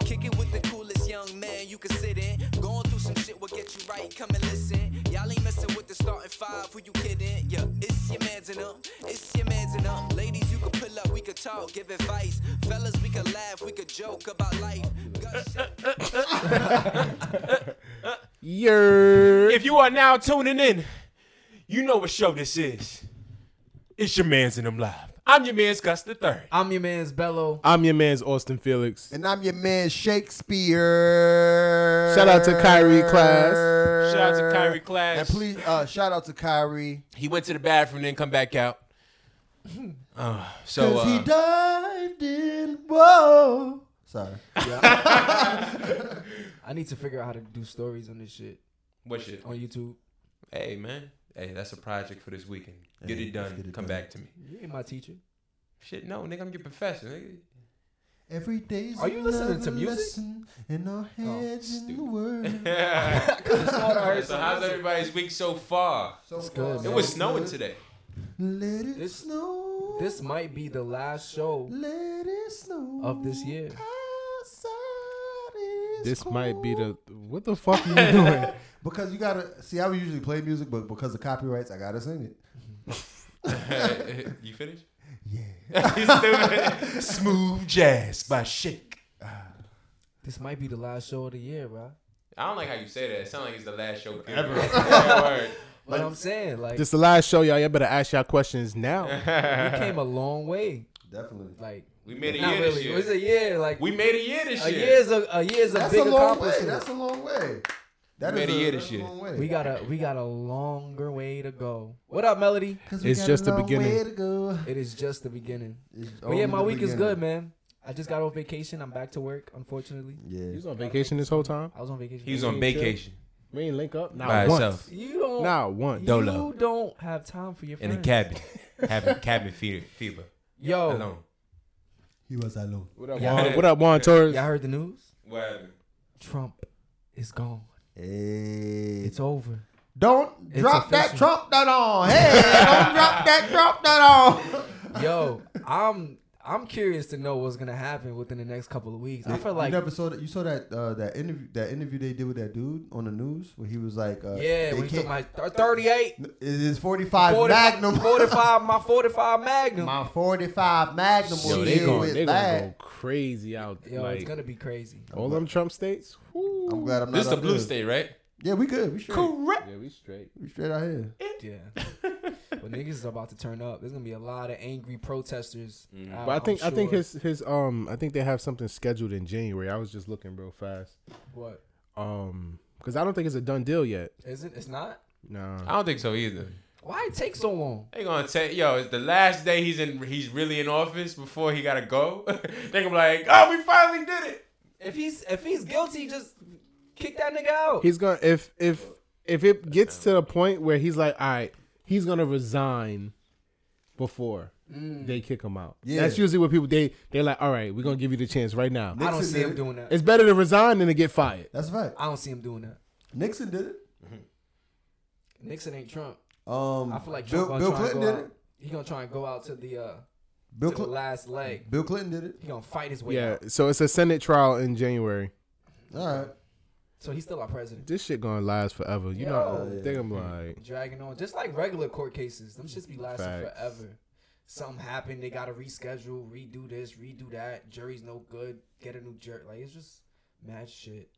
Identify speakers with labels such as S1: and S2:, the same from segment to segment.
S1: Kick it with the coolest young man you can sit in. Going through some shit will get you right, come and listen. Y'all ain't messing with the starting five, who you kidding? Yeah, it's your man's in them, it's your man's in them. Ladies, you can pull up, we could talk, give advice. Fellas, we could laugh, we could joke about life. Gush
S2: Yer.
S3: If you are now tuning in, you know what show this is. It's your man's in them live. I'm your man's Gus the Third.
S2: I'm your man's Bello.
S4: I'm your man's Austin Felix.
S5: And I'm your man Shakespeare.
S4: Shout out to Kyrie Class.
S3: Shout out to Kyrie Class.
S5: And please, uh, shout out to Kyrie.
S3: He went to the bathroom, then come back out. Uh, so
S5: Cause
S3: uh,
S5: he dived in. Whoa. Sorry.
S2: I need to figure out how to do stories on this shit
S3: what shit? Oh,
S2: on YouTube.
S3: Hey man, hey, that's a project for this weekend. Get
S5: Hey,
S3: it done.
S5: let's get it
S3: come
S5: done.
S3: back to me.
S2: You ain't my teacher.
S3: Shit, no, nigga, I'm your professor. Nigga.
S5: Every day's
S2: Are you listening
S5: another
S2: to music?
S5: lesson In our heads in the world.
S3: so how's everybody's week so far?
S5: So
S2: It's good,
S5: far,
S3: It
S2: man.
S3: was
S5: so
S3: snowing
S5: good.
S3: today.
S5: Let it
S2: This-
S5: snow.
S2: This might be the last show
S5: Let it snow.
S2: of this year.
S5: Outside is
S4: This might be
S5: cold.
S4: the what the fuck are you doing?
S5: Because you gotta see, I would usually play music, but because of copyrights, I gotta sing it.
S3: you finished?
S5: Yeah.
S3: Smooth Jazz by Shake.
S2: This might be the last show of the year, bro.
S3: I don't like how you say that. It sounds like it's the last show ever. yeah, word.
S2: But I'm saying, like,
S4: This the last show, y'all. Y'all better ask y'all questions now.
S2: we came a long way.
S5: Definitely.
S2: Like,
S3: We made a
S2: not
S3: year
S2: really.
S3: this year.
S2: It was a year. Like,
S3: we made a year this
S2: a
S3: year.
S2: year's a, a year's a
S5: That's a
S2: big
S5: long way.
S2: accomplishment.
S5: That's a long way. That
S3: We
S5: is
S3: made a year
S5: that's
S3: this year.
S5: long way.
S2: we got a we got a longer way to go. What up, Melody?
S5: 'Cause we
S4: It's
S5: got
S4: just
S5: a
S4: the
S5: long
S4: beginning.
S5: Way to go.
S2: It is just the beginning.
S5: It's
S2: But
S5: only
S2: yeah, my
S5: the
S2: week is
S5: beginning.
S2: good, man. I just got off vacation. I'm back to work, unfortunately.
S5: Yeah.
S4: He's on vacation this whole time.
S2: I was on vacation.
S3: He was on vacation
S4: We ain't link up. Not
S3: by
S4: once.
S3: himself
S2: You don't.
S4: Not once.
S2: You
S3: Dolo.
S2: don't have time for your
S3: in
S2: friends.
S3: a cabin, having cabin fever, fever
S2: Yo,
S3: alone.
S5: He was alone.
S4: What up,
S3: Yeah.
S4: Juan? What up, Juan Torres?
S2: y'all heard the news?
S3: What happened?
S2: Trump is gone.
S5: Hey.
S2: It's over.
S5: don't
S2: it's
S5: drop that
S2: official.
S5: Trump that on. Hey, don't drop that Trump that on.
S2: Yo, I'm I'm curious to know what's gonna happen within the next couple of weeks. I feel like
S5: you never saw that. You saw that uh, that interview that interview they did with that dude on the news where he was like, uh,
S2: yeah,
S5: they
S2: when you took
S5: can't-
S2: my th- 38,
S5: It is 45
S2: 40
S5: Magnum.
S2: 45, my 45 Magnum.
S5: My 45 Magnum
S4: Yo,
S5: will
S4: they
S5: deal
S4: going
S5: with
S4: they gonna go
S5: that.
S4: crazy out
S2: Yo,
S4: like
S2: it's gonna be crazy.
S4: all them Trump states. Woo.
S5: I'm glad I'm not
S3: This is the
S5: out
S3: blue
S5: there.
S3: state, right?
S5: Yeah, we good. We straight.
S3: Correct.
S4: Yeah, we straight.
S5: We straight out here.
S2: Yeah. but niggas is about to turn up. There's gonna be a lot of angry protesters. out,
S4: But I think
S2: I'm
S4: I think
S2: sure.
S4: his his um I think they have something scheduled in January. I was just looking real fast.
S2: what
S4: Um, because I don't think it's a done deal yet.
S2: is it? It's not.
S4: Nah.
S3: I don't think so either.
S2: Why it take so long?
S3: They gonna take yo. It's the last day he's in. He's really in office before he gotta go. they gonna be like, oh, we finally did it.
S2: If he's if he's guilty, just kick that nigga out.
S4: He's gonna if if if it gets to the point where he's like, all right, he's gonna resign before
S2: Mm.
S4: they kick him out.
S5: Yeah.
S4: That's usually what people they they're like, all right, we're gonna give you the chance right now.
S2: I don't
S5: Nixon
S2: see him
S5: did it.
S2: doing that.
S4: It's better to resign than to get fired.
S5: That's a fact.
S2: I don't see him doing that.
S5: Nixon did it.
S2: Nixon ain't Trump.
S5: Um,
S2: I feel like Trump gonna
S5: Bill, Bill
S2: try and
S5: Clinton
S2: go
S5: did
S2: out.
S5: it.
S2: He gonna try and go out to the uh
S5: Bill,
S2: to the
S5: Cl-
S2: last leg.
S5: Bill Clinton did it.
S2: He gonna fight his way
S4: Yeah.
S2: out.
S4: So it's a Senate trial in January.
S5: All right.
S2: So he's still our president.
S4: This shit gonna last forever. You know,
S2: Yo.
S4: they gonna be like,
S2: Dragging on, just like regular court cases, them shits be lasting
S4: Facts.
S2: forever. Something happened, they gotta reschedule, redo this, redo that. Jury's no good. Get a new jury. Like it's just mad shit.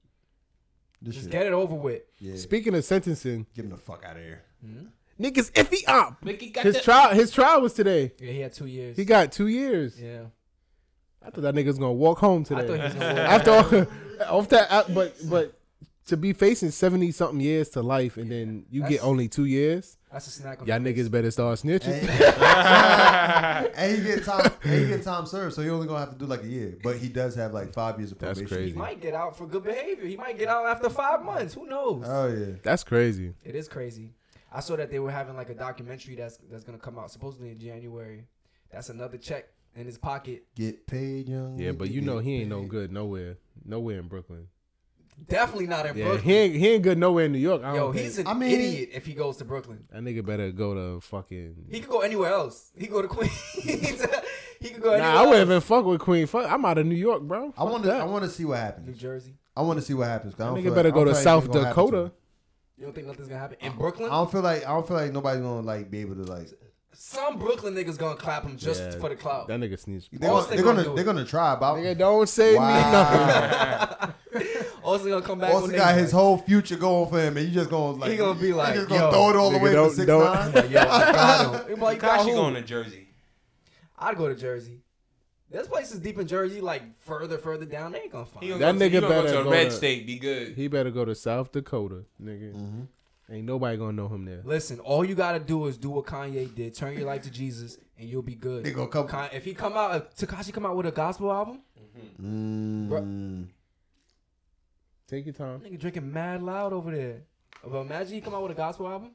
S5: This
S2: Just
S5: shit.
S2: get it over with.
S5: yeah.
S4: speaking of sentencing,
S5: Get him the fuck out of here.
S4: niggas iffy up. His trial his trial was today.
S2: Yeah, he had two years.
S4: He got two years.
S2: yeah,
S4: I thought that nigga was gonna walk home
S2: I thought he
S4: today.
S2: was gonna. walk.
S4: After all, off that, out- but but to be facing seventy something years to life and then you get
S2: That's-
S4: only two years,
S2: That's a snack. On
S4: y'all
S2: the
S4: niggas better start snitching.
S5: And he get time. and he get time served, so he only gonna have to do like a year. But he does have like five years of
S4: That's
S5: probation.
S4: crazy.
S2: He might get out for good behavior. He might get out after five months. Who knows?
S4: Uh.
S5: Oh yeah.
S4: That's crazy.
S2: It is crazy. I saw that they were having like a documentary that's that's gonna come out supposedly in January. That's another check in his pocket.
S5: Get paid, young.
S4: Yeah,
S5: nigga,
S4: but you know
S5: get
S4: he ain't no
S5: paid.
S4: good nowhere, nowhere in Brooklyn.
S2: Definitely not in
S4: Yeah,
S2: Brooklyn.
S4: he ain't he ain't good nowhere in New York. Oh, I don't
S2: Yo,
S4: think.
S2: he's an
S5: I mean-
S2: idiot if he goes to Brooklyn.
S4: that nigga better go to
S2: He
S4: fucking.
S2: could go anywhere else. He could go to Queens. he could go anywhere.
S4: Nah, I wouldn't even fuck with Queen. Fuck, I'm out of New York, bro.
S5: I want to. I want to see what
S2: New
S5: happens.
S2: Jersey.
S5: I want to see what happens. 'cause I don't
S4: Nigga
S5: feel like-
S4: better
S5: I
S4: go to
S5: don't feel like
S4: South
S5: anything gonna happen to
S4: Dakota.
S5: him.
S2: You don't think nothing's gonna happen in
S5: I
S2: Brooklyn?
S5: don't feel like I don't feel like nobody's gonna like be able to like.
S2: Some Brooklyn niggas gonna clap him just
S4: Yeah.
S2: for the clout.
S4: That nigga sneezed.
S5: They're
S2: Most
S5: gonna,
S2: they
S5: they're
S2: gonna
S5: gonna
S2: do
S5: they're
S2: it.
S5: gonna try about.
S4: Nigga, don't say me nothing.
S2: Also gonna come back.
S5: Also
S2: with
S5: got
S2: niggas
S5: his whole future going for him, and you just gonna like
S2: He gonna be like,
S5: you just gonna
S2: yo,
S5: throw it all
S4: nigga,
S5: away for
S4: don't-
S5: six
S4: don't-
S5: nine.
S2: like, Yo, I got him. He be like, you got
S3: Kashi
S2: who?
S3: going to Jersey.
S2: I'd go to Jersey. There's places deep in Jersey, like further, further down. They ain't gonna find.
S3: He gonna
S2: him.
S4: That
S3: go to- he
S4: nigga
S3: gonna go
S4: better
S3: to a
S4: go
S3: red
S4: to-
S3: state. Be good.
S4: He better go to South Dakota, nigga.
S2: Mm-hmm.
S4: Ain't nobody gonna know him there.
S2: Listen, all you gotta do is do what Kanye did. Turn your life to Jesus, and you'll be good.
S5: They gonna come-
S2: Kan- if he come out, if Takashi come out with a gospel album,
S5: Mm,
S4: Take your time.
S2: nigga drinking mad loud over there. But imagine he come out with a gospel album.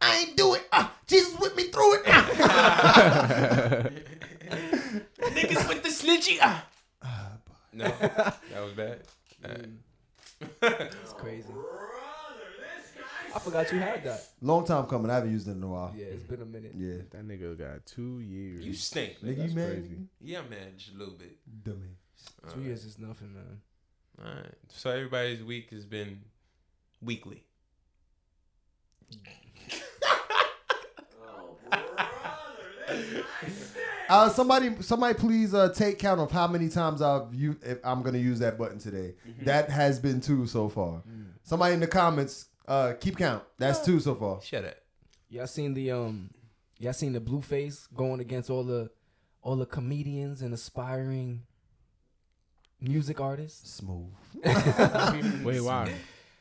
S5: I ain't do it. Ah, Jesus with me through it. Ah.
S3: Niggas with the snitchy. Ah. No, that was bad.
S2: It's Mm. crazy. I forgot you had that.
S5: Long time coming. I haven't used it in a while.
S2: Yeah, it's been a minute.
S5: Yeah.
S4: That nigga got two years.
S3: You stink. Man.
S5: Nigga, you mad?
S4: crazy.
S5: nigga?
S3: Yeah, man, just a little bit.
S5: Dummy.
S2: Two years is nothing, man.
S3: All right. So everybody's week has been weekly.
S5: Uh, somebody, somebody, please uh, take count of how many times I've you. If I'm gonna use that button today, that has been two so far. Somebody in the comments, uh, keep count. That's two so far.
S3: Shut up.
S2: Y'all seen the um, y'all seen the Blueface going against all the, all the comedians and aspiring music artists.
S5: Smooth.
S4: Wait, why?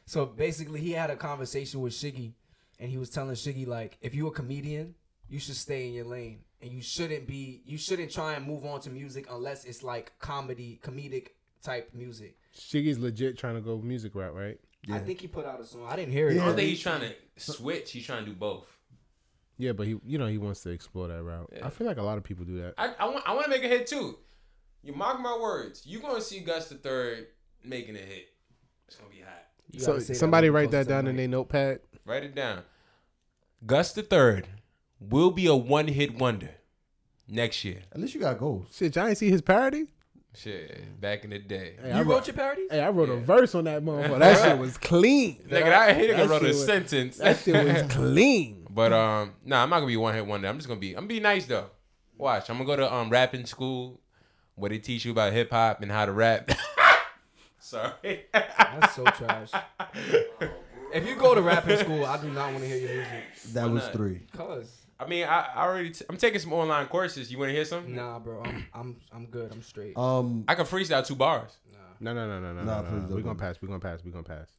S2: So basically, he had a conversation with Shiggy, and he was telling Shiggy like, if you a comedian, you should stay in your lane, and you shouldn't be, you shouldn't try and move on to music unless it's like comedy, comedic type music.
S4: Shiggy's legit trying to go music route, right?
S2: I think he put out a song. I didn't hear it.
S3: I
S5: Yeah.
S3: don't think he's trying to switch. He's trying to do both.
S4: Yeah, but he, you know, he wants to explore that route. I feel like a lot of people do that.
S3: I, I want I want to make a hit too. You mark my words. You gonna see Gus the Third making a hit. It's gonna be hot.
S2: You
S4: So
S2: gotta say that
S4: somebody
S2: when
S4: write
S2: it
S4: that
S2: goes to
S4: down
S2: the
S4: in
S2: mic.
S4: their notepad.
S3: Write it down. Gus the Third will be a one hit wonder next year.
S5: At least you got goals.
S4: Shit, y'all ain't see his parody?
S3: Shit, back in the day.
S4: Hey, I
S2: You wrote your parodies?
S4: Hey, I wrote a verse on that motherfucker. That shit was clean.
S3: Nigga, I hate
S4: That
S3: it. wrote
S4: shit
S3: a
S4: was-
S3: sentence.
S4: That shit was clean.
S3: But um, nah, I'm not gonna be one hit wonder. I'm just gonna be. I'm gonna be nice though. Watch, I'm gonna go to um rapping school where they teach you about hip hop and how to rap. Sorry.
S2: That's so trash. if you go to rapping school, I do not want to hear your music.
S5: That was
S3: not?
S5: three.
S2: Cause
S3: I mean, I, I already. T- I'm taking some online courses. You want to hear something?
S2: nah, bro, I'm I'm I'm good. I'm straight.
S5: Um,
S3: I can freestyle two bars.
S4: No, no, no, no, no,
S5: Nah,
S4: no,
S5: please
S4: no, no.
S5: don't
S4: We're
S5: do
S4: gonna
S5: that.
S4: pass. We're gonna pass. We're gonna pass.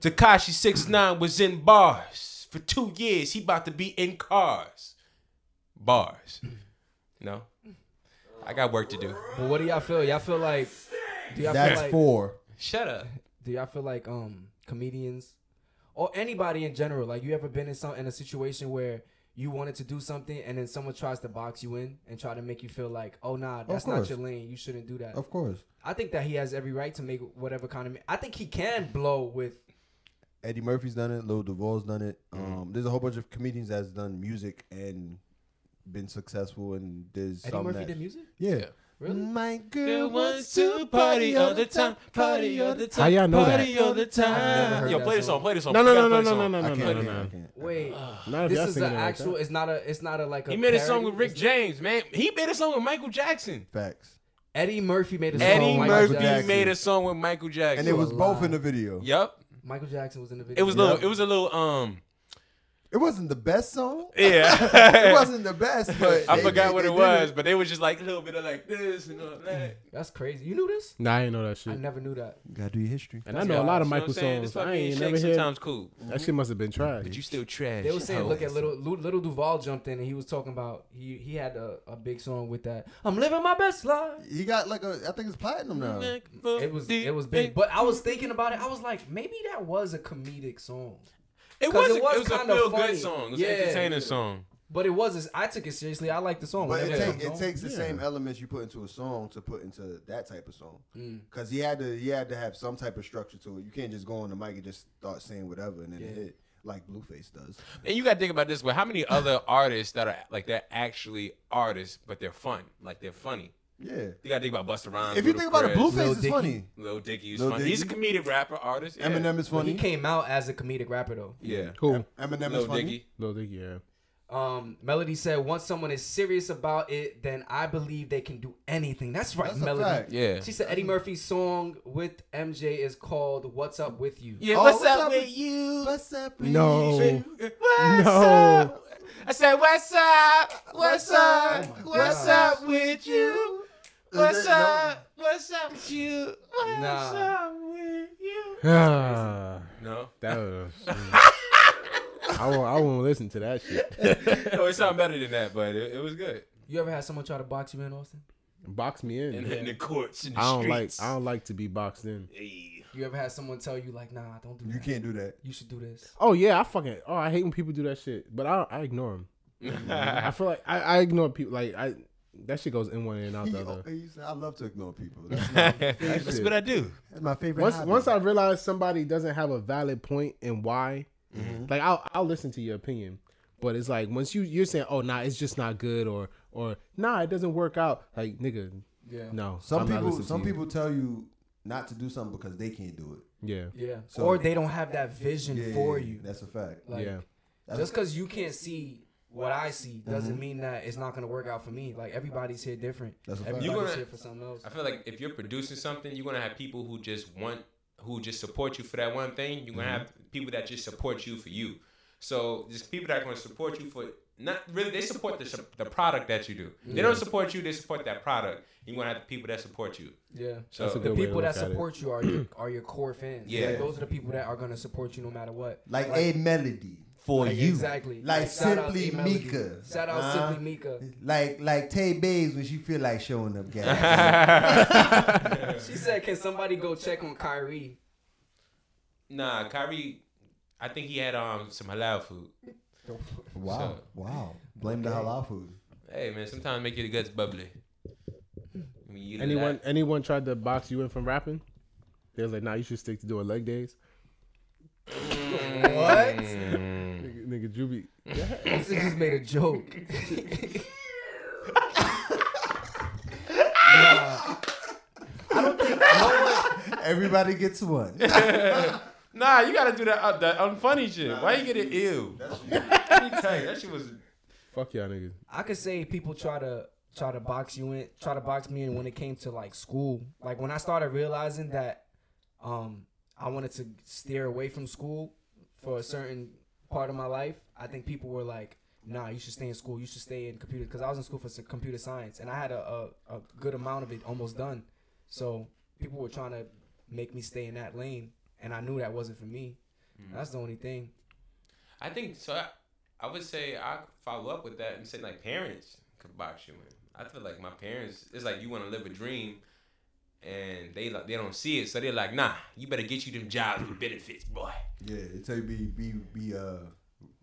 S3: Takashi six nine was in bars for two years. He about to be in cars. Bars. No. I got work to do.
S2: but what do y'all feel? Y'all feel like do y'all
S5: that's
S2: feel like
S5: four.
S3: Shut up.
S2: do y'all feel like um comedians or anybody in general? Like you ever been in some in a situation where you wanted to do something and then someone tries to box you in and try to make you feel like, oh nah, that's not
S5: course.
S2: your lane. You shouldn't do that.
S5: Of course,
S2: I think that he has every right to make whatever kind of. I think he can blow with
S5: Eddie Murphy's done it. Lil Duval's done it.
S3: Mm-hmm.
S5: Um, there's a whole bunch of comedians that's done music and been successful. And there's
S2: Eddie
S5: some Mm.
S2: Murphy
S5: that-
S2: did music.
S5: Yeah.
S2: Really?
S5: My
S3: Girl wants to party all the time. Party all the time.
S4: How y'all know
S3: party all the
S2: I've never
S3: time.
S2: heard
S3: Yo,
S2: that
S3: play the song.
S2: song.
S3: Play the song.
S4: No, no,
S3: You
S4: no,
S3: gotta
S4: no,
S3: play the
S4: no, no,
S3: song.
S4: no,
S5: I
S4: no,
S5: can't.
S4: no,
S5: I
S4: no,
S5: can't, I
S4: no.
S5: can't.
S2: Wait,
S5: Uh,
S4: Not if y'all
S2: this is
S4: singing
S2: an
S4: it like
S2: actual.
S4: that.
S2: it's not a. It's not a like a.
S3: He made a song
S2: parody.
S3: with Rick
S2: It's-
S3: James, man. He made a song with Michael Jackson.
S5: Facts.
S2: Eddie Murphy made a song.
S3: Eddie
S2: with Michael
S3: Murphy
S2: Jackson.
S3: made a song with Michael Jackson.
S5: And it was
S2: a
S5: both
S2: lie.
S5: in the video.
S3: Yup.
S2: Michael Jackson was in the video.
S3: It was little. It was a little. Um.
S5: It wasn't the best song. It
S3: Yeah.
S5: wasn't the best, but
S3: I
S5: they-
S3: forgot
S5: they-
S3: what
S5: they
S3: it
S5: did
S3: was, but they was just like a little bit of like this and all that.
S2: That's crazy. You knew this?
S4: Nah, I ain't know that
S2: I
S4: shit.
S2: never knew that.
S5: Gotta do your history.
S4: And I know a lot of Michael songs. I ain't never heard.
S3: Sometimes cool,
S4: That shit must have been trash.
S3: but you still trash.
S2: They were saying, look at little Lu- little Duval jumped in and he was talking about he he had a, a big song with that. I'm living my best life.
S5: He got like a, I think it's platinum now.
S3: Mm-hmm.
S2: It was it was big, but I was thinking about it. I was like, maybe that was a comedic song,
S3: it
S2: 'cause
S3: was.
S2: it
S3: It
S2: was
S3: was a
S2: kinda
S3: feel
S2: funny.
S3: good song. It was
S2: Yeah.
S3: an entertaining song.
S2: but it was. I took it seriously. I like the song.
S5: But it,
S2: Whenever
S5: take,
S2: comes
S5: it
S2: on.
S5: takes the
S4: Yeah.
S5: same elements you put into a song to put into that type of song. Because he had to he had to have some type of structure to it. You can't just go on the mic and just start saying whatever and then it
S2: Yeah.
S5: hit. like Blueface does.
S3: And you gotta think about this way: how many other artists that are like they're actually artists, but they're fun, like they're funny.
S5: Yeah.
S3: You gotta think about Busta Rhymes.
S5: If you think about it,
S2: Lil
S5: Blueface is
S2: Dicky.
S5: funny.
S3: Lil Dicky is
S5: Lil
S3: funny. He's a
S5: Dicky.
S3: comedic rapper, artist. Yeah.
S5: Eminem is
S2: But he
S5: funny.
S2: came out as a comedic rapper though.
S3: Yeah.
S4: Cool.
S5: Eminem is
S3: Lil
S5: funny.
S3: Dicky.
S4: Lil Dicky, yeah.
S2: Um, Melody said, "Once someone is serious about it, then I believe they can do anything." That's right,
S5: That's a
S2: Melody.
S5: fact.
S3: Yeah.
S2: She said Eddie Murphy's song with MJ is called "What's Up with You."
S3: Yeah.
S5: Oh,
S3: what's,
S5: what's
S3: up,
S5: up
S3: with
S5: with-
S3: you?
S5: What's up? with
S4: No.
S5: you?
S3: What's
S4: No.
S3: up? I said, what's up? What's up?
S5: Oh
S3: what's
S5: gosh.
S3: up with you? What's up? What's up with you? What's
S2: Nah.
S3: up with you?
S4: Ah,
S3: No.
S4: that was. I won't. I won't listen to that shit.
S3: no, it sounded better than that, but it, it was good.
S2: You ever had someone try to box you in, Austin?
S4: Box me in.
S3: In, in the courts, in the
S4: I don't
S3: streets.
S4: like. I don't like to be boxed in.
S3: Hey.
S2: You ever had someone tell you like, "Nah, don't do
S5: You
S2: that.
S5: can't do that.
S2: You should do this."
S4: Oh yeah, I fucking. Oh, I hate when people do that shit, but I I ignore them. I feel like I, I ignore people. Like I, that shit goes in one and out
S5: He, oh,
S4: the other.
S5: he said, I love to ignore people. That's my,
S3: That's what I do.
S5: that's my favorite.
S4: Once
S5: hobby.
S4: once I realize somebody doesn't have a valid point and why,
S3: Mm-hmm.
S4: like I'll I'll listen to your opinion, but it's like once you you're saying oh nah it's just not good or or nah it doesn't work out like nigga
S2: Yeah.
S4: no
S5: some
S4: I'm not
S5: people
S4: listening to
S5: some
S4: you.
S5: people tell you not to do something because they can't do it.
S4: yeah
S2: Yeah.
S5: So-
S2: or they don't have that vision
S5: Yeah,
S2: for
S5: yeah,
S2: you.
S5: That's a fact.
S2: Like,
S4: yeah
S2: just because you can't see what I see
S5: Mm-hmm.
S2: doesn't mean that it's not gonna work out for me. Like everybody's here different.
S5: That's a fact.
S2: everybody's
S3: You gonna-
S2: here for something else.
S3: I feel like if you're producing something, you're gonna have people who just want, who just support you for that one thing. You're gonna have
S4: Mm-hmm.
S3: people that just support you for you. So just people that are gonna support you for not really they support the sup- the product that you do. They don't support you, they support that product. You're gonna have people that support you.
S2: yeah.
S3: So
S4: That's a
S2: the
S4: good way to
S2: people that
S4: look at it.
S2: support you are your, are your core fans.
S3: Yeah.
S2: Like, those are the people that are gonna support you no matter what.
S5: Like, a melody for
S2: Like,
S5: you.
S2: exactly.
S5: Like,
S2: shout out
S5: simply
S2: A Melody.
S5: Mika.
S2: Shout out
S5: Huh?
S2: simply Mika.
S5: Like like Tay Bays when she feel like showing up, guys.
S2: She said, "Can somebody go check on Kyrie?"
S3: Nah, Kyrie, I think he had um some halal food.
S5: wow,
S3: So-
S5: wow. Blame the halal food.
S3: Hey man, sometimes make your guts bubbly. I mean, you
S4: anyone anyone tried to box you in from rapping they was like nah you should stick to doing leg days
S2: What?
S4: nigga, nigga Juby
S2: Lisa just made a joke.
S5: Everybody gets one.
S3: Nah, you gotta do that uh, that unfunny shit. Why you get it ill? Let me tell you, that shit was
S4: fuck y'all niggas
S2: I could say people try to try to box you in, try to box me in when it came to like school. Like when I started realizing that um I wanted to steer away from school for a certain part of my life, I think people were like, "Nah, you should stay in school. You should stay in computer." Because I was in school for s- computer science, and I had a, a a good amount of it almost done. So people were trying to make me stay in that lane, and I knew that wasn't for me. That's the only thing.
S3: I think so. I, I would say I follow up with that and say like parents could box you in. I feel like my parents. It's like you want to live a dream, and they like they don't see it, so they're like, nah, you better get you them jobs with benefits, boy.
S5: Yeah, they tell you be be be uh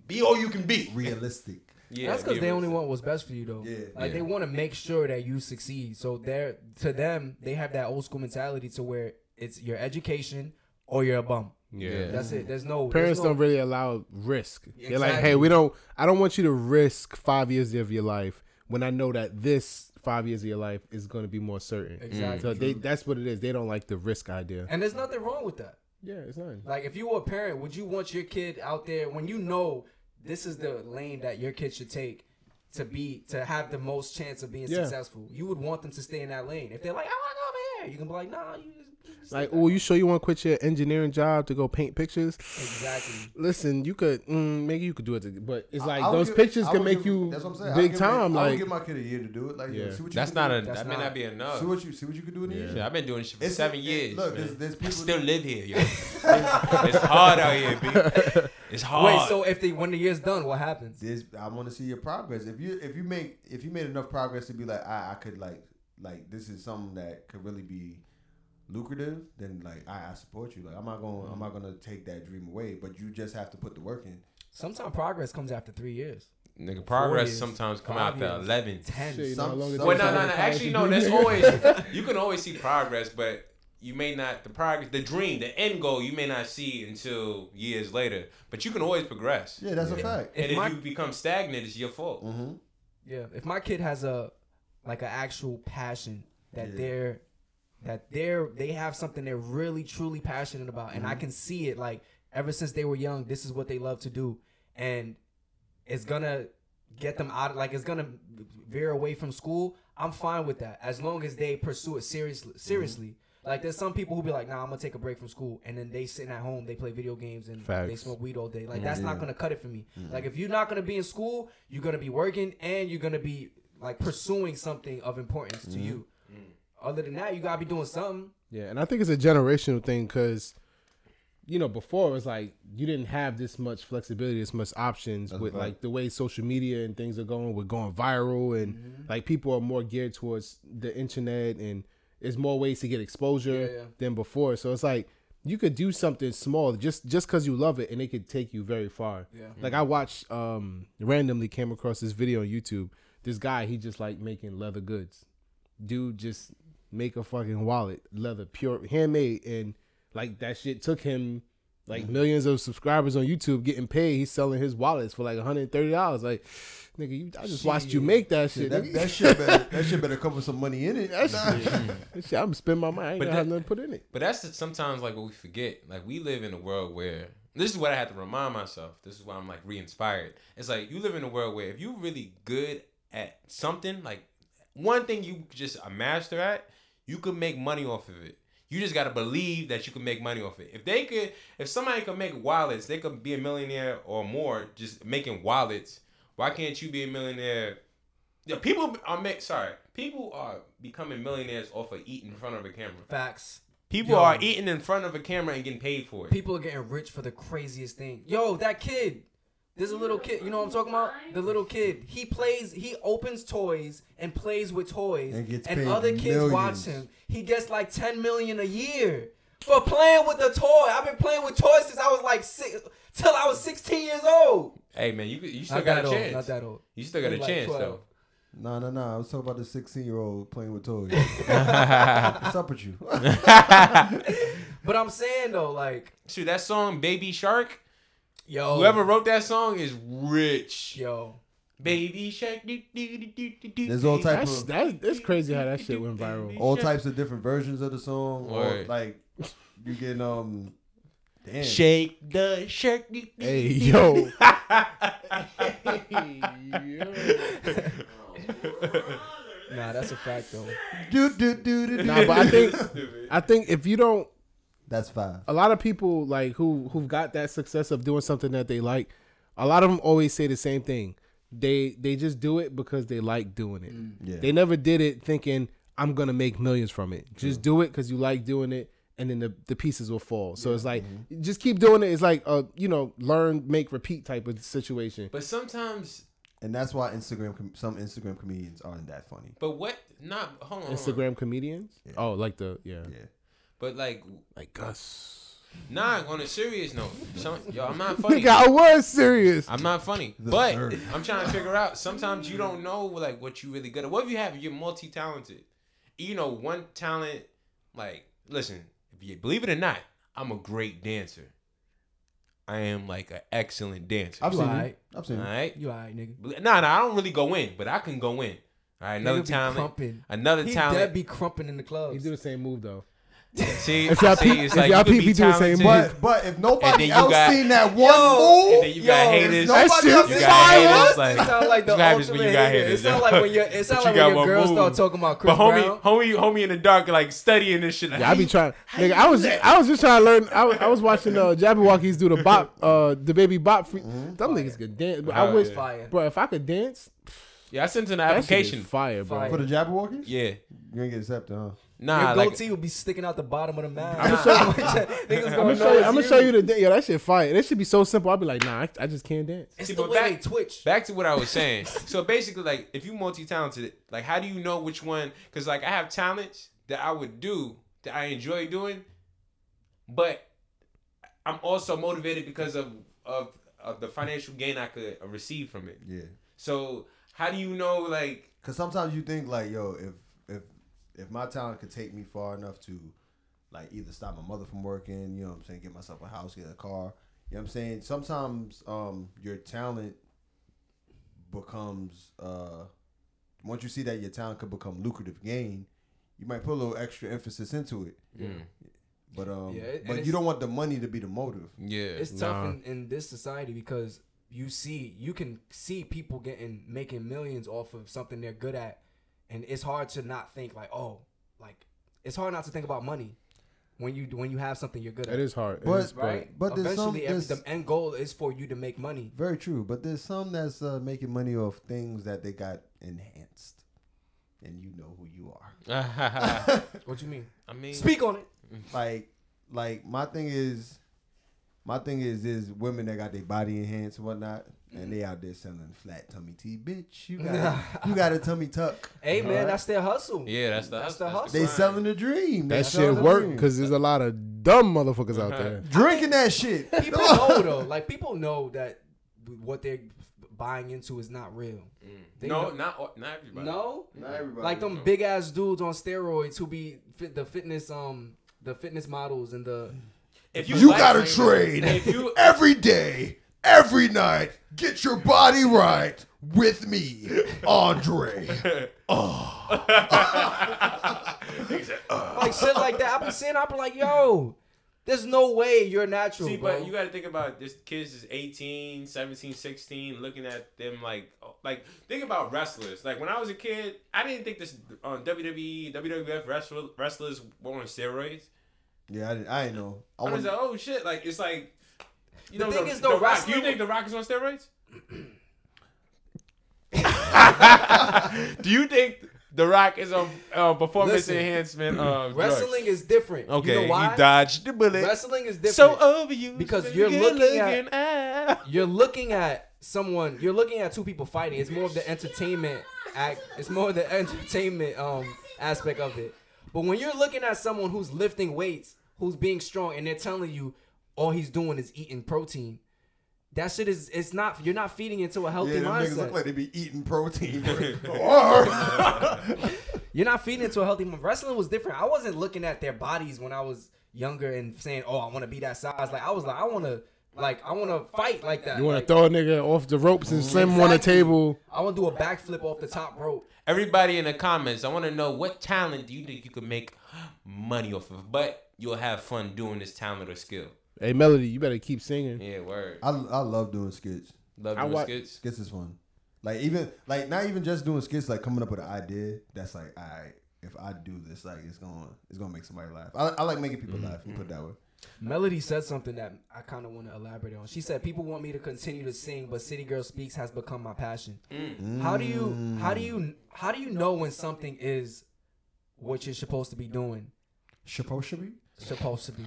S3: Be all you can be.
S5: realistic.
S3: Yeah,
S2: That's because
S3: be
S2: they
S3: real-
S2: only want what's best for you, though.
S5: Yeah.
S2: Like they
S3: Yeah.
S2: want to make sure that you succeed. So they're to them, they have that old school mentality to where it's your education or you're a bum.
S3: Yeah.
S2: That's it. There's no there's
S4: parents
S2: no-
S4: don't really allow risk. They're like,
S2: Exactly.
S4: hey, we don't. I don't want you to risk five years of your life when I know that this five years of your life is going to be more certain.
S2: Exactly.
S4: So they, that's what it is. They don't like the risk idea.
S2: And there's nothing wrong with that.
S4: Yeah, it's not.
S2: Like if you were a parent, would you want your kid out there when you know this is the lane that your kid should take to be to have the most chance of being
S4: Yeah.
S2: successful? You would want them to stay in that lane. If they're like, I want to go over here, you can be like, Nah, you just, just
S4: Like, oh, you sure you want to quit your engineering job to go paint pictures?
S2: exactly.
S4: Listen, you could mm, maybe you could do it, to- but it's like
S5: I would
S4: those
S5: give-
S4: pictures
S5: I
S4: can
S5: would
S4: make
S5: give-
S4: you
S5: that's what I'm saying. I would
S4: big
S5: give my-
S4: time.
S5: I would
S4: Like,
S5: give my kid a year to do it. Like,
S4: Yeah.
S5: see what you
S3: That's
S5: can
S3: not
S5: do.
S3: a.
S2: That's
S3: that may
S2: not-
S3: not be enough.
S5: See what you see what you can do in a year.
S3: Shit, I've been doing this shit for
S5: It's-
S3: seven
S5: it-
S3: years.
S5: Look,
S3: man.
S5: there's, there's
S3: I
S5: people
S3: still live here, yo. it's hard out here, B. It's hard.
S2: Wait, so if they when the year's done, what happens?
S5: There's, I want to see your progress. If you if you make if you made enough progress to be like I I could like like this is something that could really be lucrative, then like I I support you. Like I'm not going to I'm not gonna take that dream away, but you just have to put the work in.
S2: Sometimes progress comes after three years.
S3: Nigga,
S2: Four
S3: progress
S2: years,
S3: sometimes come
S2: five
S3: out the
S2: years,
S3: eleven.
S2: Ten.
S4: shit, you know how
S5: some-
S4: long it
S5: some-
S3: Well,
S4: takes
S3: no,
S4: out
S3: no,
S4: of
S3: no.
S4: college
S3: Actually,
S4: to
S3: no.
S4: do
S3: That's
S4: it?
S3: always you can always see progress, but you may not the progress, the dream, the end goal. You may not see until years later, but you can always progress.
S5: Yeah, that's a fact.
S3: And if
S2: my- Mm-hmm.
S3: you become stagnant, it's your fault.
S2: Yeah, if my kid has a like an actual passion that they're that they're they have something they're really truly passionate about, and I can see it like ever since they were young, this is what they love to do, and it's gonna get them out. Like it's gonna veer away from school. I'm fine with that as long as they pursue it seriously. Seriously. Like there's some people who be like, nah, I'm gonna take a break from school, and then they sitting at home, they play video games and they
S4: Facts.
S2: smoke weed all day. Like that's not gonna cut it for me. Like if you're not gonna be in school, you're gonna be working and you're gonna be like pursuing something of importance to you. Other than that, you gotta be doing something.
S4: Yeah, and I think it's a generational thing because, you know, before it was like you didn't have this much flexibility, this much options with
S5: right.
S4: like the way social media and things are going. We're going viral, and
S2: Mm-hmm.
S4: like people are more geared towards the internet, and there's more ways to get exposure
S2: Yeah, yeah.
S4: than before. So it's like you could do something small just just because you love it, and it could take you very far.
S2: Yeah.
S4: Like I watched um randomly came across this video on YouTube. This guy he just like making leather goods dude just make a fucking wallet, leather, pure handmade, and like that shit took him like millions of subscribers on YouTube getting paid. He's selling his wallets for like 130 dollars. Like, nigga, you, I just watched you
S2: Shit.
S4: make that shit.
S5: That,
S4: nigga.
S5: that shit better. That shit better come with some money in it.
S4: That shit, I'm spending my money. I ain't
S3: But
S4: gonna have
S3: that-
S4: nothing put in it.
S3: But that's the- sometimes like what we forget. Like we live in a world where this is what I had to remind myself. This is why I'm like re-inspired. It's like you live in a world where if you're really good at something, like one thing you just a master at, you could make money off of it. You just gotta believe that you can make money off it. If they could, if somebody could make wallets, they could be a millionaire or more just making wallets. Why can't you be a millionaire? Yeah, people are make sorry. People are becoming millionaires off of eating in front of a camera.
S2: Facts.
S3: People
S2: Yo.
S3: are eating in front of a camera and getting paid for it.
S2: People are getting rich for the craziest thing. Yo, that kid. There's a little kid. You know what I'm talking about? The little kid. He plays. He opens toys and plays with toys,
S5: And gets paid
S2: other kids watch
S5: millions.
S2: him. He gets like 10 million a year for playing with the toy. I've been playing with toys since I was like six, till I was 16 years old.
S3: hey man, you you still
S2: Not
S3: got
S2: that
S3: a
S2: old.
S3: chance.
S2: Not that old.
S3: You still got a
S2: Like
S3: chance
S2: 12.
S3: though.
S5: Nah, nah, nah. I was talking about the 16 year old playing with toys. What's up with you?
S2: But I'm saying though, like,
S3: Shoot, that song Baby Shark.
S2: yo,
S3: Whoever wrote that song is rich.
S2: yo,
S3: Baby Shark. do, do, do, do, do, do,
S5: There's all
S3: baby
S5: type
S4: That's
S5: of-
S4: that's it's crazy how that shit went viral.
S5: All types of different versions of the song. Or
S3: Word.
S5: like you getting um. Damn.
S3: Shake the shark. do, do,
S4: Hey
S3: do,
S4: yo,
S2: nah, that's a fact though.
S5: Do, do, do, do, do.
S4: nah, but I think I think if you don't
S5: That's five.
S4: a lot of people like who who've got that success of doing something that they like a lot of them always say the same thing they they just do it because they like doing it
S5: Yeah.
S4: they never did it thinking i'm gonna make millions from it just do it because you like doing it and then the, the pieces will fall so it's like just keep doing it it's like a you know learn make repeat type of situation
S3: But sometimes,
S5: And that's why Instagram, com- some Instagram comedians aren't that funny.
S3: but what? Not hold on. hold on.
S4: instagram comedians oh like the yeah,
S5: Yeah.
S3: But like,
S4: like us
S3: nah. On a serious note, some, yo, I'm not funny.
S4: nigga i was serious
S3: I'm not funny, but
S5: nerd.
S3: I'm trying to figure out. Sometimes you don't know like what you really good at. What if you have you're multi talented? You know, one talent. Like, listen, if you believe it or not, I'm a great dancer. I am like an excellent dancer.
S5: I've
S2: You
S5: seen
S2: alright?
S5: it. I've seen
S3: all
S5: it.
S3: right,
S2: You alright, nigga?
S3: nah, nah. I don't really go in, but I can go in. All right, another
S2: Nigga be
S3: talent.
S2: crumping.
S3: Another
S2: He dead
S3: talent.
S2: be crumping in the club.
S4: you do the same move though
S3: see,
S4: If y'all
S3: see,
S4: peep-
S3: it's
S4: if
S3: like
S4: y'all
S3: you could
S4: peep,
S3: be
S4: you do the same
S3: talented,
S4: move.
S5: But but if
S3: And
S5: nobody
S3: then you
S5: else
S3: got-
S5: seen that one
S3: and
S5: move,
S3: then you got haters.
S5: if
S2: Oh
S5: nobody
S4: That
S5: else
S2: it sound like the
S4: shit
S3: You got haters, like, what happens
S5: is violent,
S2: ultimate
S3: when you got
S2: hater. It
S3: haters,
S2: sound
S3: yo?
S2: like when your it
S3: But
S2: sound
S3: you
S2: like when
S3: got
S2: your
S3: one
S2: girl
S3: move.
S2: start talking about Chris
S3: but
S2: Brown.
S3: homie, homie, homie in the dark, like studying this shit. Like,
S4: Yeah, I be trying. Nigga, I was just, I was just trying to learn. I was, I was watching uh, Jabberwockies do the bop, uh, the baby bop. Free. Them niggas could dance. But I
S3: Oh,
S4: wish,
S3: yeah.
S2: Fire.
S4: bro, if I could dance,
S3: yeah, I sent in the
S4: that shit is
S3: application.
S4: fire, bro.
S2: Fire.
S5: for the Jabberwockies,
S3: Yeah,
S5: you ain't get accepted, huh?
S3: nah,
S2: Your
S3: like
S2: goatee will be sticking out the bottom of the mask.
S4: I'ma show you-
S2: Niggas
S4: I'm
S2: gonna
S4: gonna
S2: know
S4: show Oh, you.
S2: it's
S4: I'm gonna show you the da- Yo, that shit fire. That should be so simple. I'd be like, nah, I, I just can't dance.
S2: It's
S3: See,
S2: the
S3: but
S2: way they
S3: back-
S2: twitch.
S3: back to what I was saying. so basically, like if you multi-talented, like how do you know which one? Because like I have talents that I would do that I enjoy doing, but I'm also motivated because of of, of the financial gain I could receive from it.
S5: Yeah,
S3: So how do you know? Like
S5: because sometimes you think like, yo, if if if my talent could take me far enough to like either stop my mother from working, you know what I'm saying, get myself a house, get a car. You know what I'm saying? Sometimes um your talent becomes uh once you see that your talent could become lucrative gain, you might put a little extra emphasis into it.
S3: Yeah.
S5: But um
S2: Yeah, it- and
S5: but
S2: it's-
S5: you don't want the money to be the motive.
S3: Yeah.
S2: It's tough in, in this society because you see you can see people getting making millions off of something they're good at, and it's hard to not think like oh like it's hard not to think about money when you when you have something you're good at.
S4: That is hard. It
S5: But-
S4: is,
S2: right.
S5: but there's some-
S2: eventually, every,
S5: there's-
S2: the end goal is for you to make money.
S5: Very true, but there's some that's uh, making money off things that they got enhanced. And you know who you are.
S3: I
S2: What you mean?
S3: mean,
S2: Speak on it.
S5: like like my thing is my thing is is women that got their body enhanced and whatnot
S2: Mm.
S5: and they out there selling flat tummy tea bitch you got you got a tummy tuck
S2: Hey man, that's their hustle.
S3: yeah, that's the
S2: That's
S3: that's,
S2: the
S3: that's
S2: hustle.
S5: they
S3: grind.
S5: selling the dream They
S4: that shit
S5: selling the
S4: work
S5: dream.
S4: because there's a lot of dumb motherfuckers out there.
S5: drinking that shit
S2: People know though, like people know that what they're buying into is not real. They
S3: no,
S2: know-
S3: not all- not everybody.
S2: Mm. no,
S5: Not everybody.
S2: like them big ass dudes on steroids who be fit, the fitness um the fitness models and the
S3: If
S5: you
S3: like
S5: gotta
S3: something-
S5: train
S3: If you
S5: every day every night get your body right with me andre
S2: like shit like that. I be seeing, I be like, yo, there's no way you're natural,
S3: See,
S2: bro.
S3: but you got to think about this kids is 18, 17, 16, looking at them like, like think about wrestlers. Like when I was a kid, I didn't think this um, on WWE, WWF wrestler, wrestlers were on steroids.
S5: yeah i, didn't- I didn't know i
S3: I was
S5: was
S3: like, oh shit, like it's like, you
S2: The
S3: know,
S2: thing
S3: the,
S2: is,
S3: the
S2: though,
S3: Rock. Do you
S2: wrestling-
S3: think the Rock is on steroids? Do you think the Rock is on uh, performance
S2: Listen,
S3: enhancement? Uh, drugs?
S2: Wrestling is different.
S3: Okay,
S2: you know why?
S3: dodged the bullet.
S2: Wrestling is different.
S3: so over you
S2: Because you're looking at- you're looking at someone you're looking at two people fighting it's more of the entertainment act it's more of the entertainment um aspect of it but when you're looking at someone who's lifting weights who's being strong and they're telling you all he's doing is eating protein that shit is it's not you're not feeding into a healthy
S5: yeah, them niggas
S2: mindset
S5: look like they be eating protein. bro.
S2: you're not feeding into a healthy mind wrestling was different i wasn't looking at their bodies when i was younger and saying oh i want to be that size like i was like i want to like i want to fight like that
S4: You want
S2: Like,
S4: to throw a nigga off the ropes and slam him on the
S2: Exactly.
S4: table?
S2: i want to do a backflip off the top rope
S3: Everybody in the comments, I want to know what talent do you think you could make money off of, but you'll have fun doing this talent or skill.
S4: Hey, Melody, you better keep singing.
S3: Yeah, word.
S5: I, I love doing skits.
S3: Love
S4: I
S3: doing
S4: wa-
S3: skits.
S5: skits is fun. Like even like not even just doing skits, like coming up with an idea that's like, all right, if I do this, like it's gonna it's gonna make somebody laugh. I, I like making people laugh. You put it that way.
S2: Melody said something that I kind of want to elaborate on. She said, "People want me to continue to sing, but City Girl Speaks has become my passion." How do you how do you how do you know when something is what you're supposed to be doing?
S5: Supposed to be.
S2: Supposed to be.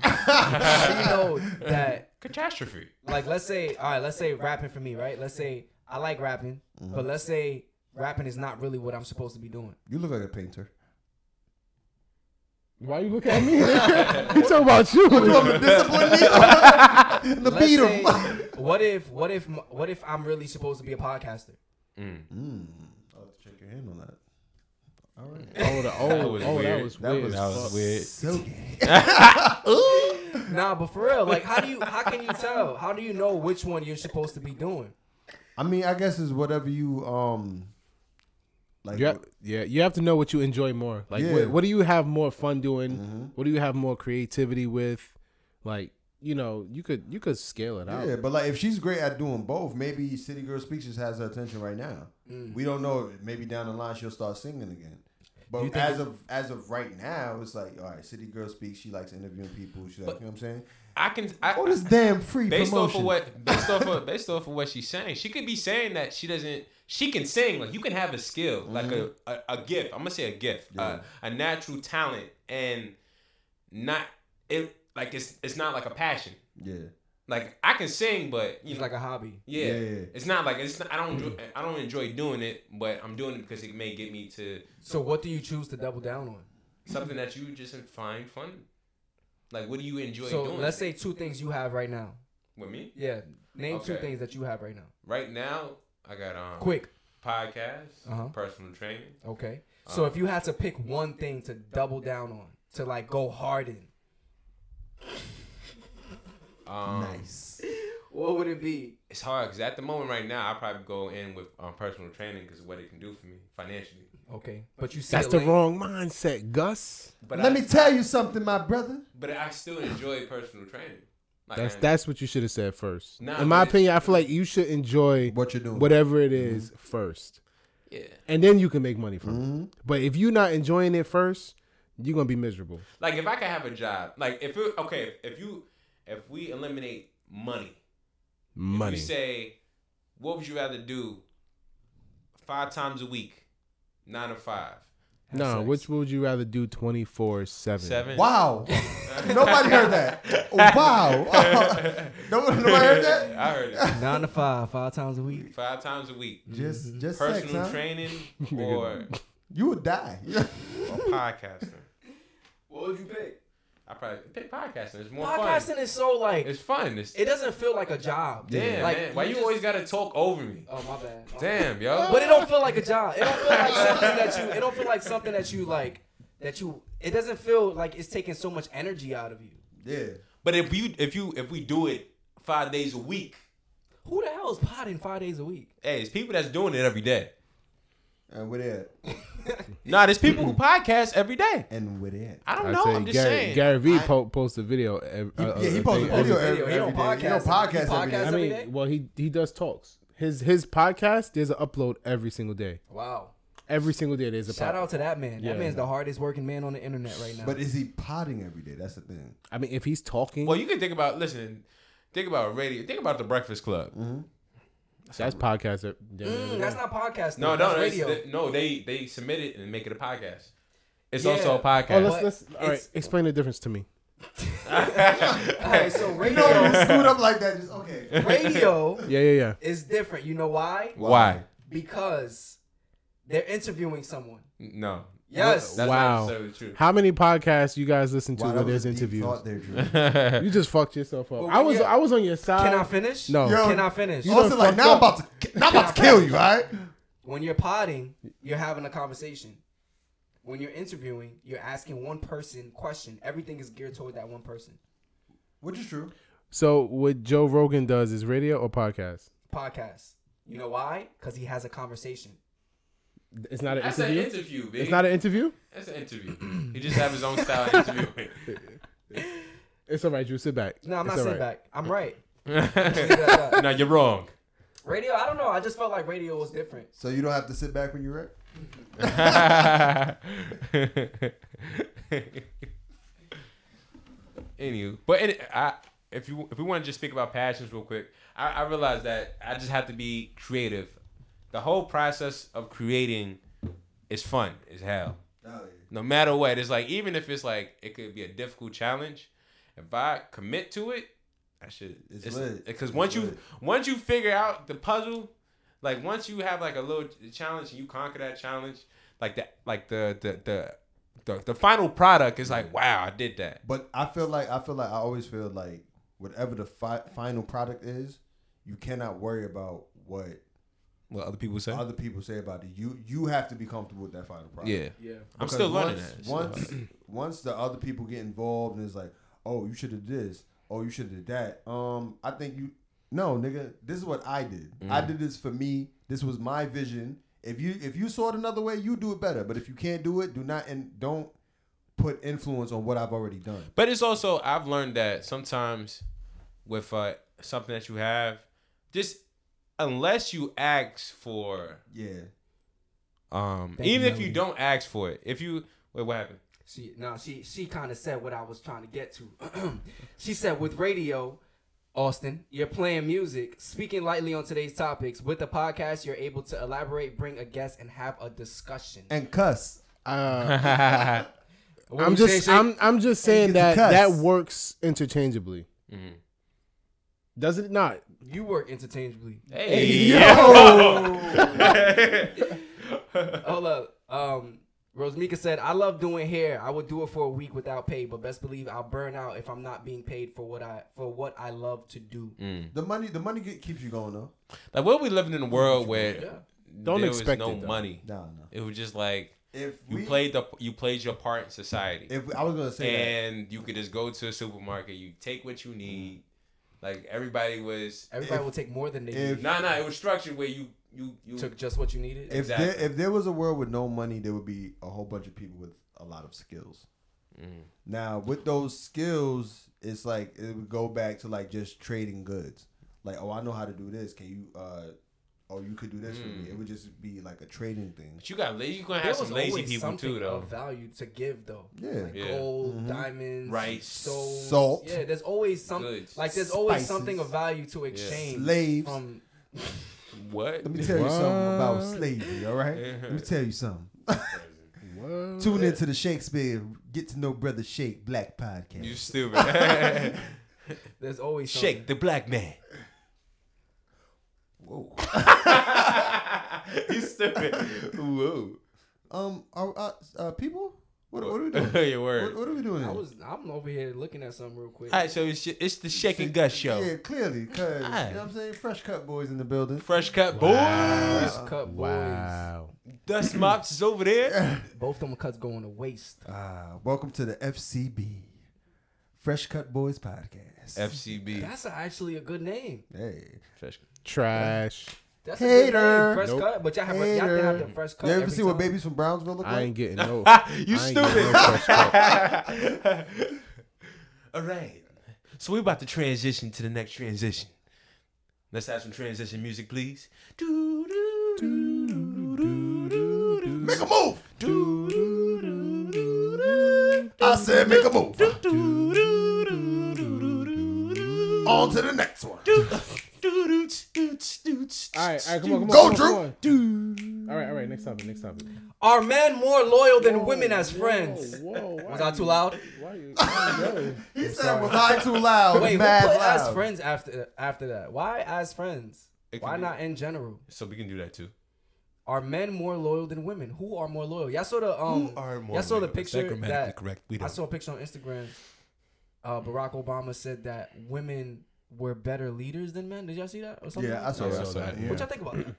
S2: how do you know that?
S3: Catastrophe.
S2: Like, let's say, all right, let's say rapping for me, right? Let's say I like rapping, but let's say rapping is not really what I'm supposed to be doing.
S5: You look like a painter.
S4: Why you look at me? we talking about you. Oh,
S5: Discipline me. the
S2: Let's
S5: beat
S2: say,
S5: him.
S2: what if what if what if I'm really supposed to be a podcaster?
S5: Mm. I'll have to check your hand on that. All right.
S4: Oh, the, oh,
S3: That was
S4: oh,
S3: weird.
S4: that was
S5: That
S4: weird.
S5: was
S4: as fuck.
S3: weird.
S5: Silky.
S2: Nah, but for real, like, how do you? How can you tell? How do you know which one you're supposed to be doing?
S5: I mean, I guess it's whatever you um like
S4: You have, yeah, you have to know what you enjoy more. Like,
S5: Yeah. Mm-hmm.
S4: what, what do you have more fun doing? What do you have more creativity with? Like, you know, you could you could scale it out.
S5: Yeah, but like if she's great at doing both, maybe City Girl Speaks just has her attention right now.
S3: Mm.
S5: We don't know. Maybe down the line she'll start singing again. But as of as of right now, it's like all right, City Girl Speaks. She likes interviewing people. She like you know what I'm saying.
S3: I can. I,
S5: Oh, this damn free
S3: based
S5: promotion.
S3: off of what based off of based off of what she's saying, she could be saying that she doesn't. She can sing. Like you can have a skill, like a, a a gift. I'm gonna say a gift, uh, a natural talent, and not it. Like it's it's not like a passion.
S5: Yeah,
S3: Like I can sing, but you
S2: It's
S3: know,
S2: like a hobby.
S3: Yeah.
S5: Yeah, yeah, Mm. yeah.
S3: it's not like it's. Not, I don't. Enjoy, I don't enjoy doing it, but I'm doing it because it may get me to
S2: So what do you choose to double down on?
S3: something that you just find fun. Like, what do you enjoy
S2: So
S3: doing?
S2: let's say two things you have right now.
S3: with me
S2: Yeah, name two
S3: Okay.
S2: things that you have right now.
S3: right now, I got um
S2: Quick.
S3: podcast,
S2: Uh-huh.
S3: personal training.
S2: Okay. So if you had to pick one thing to double down on, to like go hard in,
S3: Um,
S5: nice.
S2: What would it be?
S3: It's hard because at the moment right now, I probably go in with um, personal training because what it can do for me financially.
S2: Okay, but you see
S4: That's
S2: a
S4: the
S2: lane.
S4: wrong mindset, Gus.
S3: But
S5: Let
S3: I,
S5: me tell you something, my brother.
S3: But I still enjoy personal training. Like,
S4: That's
S3: I-
S4: that's what you should have said first.
S3: Nah,
S4: In my
S3: but-
S4: opinion, I feel like you should enjoy
S5: What Mm-hmm. you're doing.
S4: whatever it is first,
S3: Yeah.
S4: and then you can make money
S5: Mm-hmm.
S4: from it. But if you're not enjoying it first, you're gonna be miserable.
S3: Like if I could have a job, like if it, okay, if you if we eliminate money,
S4: Money.
S3: If you say, what would you rather do? Five times a week, nine to five,
S2: Have
S4: No,
S2: sex.
S4: which would you rather do 24 7?
S3: seven.
S5: Wow. Nobody heard that. Oh, Wow. nobody, nobody heard that.
S3: I heard it.
S2: nine to five, five times a week.
S3: Five times a week,
S5: Just, just sex,
S3: personal
S5: huh?
S3: training or
S5: You would die.
S3: a podcaster.
S2: What would you pick?
S3: I probably pick podcasting. It's more fun.
S2: Podcasting is so like
S3: It's fun. It's,
S2: it doesn't feel like a job. dude.
S3: damn
S2: like
S3: man. Why you
S2: just-
S3: always gotta talk over me?
S2: Oh my bad. Oh.
S3: Damn yo.
S2: But it don't feel like a job. It don't feel like something that you. It don't feel like something that you like. That you. It doesn't feel like it's taking so much energy out of you.
S5: yeah.
S3: But if you if you if we do it five days a week,
S2: Who the hell is potting five days a week?
S3: hey, it's people that's doing it every day.
S5: And with it.
S3: Nah, there's people who podcast every day.
S5: And with it.
S3: I don't
S4: I
S3: know.
S4: tell you,
S3: I'm just
S4: Gary,
S3: saying.
S4: Gary V po- posts a video. ev- uh,
S5: yeah, he
S4: uh,
S5: posts a
S4: thing
S5: video
S4: every-
S5: every,
S2: He don't
S5: every day. He don't
S2: podcast. He
S5: podcast every day.
S4: I
S2: podcast. every day?
S4: mean, well, he he does talks. His his podcast. There's an upload every single day.
S2: Wow.
S4: Every single day, there's a
S2: Shout
S4: podcast.
S2: out to that man.
S4: Yeah.
S2: That man's the hardest working man on the internet right now.
S5: But is he potting every day? That's the thing.
S4: I mean, if he's talking,
S3: Well, you can think about listen, think about radio, think about the Breakfast Club.
S2: Mm-hmm.
S4: that's podcast. ev- yeah,
S2: Mm, that's not podcasting.
S3: No,
S2: that's
S3: no, it's-
S2: radio.
S3: th- no, they they submit it and make it a podcast. It's
S2: Yeah.
S3: also
S4: Oh,
S3: a podcast.
S4: let's
S2: But
S4: let's all right.
S2: it's-
S4: Explain the difference to me.
S2: All right, so
S5: You know, when
S2: radio,
S5: you Oh, screwed up like that. Just, okay.
S2: radio
S4: Yeah, yeah, yeah.
S2: is different. You know why?
S3: Why?
S2: Because they're interviewing someone.
S3: No.
S2: Yes.
S3: That's
S4: Wow.
S3: not necessarily true.
S4: How many podcasts you guys listen to
S5: Wow,
S4: where
S5: that
S4: there's
S5: was a deep
S4: interviews?
S5: thought there, Drew.
S4: You just fucked yourself up.
S2: But
S4: I
S2: when
S4: was
S2: you-
S4: I was on your side.
S2: Can I finish?
S4: No.
S5: Yo.
S2: Can I finish?
S4: You
S5: also,
S4: done
S5: like
S4: fucked
S5: now I'm
S4: up.
S5: about to, now I'm about to kill you, all right?
S2: When you're potting, you're having a conversation. When you're interviewing, you're asking one person question. Everything is geared toward that one person.
S5: Which is true.
S4: So what Joe Rogan does is radio or podcast?
S2: Podcast. You know why? Because he has a conversation.
S4: It's not an
S3: That's
S4: interview.
S3: an interview, baby.
S4: It's not an interview.
S3: That's an interview. he just have his own style of interviewing.
S4: It's all right, Drew. Sit back.
S2: No, I'm
S4: It's
S2: not sitting
S4: all right.
S2: back. I'm right.
S3: no, you're wrong.
S2: Radio, I don't know. I just felt like radio was different.
S5: So you don't have to sit back when you're right.
S3: Anywho, but any I, if you if we want to just speak about passions real quick, I, I realize that I just have to be creative. The whole process of creating is fun as hell. No matter what, it's like even if it's like it could be a difficult challenge, if I commit to it, I should.
S5: It's lit.
S3: because
S5: It's
S3: once you
S5: lit.
S3: once you figure out the puzzle, like once you have like a little challenge and you conquer that challenge, like that, like the the the the, the final product is like, wow, I did that.
S5: But I feel like I feel like I always feel like whatever the fi- final product is, you cannot worry about what
S3: What other people say?
S5: other people say about it. You you have to be comfortable with that final product.
S3: yeah,
S2: Yeah.
S3: I'm
S5: Because
S3: still learning
S5: once,
S3: that.
S5: Once once the other people get involved and it's like, oh, you should have this. Oh, you should have did that. Um, I think you no, nigga. This is what I did.
S3: Mm.
S5: I did this for me. This was my vision. If you if you saw it another way, you do it better. But if you can't do it, do not and don't put influence on what I've already done.
S3: But it's also I've learned that sometimes with uh, something that you have, just unless you ask for,
S5: Yeah.
S3: um,
S2: Thank
S3: even
S2: you,
S3: if
S2: Melody.
S3: you don't ask for it, if you wait, what happened?
S2: She no, she she kind of said what I was trying to get to. she said with radio, Austin, you're playing music, speaking lightly on today's topics. With the podcast, you're able to elaborate, bring a guest, and have a discussion.
S5: And cuss.
S4: Uh,
S2: What
S4: I'm
S2: you say,
S4: just
S2: Shay?
S4: I'm I'm just saying
S5: you get
S4: that
S5: to
S4: that
S5: cuss.
S4: works interchangeably.
S2: Mm-hmm.
S4: Does it not?
S2: you work interchangeably. Oh.
S3: Hey,
S2: Hold up. Um, Rosmika said, "I love doing hair. I would do it for a week without pay, but best believe I'll burn out if I'm not being paid for what I for what I love to do."
S3: Mm.
S5: The money the money get, keeps you going though.
S3: like what we living in a world where
S4: Don't
S3: there was
S4: expect
S3: no
S4: it, though.
S3: money.
S5: No, no.
S3: It was just like
S5: If
S3: you
S5: we
S3: played the you played your part in society,
S5: if I was gonna say that.
S3: and you could just go to a supermarket, you take what you need, Like everybody was.
S2: Everybody
S5: If-
S2: will take more than they
S5: if-
S2: need.
S3: Nah, nah. It was structured where you you you.
S2: took just what you needed.
S5: If
S3: Exactly.
S5: there if there was a world with no money, there would be a whole bunch of people with a lot of skills.
S3: Mm.
S5: Now with those skills, it's like it would go back to like just trading goods. Like, oh, I know how to do this. Can you? uh Oh, you could do this for
S3: Mm.
S5: me. It would just be like a trading thing.
S3: but you got lazy. You gonna
S2: There
S3: have some
S2: was
S3: lazy
S2: always
S3: people
S2: something
S3: too, though.
S2: Of value to give though.
S5: Yeah.
S2: Like
S3: Yeah.
S2: gold, diamonds,
S3: Rice,
S2: stones,
S5: salt.
S2: Yeah, there's always some
S3: Goods.
S2: like there's always
S5: Spices.
S2: something of value to exchange.
S5: Slaves.
S2: From
S3: What?
S5: Let me tell you something about
S4: What?
S5: slavery. All right. Let me tell you something.
S4: What?
S5: Tune into the Shakespeare Get to Know Brother Shake Black podcast.
S3: You stupid.
S2: there's always
S3: Shake the black man.
S5: Whoa.
S3: you stupid. Whoa.
S5: Um, are uh, uh, people? What, what are we doing?
S3: Your
S5: what,
S3: word.
S5: what are we doing?
S2: Something. I
S5: here?
S2: was I'm over here looking at something real quick.
S3: All right, so it's, it's the Shake and Gus show.
S5: Yeah, clearly, cause
S3: Aye.
S5: you know what I'm saying. Fresh cut boys in the building.
S3: Fresh cut
S2: Fresh
S3: boys.
S2: cut
S4: Wow.
S3: Dust mops is over there.
S2: boys. Both of them cuts going to waste.
S5: Uh, welcome to the FCB, Fresh Cut Boys podcast.
S3: FCB.
S2: That's a, actually a good name.
S5: hey,
S3: Fresh cut.
S4: Trash.
S2: That's a good
S5: Hater.
S2: name. Fresh
S4: Nope.
S2: cut, but y'all have, y'all have to have the
S5: Hater.
S2: fresh cut.
S5: you ever
S2: every
S5: see what
S2: time.
S5: babies from Brownsville look
S4: I
S5: like?
S4: ain't getting no.
S3: You
S4: I ain't getting
S3: stupid.
S4: no fresh cut.
S3: All right. So we're about to transition to the next transition. Let's have some transition music, please. Do, do, do, do, do, do, do.
S5: Make a move.
S3: Do, do, do, do, do.
S5: I said, make a move.
S3: Do, do, do, do, do, do.
S5: On to the next one.
S3: Do, do, do, do, do, do.
S4: All right, all right, come on, come on.
S5: Go,
S4: come on,
S5: Drew.
S4: come on.
S3: Do.
S4: All right, all right, next topic, next topic.
S2: Are men more loyal than women as friends?
S4: Whoa, whoa,
S2: Was
S4: why
S2: I too loud?
S4: Why you? No.
S5: He said, was I too loud?
S2: Wait, who put
S5: Mad loud.
S2: as friends after after that? Why as friends?
S3: It
S2: Why
S3: could be-
S2: not in general?
S3: So we can do that too.
S2: Are men more loyal than women? Who are more loyal? Y'all saw the um. y'all saw the picture that
S3: correct. We
S2: I saw a picture on Instagram. Uh, Barack Obama said that women were better leaders than men. Did y'all see that or something?
S5: Yeah, I saw,
S4: Yeah, I
S5: that.
S4: saw that,
S5: Yeah.
S2: What y'all think about that?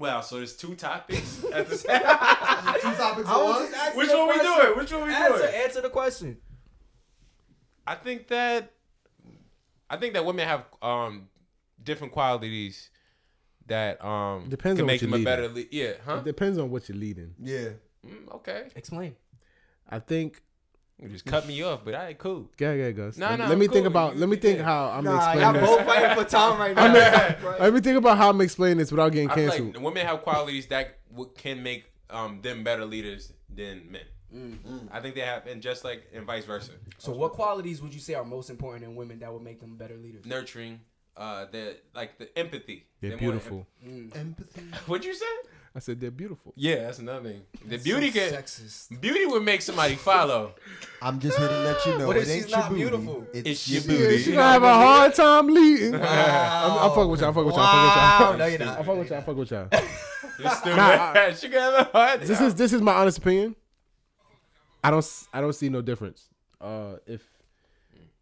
S3: Wow, so there's two topics at the same
S5: Two topics
S2: I
S5: at
S2: was
S5: once?
S2: just asking
S3: Which
S2: a
S3: one we
S2: question.
S3: doing? Which one we
S2: Answer,
S3: doing?
S2: answer the question.
S3: I think that I think that women have um different qualities that um
S4: Depends
S3: can
S4: on
S3: make
S4: what you're
S3: them a
S4: leading.
S3: better le- yeah, huh?
S4: It depends on what you're leading.
S5: Yeah.
S3: Mm, okay.
S2: Explain.
S4: I think.
S3: You just cut me off, but I cool.
S4: Yeah, yeah, Gus.
S3: Nah,
S4: let,
S3: nah,
S4: let me
S3: I'm
S4: think
S3: cool.
S4: about.
S3: You-
S4: Let me
S3: you
S4: think
S3: did.
S4: how I'm
S2: Nah, y'all
S4: explaining this.
S2: both fighting for time right now.
S4: Let me think about how I'm explaining this without getting
S3: I feel
S4: canceled.
S3: like women have qualities that w- can make um them better leaders than men. I think they have, and just like and vice versa.
S2: So, what qualities would you say are most important in women that would make them better leaders?
S3: Nurturing, uh, the like the empathy.
S4: They're
S3: They're more
S4: beautiful.
S5: Empathy.
S3: em- What'd you say?
S4: I said they're beautiful.
S3: Yeah, that's another thing. The beauty can
S2: sexist.
S3: beauty would make somebody follow.
S5: I'm just here to let you know
S2: What
S5: it
S2: if
S5: ain't
S2: she's
S5: your
S2: not
S5: booty.
S2: beautiful?
S5: It's,
S3: It's
S5: your
S3: your
S5: booty.
S3: booty.
S4: She gonna have a hard time leading.
S2: Wow.
S4: I'm, I'm fucking with y'all. I'm fucking with y'all.
S2: Wow.
S4: I'm
S2: No,
S4: fucking
S2: you're
S4: with y'all.
S2: not.
S4: I'm fucking with y'all. I'm fucking with y'all.
S3: You're stupid.
S4: Nah,
S3: she can have a heart.
S4: This is this is my honest opinion. I don't s- I don't see no difference. Uh, if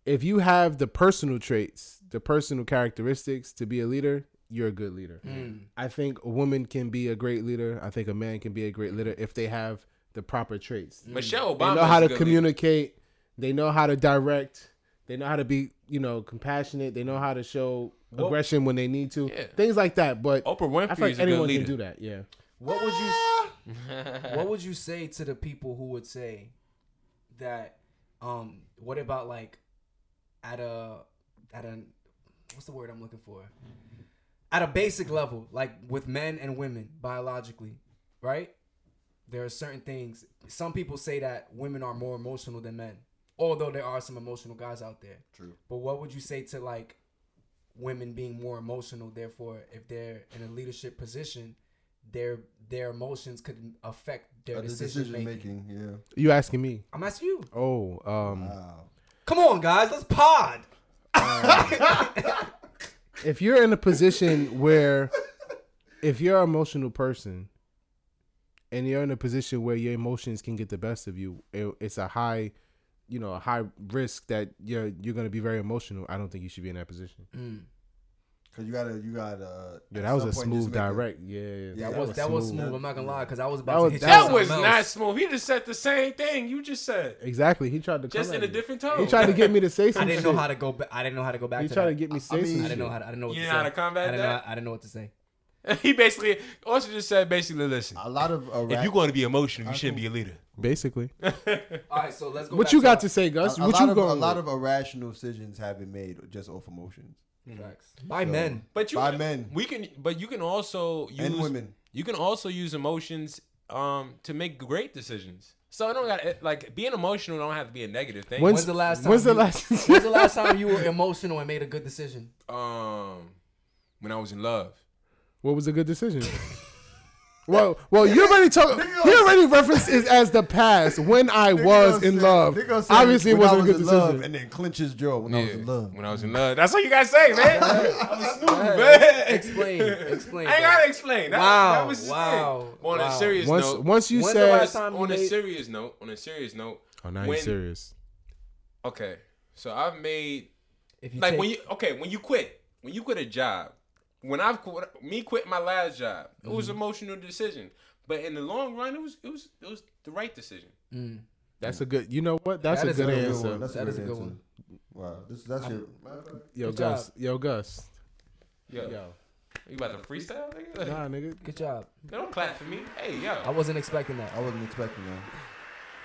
S4: if you have the personal traits, the personal characteristics to be a leader, you're a good leader.
S2: Hmm.
S4: I think a woman can be a great leader. I think a man can be a great leader if they have the proper traits.
S3: Michelle
S4: They
S3: Obama.
S4: know how to
S3: is a good leader.
S4: communicate. They know how to direct. They know how to be, you know, compassionate. They know how to show aggression when they need to.
S3: Yeah.
S4: Things like that. But
S3: Oprah Winfrey
S4: I feel
S3: is
S4: like
S3: a good
S4: anyone
S3: leader.
S4: can do that. Yeah.
S2: What would you What would you say to the people who would say that um what about like at a at a what's the word I'm looking for? At a basic level, like with men and women biologically, right? There are certain things. Some people say that women are more emotional than men, although there are some emotional guys out there.
S5: True.
S2: But what would you say to like women being more emotional? Therefore, if they're in a leadership position, their their emotions could affect their
S5: Uh, the
S2: decision,
S5: decision
S2: making.
S5: making. Yeah.
S4: You asking me?
S2: I'm asking you.
S4: Oh, um,
S5: Wow.
S2: Come on, guys, let's pod.
S4: if you're in a position where, if you're an emotional person, and you're in a position where your emotions can get the best of you, it, it's a high, you know, a
S3: Mm.
S4: high risk that you're you're going to be very emotional. I don't think you should be in that position.
S5: Cause you gotta, you gotta. uh,
S4: Yeah,
S5: at
S4: that was
S5: some
S4: a
S5: point just
S4: smooth
S5: make a-
S4: direct. Yeah, yeah,
S5: Yeah,
S2: That was that was smooth. I'm not gonna lie, cause I was about
S4: That
S2: to
S4: was-
S2: hit you
S4: that
S2: with
S3: That
S2: something
S3: was
S2: else.
S3: not smooth. He just said the same thing you just said,
S4: Exactly. He tried to
S3: just
S4: come
S3: in
S4: at
S3: a
S4: me.
S3: different tone.
S4: He tried to get me to say
S2: I
S4: some.
S2: didn't
S4: shit.
S2: know how to go. Ba- I didn't know how to go back.
S4: He
S2: to
S4: tried
S2: that.
S4: to get me to say
S5: I mean,
S4: some.
S2: I
S4: shit.
S2: didn't know how to. I didn't know. What
S3: You
S2: to
S3: didn't know
S2: say.
S3: how to combat
S2: I didn't know-
S3: that?
S2: I didn't know what to say.
S3: he basically also just said basically, listen,
S5: A lot of uh,
S3: if
S5: rap-
S3: you're going to be emotional, you shouldn't be a leader.
S4: Basically,
S2: All right, so let's go.
S4: what
S2: back
S4: you got
S2: our-
S4: to say,
S5: a,
S4: Gus?
S5: a
S4: what
S5: lot
S4: you
S5: of,
S4: going?
S5: a lot of irrational decisions have been made just off emotions
S2: Facts. by men?
S3: But you
S5: by men
S3: We can, but you can also use
S5: and women.
S3: You can also use emotions um to make great decisions. So I don't got like being emotional don't have to be a negative thing.
S2: When's the last time?
S4: When's the
S2: you-
S4: last?
S2: When's the last time you were emotional and made a good decision?
S3: um, when I was in love,
S4: What was a good decision? well, well, you already told. He already referenced it as the past when I was in love. Obviously, it wasn't a good decision.
S5: and then clench his jaw when I was in love.
S3: when I was in love, that's what you gotta say, man. I was smooth, man.
S2: Explain. Explain.
S3: I ain't gotta explain. That,
S2: Wow,
S3: that was his
S2: wow,
S3: thing. On
S2: wow.
S3: a serious
S4: once,
S3: note,
S4: once you
S2: When's the
S4: said,
S2: last time- you
S3: on a
S2: made-
S3: serious note, on a serious note.
S4: oh, now
S3: when-
S4: he's serious.
S3: Okay, so I've made
S2: if you
S3: like
S2: take,
S3: when you okay when you quit when you quit a job when i've qu- me quit my last job it was an emotional decision but in the long run it was it was it was the right decision
S4: That's a good. You know what? That's
S2: That
S4: a
S2: is a
S4: good
S2: good
S4: answer.
S5: one. That's
S2: That
S5: a
S2: is a
S5: good
S2: good
S5: answer.
S2: one.
S5: Wow, this, that's your.
S4: Yo,
S2: Good
S4: Gus.
S2: job.
S4: Yo, Gus.
S3: yo,
S4: Yo,
S3: you about to freestyle nigga?
S4: nah, nigga.
S2: good job.
S3: don't clap for me hey
S2: I
S3: yo
S2: wasn't expecting that.
S5: I wasn't expecting that.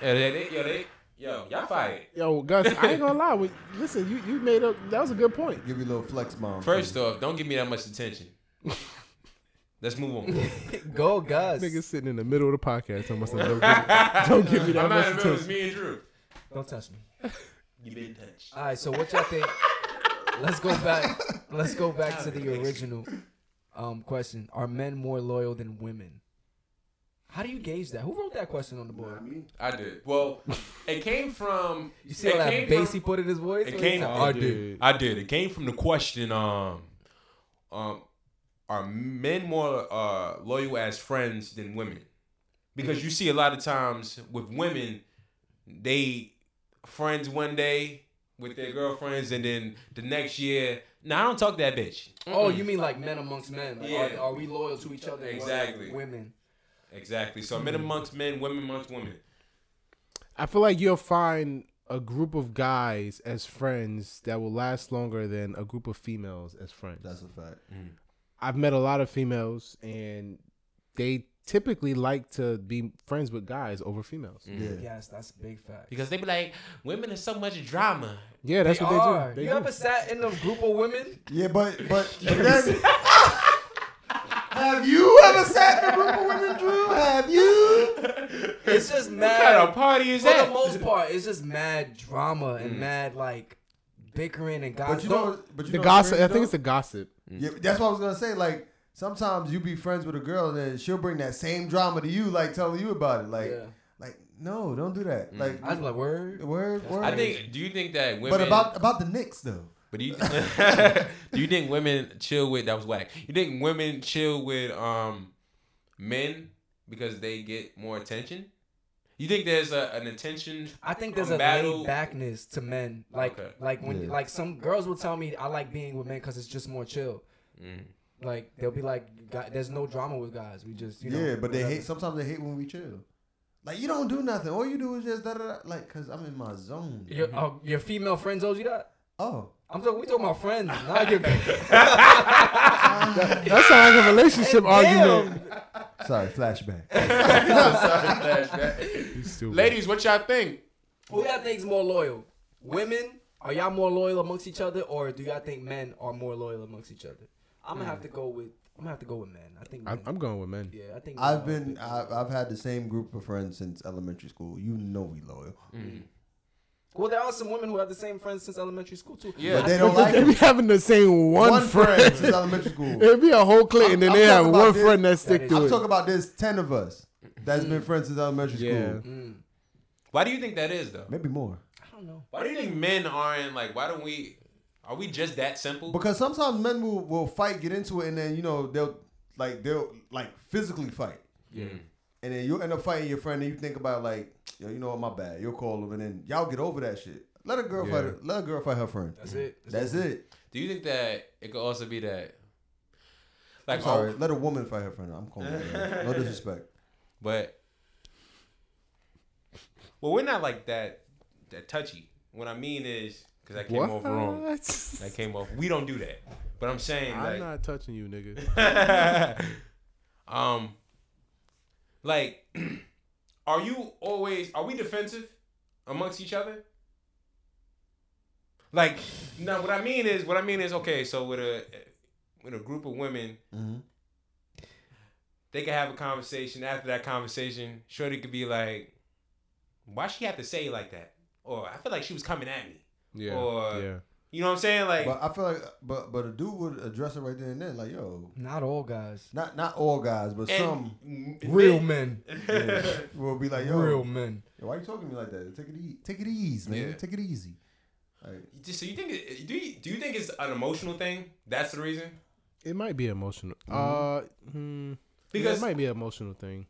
S3: yo they, they, yo, they, yo y'all fired
S4: Yo, Gus. I ain't gonna lie. When, listen, you you made up. That was a good point.
S5: Give you a little flex, mom.
S3: first off don't give me that much attention let's move on
S2: Go, Gus.
S4: Nigga sitting in the middle of the podcast telling myself, don't give, don't give me that
S3: i'm
S4: much
S3: not in the middle, it's
S4: attention.
S3: me and drew
S2: Don't touch me.
S3: you been touched
S2: All right, so what y'all think? let's go back. Let's go back to the original um, question: Are men more loyal than women? How do you gauge that? Who wrote that question on the board?
S3: i did well it came from
S2: You see how that bass he put in his voice? oh,
S3: It
S2: What he
S3: came.
S2: said?
S3: I
S4: did.
S3: did. I did. It came from the question. Um, um, are men more uh loyal as friends than women? Because you see a lot of times with women, they friends one day with their girlfriends, and then the next year, nah, I don't talk to that bitch.
S2: Oh, you mean like men amongst men? Like,
S3: Yeah.
S2: Are, are we loyal to each other? and loyal to
S3: Exactly.
S2: Women.
S3: Exactly. So men amongst men, women amongst women.
S4: I feel like you'll find a group of guys as friends that will last longer than a group of females as friends.
S5: That's a fact.
S4: I've met a lot of females, and they typically like to be friends with guys over females.
S5: Yeah.
S2: Yes, that's a big fact.
S3: Because they be like, women are so much drama.
S4: Yeah, that's
S2: They
S4: what they
S2: are.
S4: do. They
S2: you
S4: do.
S2: ever sat in a group of women?
S5: Yeah, but but and then- have you ever sat in a group of women, Drew? Have you?
S2: It's just
S3: What kind of
S2: mad.
S3: party is
S2: For the
S3: that? Mm.
S2: most part, it's just mad drama and mad like bickering and guys.
S5: But you
S2: don't,
S5: know, but you
S4: the
S5: know
S4: gossip.
S5: crazy
S4: I think it's
S5: though?
S4: the gossip.
S2: Mm.
S5: Yeah, that's what I was gonna say. Like sometimes you be friends with a girl and she'll bring that same drama to you, like telling you about it. Like,
S2: Yeah. Mm.
S5: like no, don't do that. Like,
S2: I was like, word.
S5: word, word.
S3: I think. Do you think that women?
S5: but about about the Knicks though.
S3: But do you, do you think women chill with that was whack? You think women chill with um men because they get more attention? You think there's a, an attention?
S2: I think there's a
S3: Battle- Oh,
S2: laid backness to men. Like
S3: Okay.
S2: like when
S5: Yeah.
S2: like some girls will tell me I like being with men because it's just more chill.
S3: Mm.
S2: Like they'll be like, "Guy- there's no drama with guys. We just you know.
S5: yeah, but they
S2: whatever."
S5: hate. Sometimes they hate when we chill. Like you don't do nothing. All you do is just da da da. Like, cause I'm in my zone.
S2: Your, uh, your female friend told you that.
S5: Oh,
S2: I'm talking. We talking about friends, not your.
S4: That sounds like a relationship argument.
S5: sorry, flashback.
S3: Ladies, what y'all think?
S2: Who y'all think's more loyal? Women? Are y'all more loyal amongst each other, or do y'all think men are more loyal amongst each other? I'm
S3: Hmm.
S2: gonna have to go with. I'm gonna have to go with men. I think.
S4: I'm,
S2: men-
S4: I'm going with men.
S2: yeah, I think.
S5: I've
S2: men are-
S5: been, I've, I've had the same group of friends since elementary school. You know we loyal,
S2: Mm. Well, there are some women who have the same friends since elementary school too.
S3: Yeah.
S5: but they don't like
S4: they be
S5: it.
S4: having the same one,
S5: one friend
S4: friend.
S5: since elementary school.
S4: It'd be a whole clique, and then
S5: I'm
S4: they have
S5: talking about
S4: one
S5: this-
S4: friend that stick
S2: is-
S4: to
S5: I'm
S4: it.
S5: talking about there's ten of us that's been friends since elementary school.
S4: Yeah.
S3: Why do you think that is though?
S5: Maybe more.
S2: I don't know.
S3: Why do you think men aren't like? Why don't we? Are we just that simple?
S5: Because sometimes men will, will fight, get into it, and then you know they'll like they'll like physically fight. Yeah. And then you'll end up fighting your friend, and you think about like, yo, you know what, my bad. You'll call him, and then y'all get over that shit. Let a girl fight. Her, let a girl fight her friend.
S2: That's it.
S5: That's it.
S3: Do you think that it could also be that Like,
S5: I'm sorry.
S3: oh,
S5: Let a woman fight her friend. I'm cool. with that. No disrespect.
S3: but well, we're not like that. That touchy. What I mean is, because I came
S4: What?
S3: off wrong. I came off. We don't do that. But I'm saying,
S4: I'm
S3: like,
S4: not touching you, nigga.
S3: um, like, are you always? Are we defensive amongst each other? Like, no. What I mean is, what I mean is, okay. So with a with a group of women,
S5: Mhm.
S3: they could have a conversation. After that conversation, Shorty could be like, "Why she have to say it like that?" Or I feel like she was coming at me.
S4: Yeah,
S3: Or-
S4: yeah.
S3: You know what I'm saying? Like,
S5: But I feel like, but but a dude would address it right then and then, like, yo,
S2: Not all guys.
S5: not not all guys, but some
S3: and-
S2: Real men.
S5: yeah, will be like, yo,
S2: Real men.
S5: yo, why you talking to me like that? Take it, e- take it easy, man.
S3: Yeah.
S5: Take it easy. Like,
S3: So you think it- do you, do you think it's an emotional thing? That's the reason.
S4: It might be emotional. Uh, hmm, because
S3: Because
S4: it might be an emotional thing.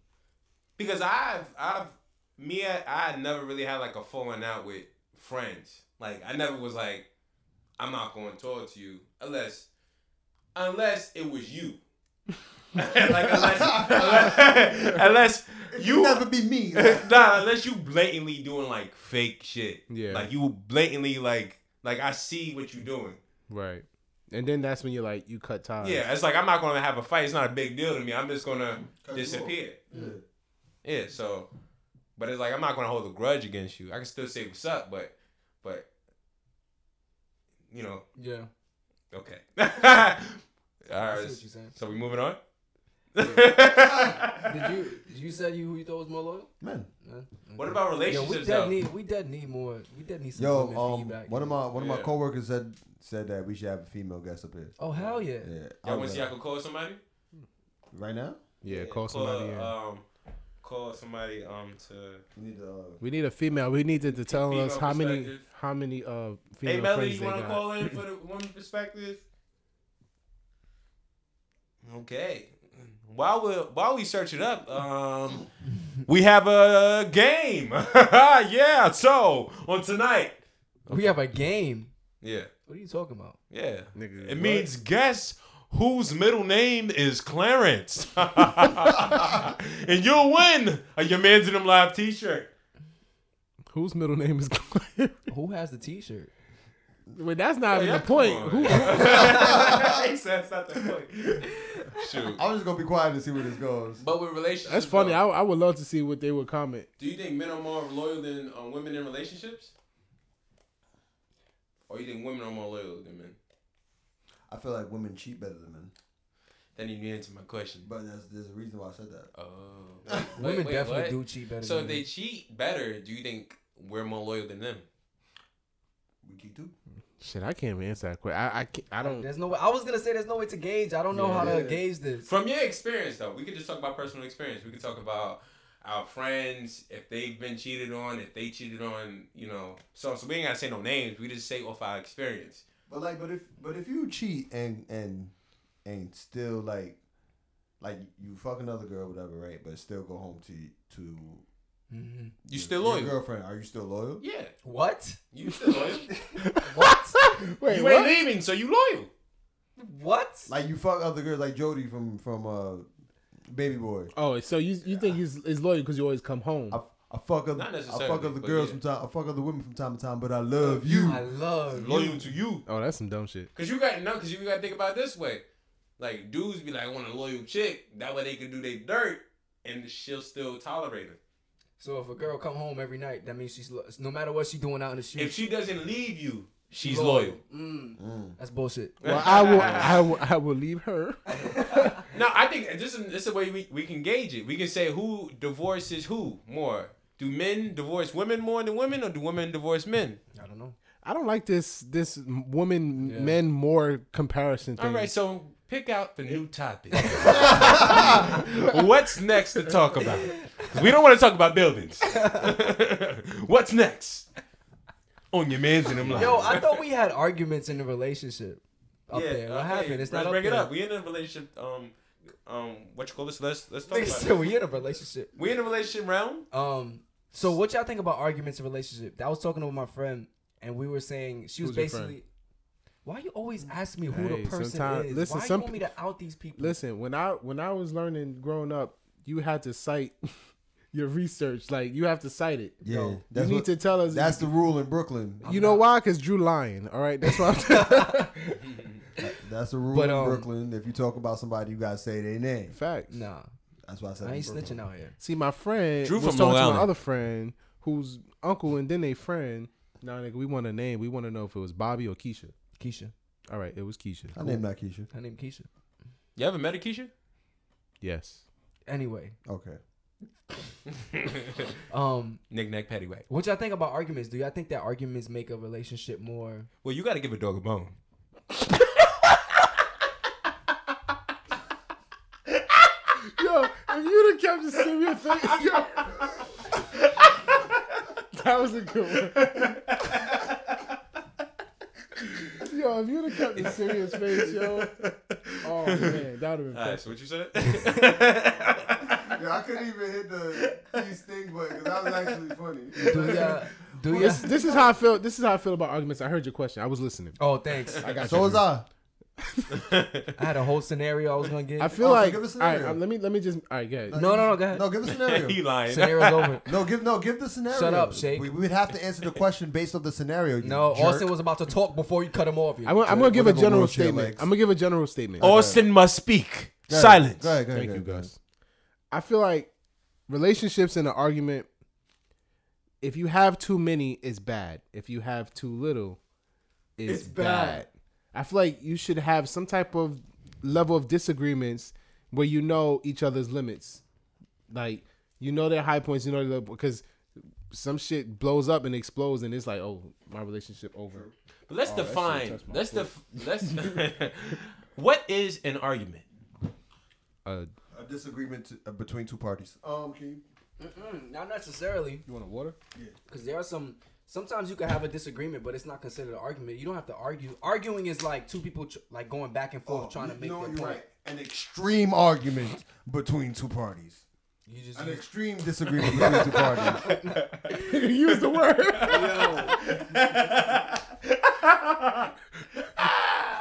S3: because I've I've me I, I never really had like a falling out with friends. Like I never was like I'm not going to talk to you unless unless it was you. like unless unless, unless you
S5: you never be me.
S3: nah, unless you blatantly doing like fake shit.
S4: Yeah.
S3: Like you blatantly like like I see what you doing.
S4: Right. And then that's when you're like, you cut ties.
S3: Yeah, it's like I'm not gonna have a fight. It's not a big deal to me. I'm just gonna
S5: Cut you off.
S3: disappear.
S5: Yeah.
S3: Yeah, so, but it's like I'm not gonna hold a grudge against you. I can still say what's up, but, but, you know,
S2: Yeah.
S3: okay. All
S2: I
S3: right.
S2: see what you're saying.
S3: So we moving on.
S2: Did you you said you who you thought was more loyal?
S5: Man,
S2: No?
S3: what
S2: Okay.
S3: about
S2: Yo, we
S3: relationships
S2: dead
S3: though?
S2: need we dead need more we dead need some
S5: yo,
S2: women
S5: um,
S2: feedback.
S5: one of my one of my
S3: Yeah.
S5: coworkers said said that we should have a female guest up here.
S2: Oh hell yeah.
S5: Yeah, I
S3: Y'all want
S5: was
S3: to see I
S5: like,
S3: could call somebody?
S5: right now.
S4: Yeah, call somebody.
S2: uh,
S4: in.
S3: Um, call somebody. Um, to
S5: We need to. Uh,
S4: we need a female. We needed to tell
S3: Female
S4: us how many
S3: perspective.
S4: how many uh female
S3: hey Melly,
S4: friends
S3: you
S4: they
S3: want
S4: got.
S3: to call in for the woman perspective? Okay. While we while we search it up, um, we have a game. yeah. So on tonight.
S2: We have a game.
S3: Yeah.
S2: What are you talking about?
S3: Yeah.
S4: Nigga,
S3: it
S4: what?
S3: means guess whose middle name is Clarence, and you'll win a your man's in them live T-shirt.
S4: Whose middle name is Claire?
S2: Who has the T-shirt?
S4: Wait, that's not
S3: Yeah,
S4: even the
S3: come
S4: point.
S3: on.
S4: Who,
S3: He said that's not the point. Shoot.
S5: I'm just gonna be quiet and see where this goes.
S3: But with relationships,
S4: that's funny.
S3: though,
S4: I, I would love to see what they would comment.
S3: Do you think men are more loyal than uh, women in relationships? Or you think women are more loyal than men?
S5: I feel like women cheat better than men,
S3: Then you answer my question.
S5: but there's, there's a reason why I said that.
S3: Oh. Wait,
S2: Women
S3: wait,
S2: definitely
S3: what?
S2: do cheat better.
S3: So
S2: than
S3: if they
S2: men.
S3: cheat better, do you think we're more loyal than them?
S5: We cheat too.
S4: Shit, I can't even answer that question. I I, can't, I don't.
S2: there's no way. I was gonna say there's no way to gauge. I don't know how to
S5: Yeah.
S2: gauge this.
S3: From your experience, though, we could just talk about personal experience. We could talk about our friends if they've been cheated on, if they cheated on, you know. So, so we ain't gotta say no names. We just say off our experience.
S5: But like, but if but if you cheat and and and still like like you fuck another girl, whatever, right? But still go home to to
S2: Mhm.
S3: You still
S5: your
S3: loyal?
S5: girlfriend. Are you still loyal?
S3: Yeah,
S2: What?
S3: you still loyal.
S2: What?
S4: Wait,
S3: you
S4: what?
S3: ain't leaving, so you loyal.
S2: what?
S5: Like you fuck other girls, like Jody from from uh Baby Boy.
S4: Oh, so you you think he's is loyal because you always come home?
S5: I, I fuck other
S3: Not
S5: I
S3: necessarily,
S5: fuck other
S3: but
S5: girls
S3: yeah.
S5: from time. I fuck other women from time to time, but I love you.
S2: I love
S3: Loyal to you.
S4: oh, that's some dumb shit.
S3: Cause you got no, cause you gotta think about it this way. Like dudes be like, I want a loyal chick. That way they can do their dirt and she'll still tolerate her.
S2: So if a girl come home every night, that means she's lo- no matter what she's doing out in the street.
S3: If she doesn't leave you, she's loyal.
S2: Mm,
S5: Mm.
S2: that's bullshit.
S4: Well, I will I will I will leave her.
S3: No, I think this is this is the way we, we can gauge it. We can say who divorces who more. Do men divorce women more than women, or do women divorce men?
S2: I don't know.
S4: I don't like this this woman
S2: Yeah.
S4: men more comparison thing.
S3: All right, so pick out the new topic. What's next to talk about? 'Cause We don't want to talk about buildings. What's next on your man's and them lines?
S2: Yo, I thought we had arguments in the relationship. Up
S3: Yeah,
S2: there, what
S3: okay,
S2: happened? It's
S3: let's
S2: not up
S3: bring
S2: there.
S3: it up. We in a relationship. Um, um, what you call this? Let's let's talk
S2: Nigga
S3: about.
S2: said
S3: It.
S2: we in a relationship.
S3: We in a relationship realm.
S2: Um, so what y'all think about arguments in relationship? I was talking to my friend, and we were saying she was
S4: Who's your friend?
S2: basically. Why you always ask me who
S4: Hey,
S2: the person
S4: sometime-
S2: is?
S4: listen,
S2: Why
S4: some
S2: you want me to out these people?
S4: Listen, when I when I was learning growing up, you had to cite your research. Like you have to cite it.
S5: Yeah,
S2: Yo,
S5: that's
S4: you need
S5: what-
S4: to tell us.
S5: That's the rule in Brooklyn.
S4: you know why? Because Drew lying. All right, that's why. I'm
S5: That's the rule
S2: But,
S5: in
S2: um,
S5: Brooklyn. If you talk about somebody, you gotta say their name.
S4: Facts.
S2: Nah,
S5: That's why I said
S2: I
S5: in
S2: ain't
S5: Brooklyn.
S2: snitching out here.
S4: See, my friend
S3: Drew
S4: was
S3: from
S4: talking
S3: Long
S4: to my
S3: Island.
S4: other friend, whose uncle and then they friend. Now, nigga, we want a name. We want to know if it was Bobby or Keisha.
S2: Keisha,
S4: All right, it was Keisha.
S5: I named that Keisha.
S2: her name Keisha.
S3: You ever met a Keisha?
S4: Yes.
S2: Anyway,
S5: Okay.
S2: um,
S3: Nick Nack Paddywhack.
S2: what y'all think about arguments? Do y'all think that arguments make a relationship more?
S3: Well, you got to give a dog a bone.
S4: Yo, if you'd have kept the serious thing, yo. that was a good one. Yo, if you'd have kept the serious face, yo. Oh man, that would have been
S3: All
S4: perfect.
S3: right, so what you said?
S5: Yeah, I couldn't even hit the these thing button because that was actually
S2: Do
S5: funny.
S2: y'all? Do y'all?
S4: This, this is how I feel. This is how I feel about arguments. I heard your question. I was listening.
S2: Oh, thanks.
S4: I got
S5: So
S4: you.
S5: was I.
S2: I had a whole scenario I was gonna get.
S4: I feel
S5: Oh, so
S4: like.
S5: give us
S4: all
S5: an
S4: right,
S5: area.
S4: um, let me let me just. All right, go ahead.
S2: no, no, no. Go ahead.
S5: No, give a
S3: he
S5: scenario.
S3: lying.
S2: Scenario's over.
S5: No, give no, give the scenario.
S2: up, Shake.
S5: We, we would have to answer the question based on the scenario. you
S2: No,
S5: jerk.
S2: Austin was about to talk before you cut him off.
S4: I'm, gonna- I'm gonna give
S5: We're
S4: a
S5: gonna go
S4: general
S5: wheelchair
S4: statement.
S5: legs.
S4: I'm gonna give a general statement.
S3: Austin must speak.
S5: Go ahead.
S3: Silence.
S5: Go ahead, go ahead,
S4: Oh, Thank
S5: go
S4: you,
S5: ahead, go ahead.
S4: Gus. I feel like relationships and an argument, if you have too many, it's bad. If you have too little, it's,
S2: It's
S4: bad.
S2: bad.
S4: I feel like you should have some type of level of disagreements where you know each other's limits. Like you know their high points, you know their low because some shit blows up and explodes, and it's like, oh, my relationship over.
S3: But
S2: Oh,
S3: let's define. Let's def- Let's. what is an argument?
S4: Uh,
S5: A disagreement to, uh, between two parties. Um, can you?
S2: Not necessarily,
S4: you want a water?
S2: because there are some. Sometimes you can have a disagreement, but it's not considered an argument. You don't have to argue. Arguing is like two people tr- like going back and forth trying to
S5: Oh, you
S2: make
S5: know
S2: their
S5: what,
S2: point.
S5: you're right. An extreme argument between two parties.
S2: You just
S5: An extreme disagreement between two parties.
S4: Use the word.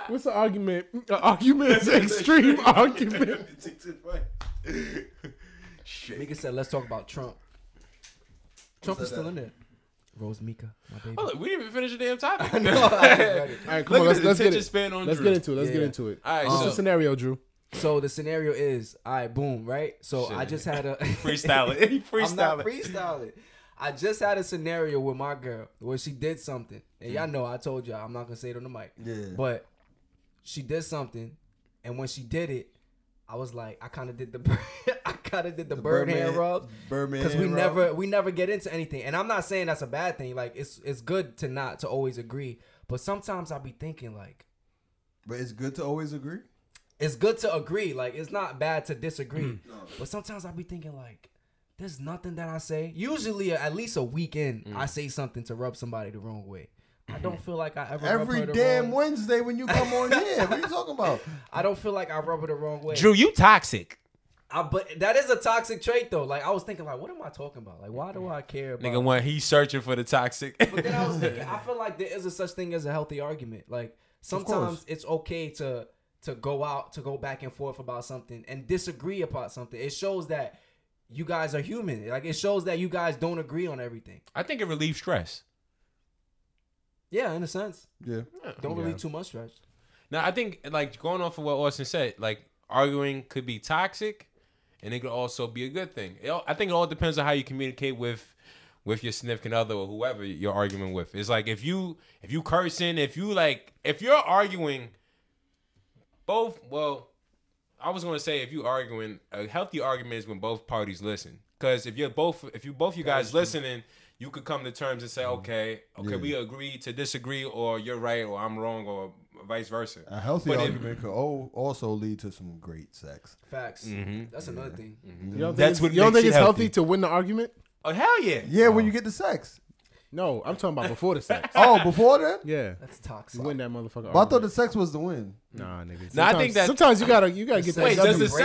S4: What's an argument? An argument is an extreme argument.
S2: Mika said, "Let's talk about Trump." Trump
S5: said
S2: is still
S5: that? Oh.
S2: in there. Rose Mika, my baby.
S3: Hold up, we didn't even finish the damn topic. I
S2: No, I just read it.
S4: All right, come
S3: Look
S4: on, let's,
S3: at the
S4: let's get
S3: attention
S4: it.
S3: span on
S4: let's
S3: Drew.
S4: get into it. Let's get
S2: Yeah.
S4: into it.
S3: All right,
S4: What's the
S3: so-
S4: scenario, Drew?
S2: so the scenario is, all right, boom, right? So I just had a
S3: Freestyle it. He
S2: I'm not
S3: freestyle it.
S2: freestyling. I just had a scenario with my girl where she did something, and y'all know I told y'all I'm not gonna say it on the mic.
S5: Yeah.
S2: But she did something, and when she did it, I was like, I kind of did the, bird- I kind of did the, bird hand rub.
S5: Birdman.
S2: Because we
S5: hand rub.
S2: never we never get into anything, and I'm not saying that's a bad thing. Like it's it's good to not to always agree, but sometimes I'll be thinking like
S5: But it's good to always agree.
S2: it's good to agree. Like it's not bad to
S3: Mm.
S2: disagree. But sometimes I'll be thinking like, there's nothing that I say. Usually uh, at least a weekend I
S3: Mm.
S2: say something to rub somebody the wrong way. I
S3: Mm-hmm.
S2: don't feel like I ever
S5: Every
S2: rub her the
S5: damn
S2: wrong,
S5: Wednesday when you come on here. What are you talking about?
S2: I don't feel like I rub her the wrong way.
S3: Drew, you toxic.
S2: I, but that is a toxic trait though. Like I was thinking like, what am I talking about? Like why do I care about
S3: Mm. Nigga, when he's searching for the toxic.
S2: But then I was thinking, I feel like there is a such thing as a healthy argument. Like sometimes it's okay to to go out to go back and forth about something and disagree about something. It shows that you guys are human. Like it shows that you guys don't agree on everything.
S3: I think it relieves stress.
S2: Yeah, in a sense.
S5: Yeah.
S2: Don't really too much stretch.
S3: Now, I think, like, going off of what Austin said, like, arguing could be toxic and it could also be a good thing. It all, I think it all depends on how you communicate with with your significant other or whoever you're arguing with. It's like if you if you cursing, if you like if you're arguing both well, I was gonna say if you arguing a healthy argument is when both parties listen. Cause if you're both if you both you guys listening, you could come to terms and say, Okay, okay, we agree to disagree or you're right or I'm wrong or vice versa.
S5: A healthy
S3: But if-
S5: argument could al- also lead to some great sex.
S2: Facts.
S4: Mm-hmm.
S2: That's another thing.
S4: You don't think,
S3: That's
S4: it's-
S3: what
S4: you don't
S3: makes
S4: think
S3: it
S4: it's healthy.
S3: healthy.
S4: to win the argument?
S3: Oh hell yeah.
S5: Yeah, when you get the sex.
S4: No, I'm talking about before the sex.
S5: Oh, before then?
S4: Yeah,
S2: That's toxic.
S4: you win that motherfucker.
S5: But I thought the
S4: argument.
S5: sex was the win.
S4: nah, nigga.
S3: Nah, I
S4: Sometimes-
S3: think that-
S4: sometimes you gotta you gotta get that.
S3: Wait, does
S4: W.
S3: it say?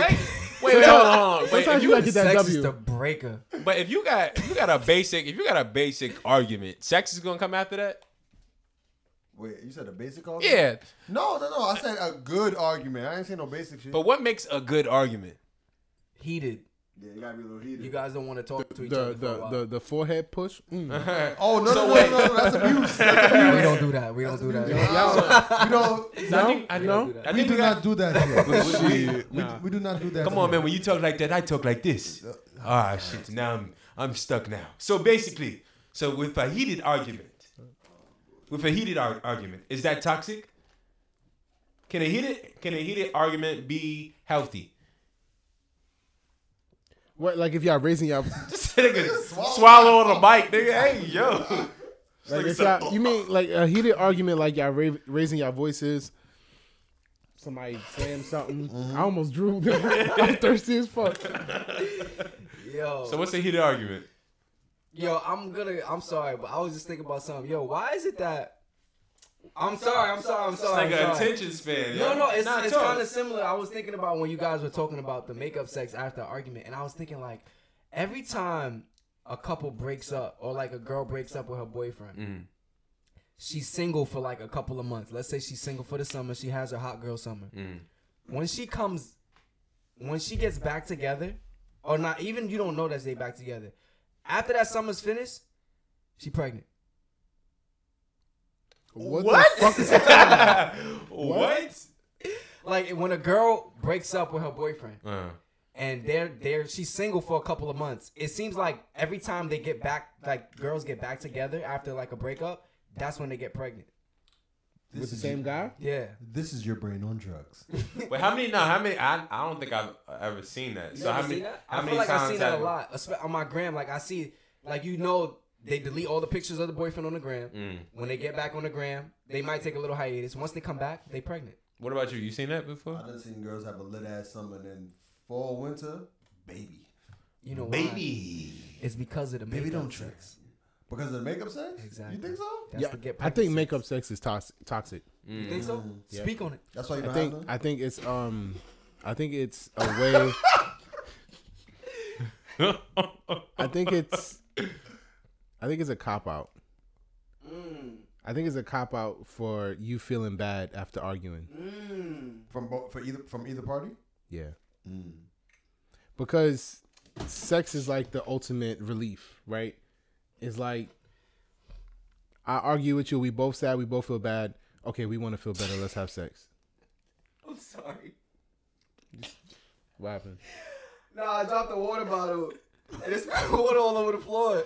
S3: Wait,
S4: Sometimes-
S3: wait, hold on. Wait,
S4: sometimes
S3: if
S4: you
S3: you-
S4: gotta get that
S2: Sex
S4: W.
S2: is the breaker.
S3: but if you got if you got a basic if you got a basic argument, sex is gonna come after that.
S5: Wait, you said a basic argument?
S3: Yeah,
S5: No, no, no. I said a good argument. I ain't saying no basic shit.
S3: but what makes a good argument?
S2: Heated.
S5: yeah, you gotta be a little heated.
S2: You guys don't want to talk to each
S4: The
S2: other. for a
S4: the,
S2: while.
S4: the the forehead push. Mm.
S5: oh no,
S3: So
S5: no,
S3: wait.
S5: no, no, no, that's abuse. That's abuse.
S2: we don't do that. We don't do that.
S5: Y'all- we don't.
S3: I think I
S2: We don't
S3: know.
S2: do
S3: I
S5: We
S3: think
S5: do
S3: we got-
S5: not do that here.
S3: We- we-
S5: Shit, we, we do not do that.
S3: Come on,
S5: here.
S3: man. When you talk like that, I talk like this. Ah, shit. Now I'm I'm stuck now. So basically, so with a heated argument, with a heated ar- argument, is that toxic? Can a heated can a heated argument be healthy?
S4: What like if y'all raising y'all
S3: This nigga swallow on the mic, nigga. Hey, yo.
S4: like if y'all you mean like a heated argument like y'all ra- raising y'all voices. Somebody slam something. I almost drew. I'm thirsty as fuck.
S2: Yo,
S3: So what's a heated argument?
S2: yo, I'm gonna. I'm sorry, but I was just thinking about something. Yo, why is it that? I'm sorry. I'm sorry. I'm sorry.
S3: Like
S2: I'm
S3: an
S2: sorry.
S3: attention span.
S2: No,
S3: yo.
S2: no, it's,
S3: Nah,
S2: it's
S3: talk.
S2: kind of similar. I was thinking about when you guys were talking about the makeup sex after argument, and I was thinking like, every time a couple breaks up or like a girl breaks up with her boyfriend, she's single for like a couple of months. Let's say she's single for the summer. She has her hot girl summer. When she comes, when she gets back together, or not even you don't know that they back together. After that summer's finished, she pregnant.
S4: What?
S3: What?
S4: The fuck is
S3: what?
S2: Like when a girl breaks up with her boyfriend.
S3: Uh,
S2: and they're they're she's single for a couple of months. It seems like every time they get back, like girls get back together after like a breakup, that's when they get pregnant.
S4: with
S5: This
S4: the
S5: is
S4: same
S5: your-
S4: guy?
S2: Yeah,
S5: This is your brain on drugs.
S3: but how many? No, how many? I, I don't think I've ever seen that. So
S2: You ever
S3: how many?
S2: seen that?
S3: How
S2: I
S3: many
S2: feel like
S3: times
S2: I've seen that
S3: have-
S2: a lot espe- on my gram. Like I see, like you know, they delete all the pictures of the boyfriend on the gram.
S3: Mm.
S2: When they get back on the gram, they might take a little hiatus. Once they come back, they pregnant.
S3: What about you? You seen that before?
S5: I done seen girls have a lit ass summer and then fall winter, baby,
S2: You know, why?
S3: Baby.
S2: it's because of the
S5: baby,
S2: makeup
S5: don't
S2: sex.
S5: trick because of the makeup sex.
S2: Exactly.
S5: You think so?
S2: That's
S4: Yeah,
S2: to get
S4: I think
S2: pregnancy.
S4: makeup sex is toxic. Toxic.
S2: You think so?
S3: Mm.
S2: Speak on it.
S5: That's why you
S4: I
S5: don't
S4: think.
S5: have none?
S4: I think it's um. I think it's a way. I think it's. I think it's a cop out. I think it's a cop out for you feeling bad after arguing.
S5: from bo- for either from either party.
S4: Yeah.
S2: Mm.
S4: Because sex is like the ultimate relief, right? It's like I argue with you, we both sad, we both feel bad. Okay, we want to feel better. Let's have sex.
S2: I'm sorry.
S4: What happened?
S2: No, I dropped the water bottle, and it spilled water all over the floor.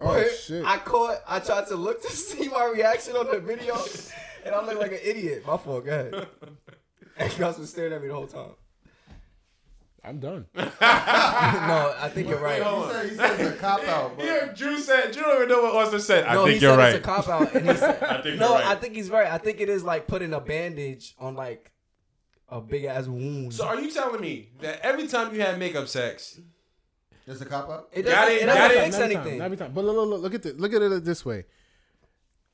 S2: But
S4: shit.
S2: I caught. I tried to look to see my reaction on the video, and I looked like an idiot. My fault. Go ahead. And you guys were staring at me the whole time.
S4: I'm done.
S2: no, I think you're right.
S5: He said, he said it's a cop out, but
S3: Yeah, Drew said. Drew don't even know what Austin said. I
S2: no,
S3: think
S2: he
S3: you're
S2: said
S3: right.
S2: it's a cop out. And he said,
S3: I think
S2: no,
S3: you're right.
S2: I think he's right. I think it is like putting a bandage on like a big ass wound.
S3: so are you telling me that every time you had makeup sex,
S5: it's a cop out.
S2: it
S3: Got
S2: doesn't,
S3: it,
S2: it
S3: got
S2: doesn't
S3: it.
S2: fix
S4: Not every time,
S2: anything.
S4: not every time. But look, look, look, look at it. Look at it this way.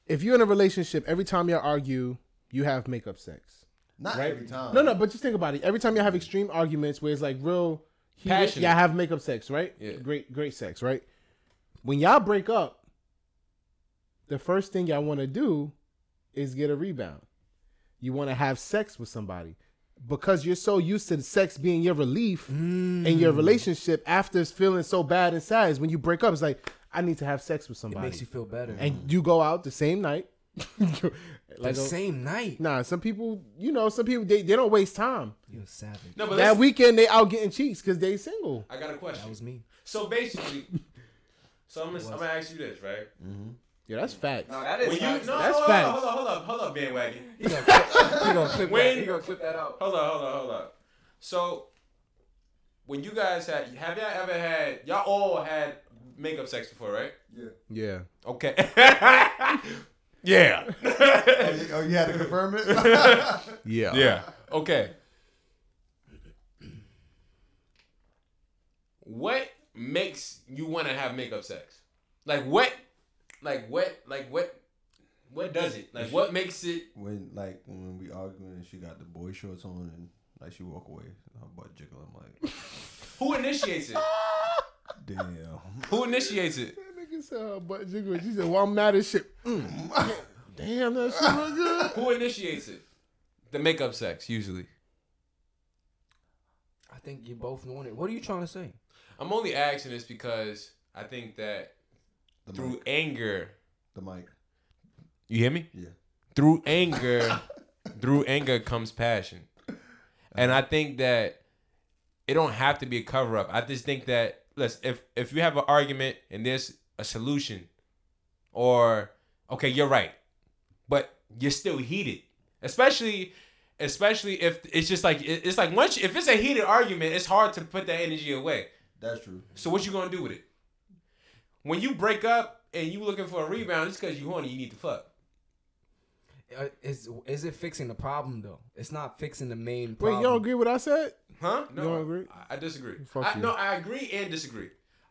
S4: If you're in a relationship, every time y'all argue, you have makeup sex.
S5: Not every time.
S4: No, no, but just think about it. Every time you have extreme arguments where it's like real heated,
S3: Passionate.
S4: y'all have makeup sex, right?
S3: Yeah.
S4: Great, great sex, right? When y'all break up, the first thing y'all want to do is get a rebound. You want to have sex with somebody because you're so used to sex being your relief in
S2: Mm.
S4: your relationship after it's feeling so bad and sad is when you break up. It's like, I need to have sex with
S2: It
S4: somebody.
S2: makes you feel better.
S4: and you go out the same night.
S2: the
S4: like, oh, a,
S2: same night,
S4: nah, some people, you know, some people, they, they don't waste time
S2: you're savage.
S3: no, but
S4: that
S3: that
S4: weekend they out getting cheeks because they single.
S3: I got a
S2: That
S3: question.
S2: was me.
S3: So basically, so I'm gonna, I'm gonna ask you this, right?
S4: Yeah, that's facts.
S2: that
S3: When you no,
S4: That's
S3: hold
S4: facts.
S3: up, hold up, hold up, hold up, bandwagon.
S2: He gonna clip, he gonna clip
S3: When-
S2: that. He gonna clip that out.
S3: Hold up, hold up, hold up. So, when you guys had, have y'all ever had, y'all all had makeup sex before, right?
S5: Yeah.
S4: Yeah,
S3: Okay. yeah.
S5: Oh, you- oh, you had to confirm it.
S4: yeah,
S3: yeah. Okay. What makes you want to have makeup sex? Like what? Like what? Like what? What does it? Like what makes it?
S5: when like when we arguing and she got the boy shorts on and like she walk away, her butt jiggling. I'm like,
S3: Who initiates it?
S5: damn.
S3: Who initiates it?
S4: That nigga said her butt jiggling. She said, "Well, I'm mad as shit." Mm. damn, that shit look good.
S3: Who initiates it? The makeup sex usually.
S2: I think you both want it. What are you trying to say?
S3: I'm only asking this because I think that
S5: The
S3: through
S5: mic.
S3: anger,
S5: The mic.
S3: you hear me?
S5: Yeah.
S3: Through anger, through anger comes passion, and I think that it don't have to be a cover up. I just think that listen, if if you have an argument and there's a solution, or okay, you're right, but you're still heated, especially. Especially if it's just like it- it's like once if it's a heated argument, it's hard to put that energy away.
S5: That's true.
S3: So what you gonna do with it? When you break up and you looking for a rebound, it's because you horny. You need to fuck.
S2: Uh, Is is it fixing the problem though? It's not fixing the main
S4: Wait,
S2: problem.
S4: you don't agree with what I said?
S3: Huh?
S4: You don't agree?
S3: I, I disagree.
S4: Fuck
S3: I,
S4: you.
S3: No, I agree and disagree.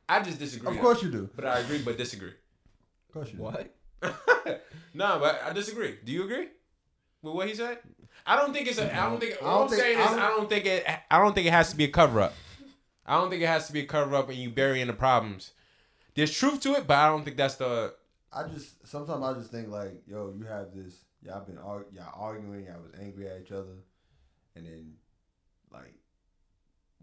S3: I just disagree.
S5: Of course you do.
S3: But I agree, but disagree.
S5: Of course you do.
S2: What?
S3: no, but I disagree. Do you agree with what he said? I don't think it's a. I don't think.
S5: I
S3: all
S5: don't
S3: I'm
S5: think-
S3: saying
S5: I
S3: is
S5: don't-
S3: I don't think it. I don't think it has to be a cover up. I don't think it has to be a cover up and you burying the problems. There's truth to it, but I don't think that's the.
S5: I just sometimes I just think like, yo, you have this. Y'all been ar- y'all arguing. Y'all was angry at each other, and then like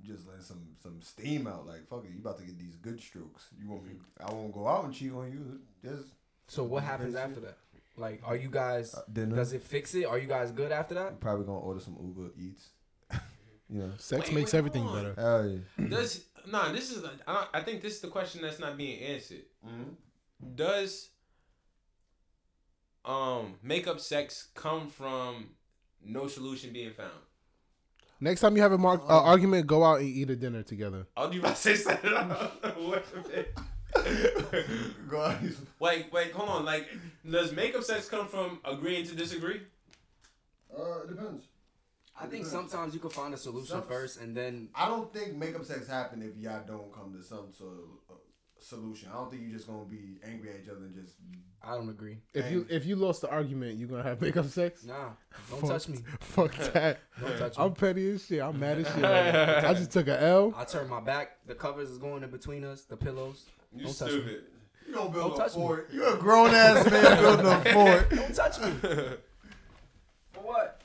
S5: just let some some steam out. Like fuck it, you about to get these good strokes. You won't be.
S2: Mm-hmm.
S5: I won't go out and cheat on you. Just
S2: So what happens after that? Like, are you guys?
S5: Uh, dinner.
S2: Does it fix it? Are you guys good after that?
S5: I'm probably gonna order some Uber Eats.
S2: Mm-hmm.
S5: you know.
S4: Sex
S3: Wait,
S4: makes
S3: wait,
S4: everything
S3: hold on.
S4: better.
S5: Hell yeah.
S3: Does nah? This is. I, don't- I think this is the question that's not being answered. does um makeup sex come from no solution being found?
S4: Next time you have a mark, uh, argument, go out and eat a dinner together.
S3: Oh, you about to say something? What the fuck?
S2: Mm-hmm.
S5: Go out.
S3: like, like, hold on. Like, does makeup sex come from agreeing to disagree?
S5: Uh, it depends.
S2: I think sometimes you can find a solution
S5: Some-
S2: first, and then
S5: I don't think makeup sex happen if y'all don't come to some sort of uh, solution. I don't think you're just gonna be angry at each other and just.
S2: I don't agree.
S4: If you if you lost the argument, you gonna have makeup sex?
S2: Nah, don't
S4: Fuck-
S2: touch me.
S4: Fuck that.
S2: Don't touch me.
S4: I'm petty as shit. I'm mad as shit. right now. I just took a L.
S2: I turn my back. The covers is going in between us. The pillows.
S3: You
S2: Don't touch me.
S3: stupid.
S5: You don't
S2: Don't
S5: build a
S2: touch me.
S5: fort. You're a grown ass man building a fort.
S2: Don't touch me. For what?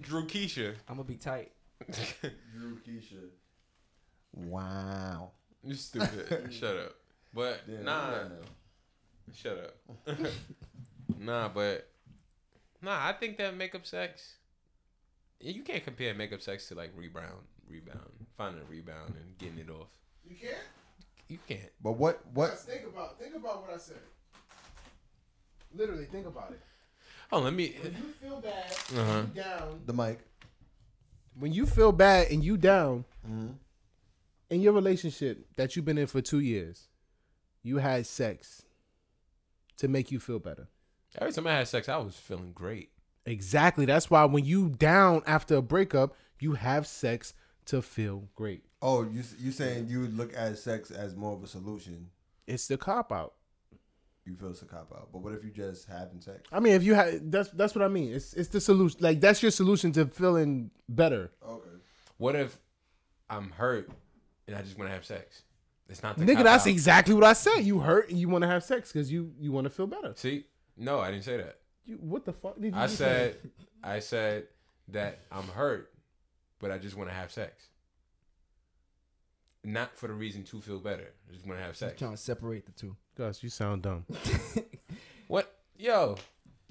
S3: Drew Keisha.
S2: I'm gonna be tight.
S5: Drew Keisha. Wow.
S3: You stupid. Shut up. But
S5: Damn,
S3: nah.
S5: I know.
S3: Shut up. nah, but nah, I think that makeup sex. You can't compare makeup sex to like rebound, rebound, finding a rebound and getting it off.
S4: You can't.
S3: You can't.
S5: But what? What?
S4: think about think about what I said. Literally, think about it.
S3: Oh, let me.
S4: you feel bad,
S3: Uh-huh.
S4: you down.
S5: The mic.
S4: When you feel bad and you down
S5: Mhm.
S4: in your relationship that you've been in for two years, you had sex to make you feel better.
S3: Every time I had sex, I was feeling great.
S4: Exactly. That's why when you down after a breakup, you have sex to feel great.
S5: Oh, you you saying you would look at sex as more of a solution?
S4: It's the cop out.
S5: You feel it's a cop out. But what if you just having sex?
S4: I mean, if you had that's that's what I mean. It's it's the solution. Like that's your solution to feeling better.
S5: Okay.
S3: What if I'm hurt and I just want to have sex? It's not the
S4: Nigga,
S3: cop
S4: that's
S3: out.
S4: exactly what I said. You hurt and you want to have sex because you you want to feel better.
S3: See, no, I didn't say that.
S4: You, what the fuck did you
S3: I
S4: just
S3: said, I said that I'm hurt, but I just want to have sex. Not for the reason to feel better. I just want to have
S2: Just
S3: sex.
S2: trying to separate the two.
S4: Gus, you sound dumb.
S3: What? Yo,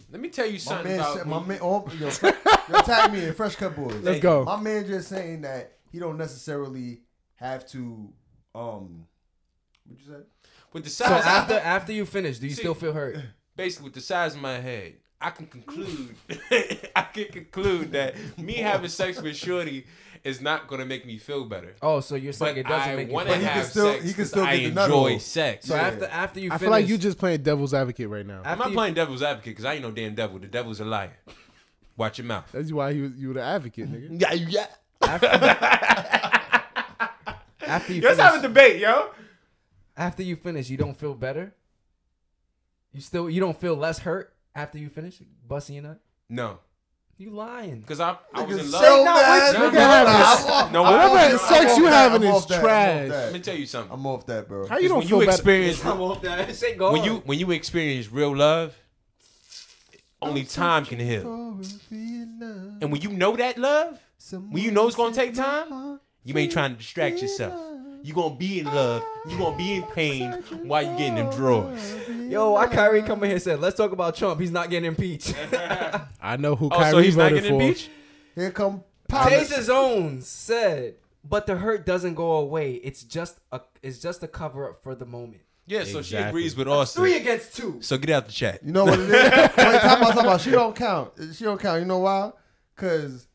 S3: let me tell you
S5: My
S3: something
S5: man,
S3: about
S5: said, my man, oh, yo, fre- yo, tag me in Fresh Cut Boys.
S4: Let's go.
S5: My man just saying that he don't necessarily have to. um What you say?
S3: with the
S2: So
S3: size.
S2: after after you finish, do you
S3: See-
S2: still feel hurt?
S3: basically, with the size of my head, I can conclude. I can conclude that me having sex with Shorty is not gonna make me feel better.
S2: Oh, so you're saying
S3: But
S2: it doesn't
S3: I
S2: make you
S3: want
S2: feel
S3: to
S5: But he can
S3: have
S5: still-
S3: sex.
S5: he can
S3: 'cause
S5: still
S3: I
S5: get the nut
S3: enjoy
S5: off.
S3: sex.
S2: So
S5: Yeah.
S2: after after you
S4: I
S2: finish,
S4: feel like you just playing devil's advocate right now.
S2: after
S3: I'm not
S2: you-
S3: playing devil's advocate because I ain't no damn devil. The devil's a liar. Watch your mouth.
S4: That's why you was- you were the advocate, nigga.
S3: Yeah, yeah.
S2: after you
S3: Let's
S2: finish,
S3: have a debate, yo.
S2: after you finish, you don't feel better. You still you don't feel less hurt after you finish busting your nut.
S3: No,
S2: You lying?
S3: because I, I was
S5: Nigga,
S3: in love.
S5: so mad.
S3: No,
S5: Nigga
S3: no,
S5: having
S4: no,
S5: s-
S4: I'm off-
S3: No,
S5: I'm
S3: whatever
S5: off
S4: sex
S5: that. I'm
S4: you
S5: off
S4: having
S5: that. I'm
S4: is
S5: off that. I'm
S4: trash.
S5: off that.
S3: Let me tell you something.
S5: I'm off that, bro.
S4: How you don't
S3: when
S4: feel
S3: you
S4: better?
S3: experience
S2: off that. This ain't going.
S3: when you when you experience real love, Only time can heal.
S5: And
S3: And when you know that love, when you know it's gonna take time, you ain't trying to distract yourself. You gonna be in love. You gonna be in pain while you getting them drawers.
S2: Yo, I Kyrie come in here and said, let's talk about Trump. He's not getting impeached.
S4: I know who
S3: Oh,
S4: Kyrie
S3: so he's not
S4: voted
S3: getting
S4: for.
S3: beach?
S5: Here come
S2: Taser Zones said, but the hurt doesn't go away. It's just a it's just a cover up for the moment.
S3: Yeah, so she
S4: Exactly.
S3: agrees with Austin.
S2: Three against two.
S3: So get out the chat.
S5: You know what it is? Wait, talk about, talk about. She don't count. She don't count. You know why? Because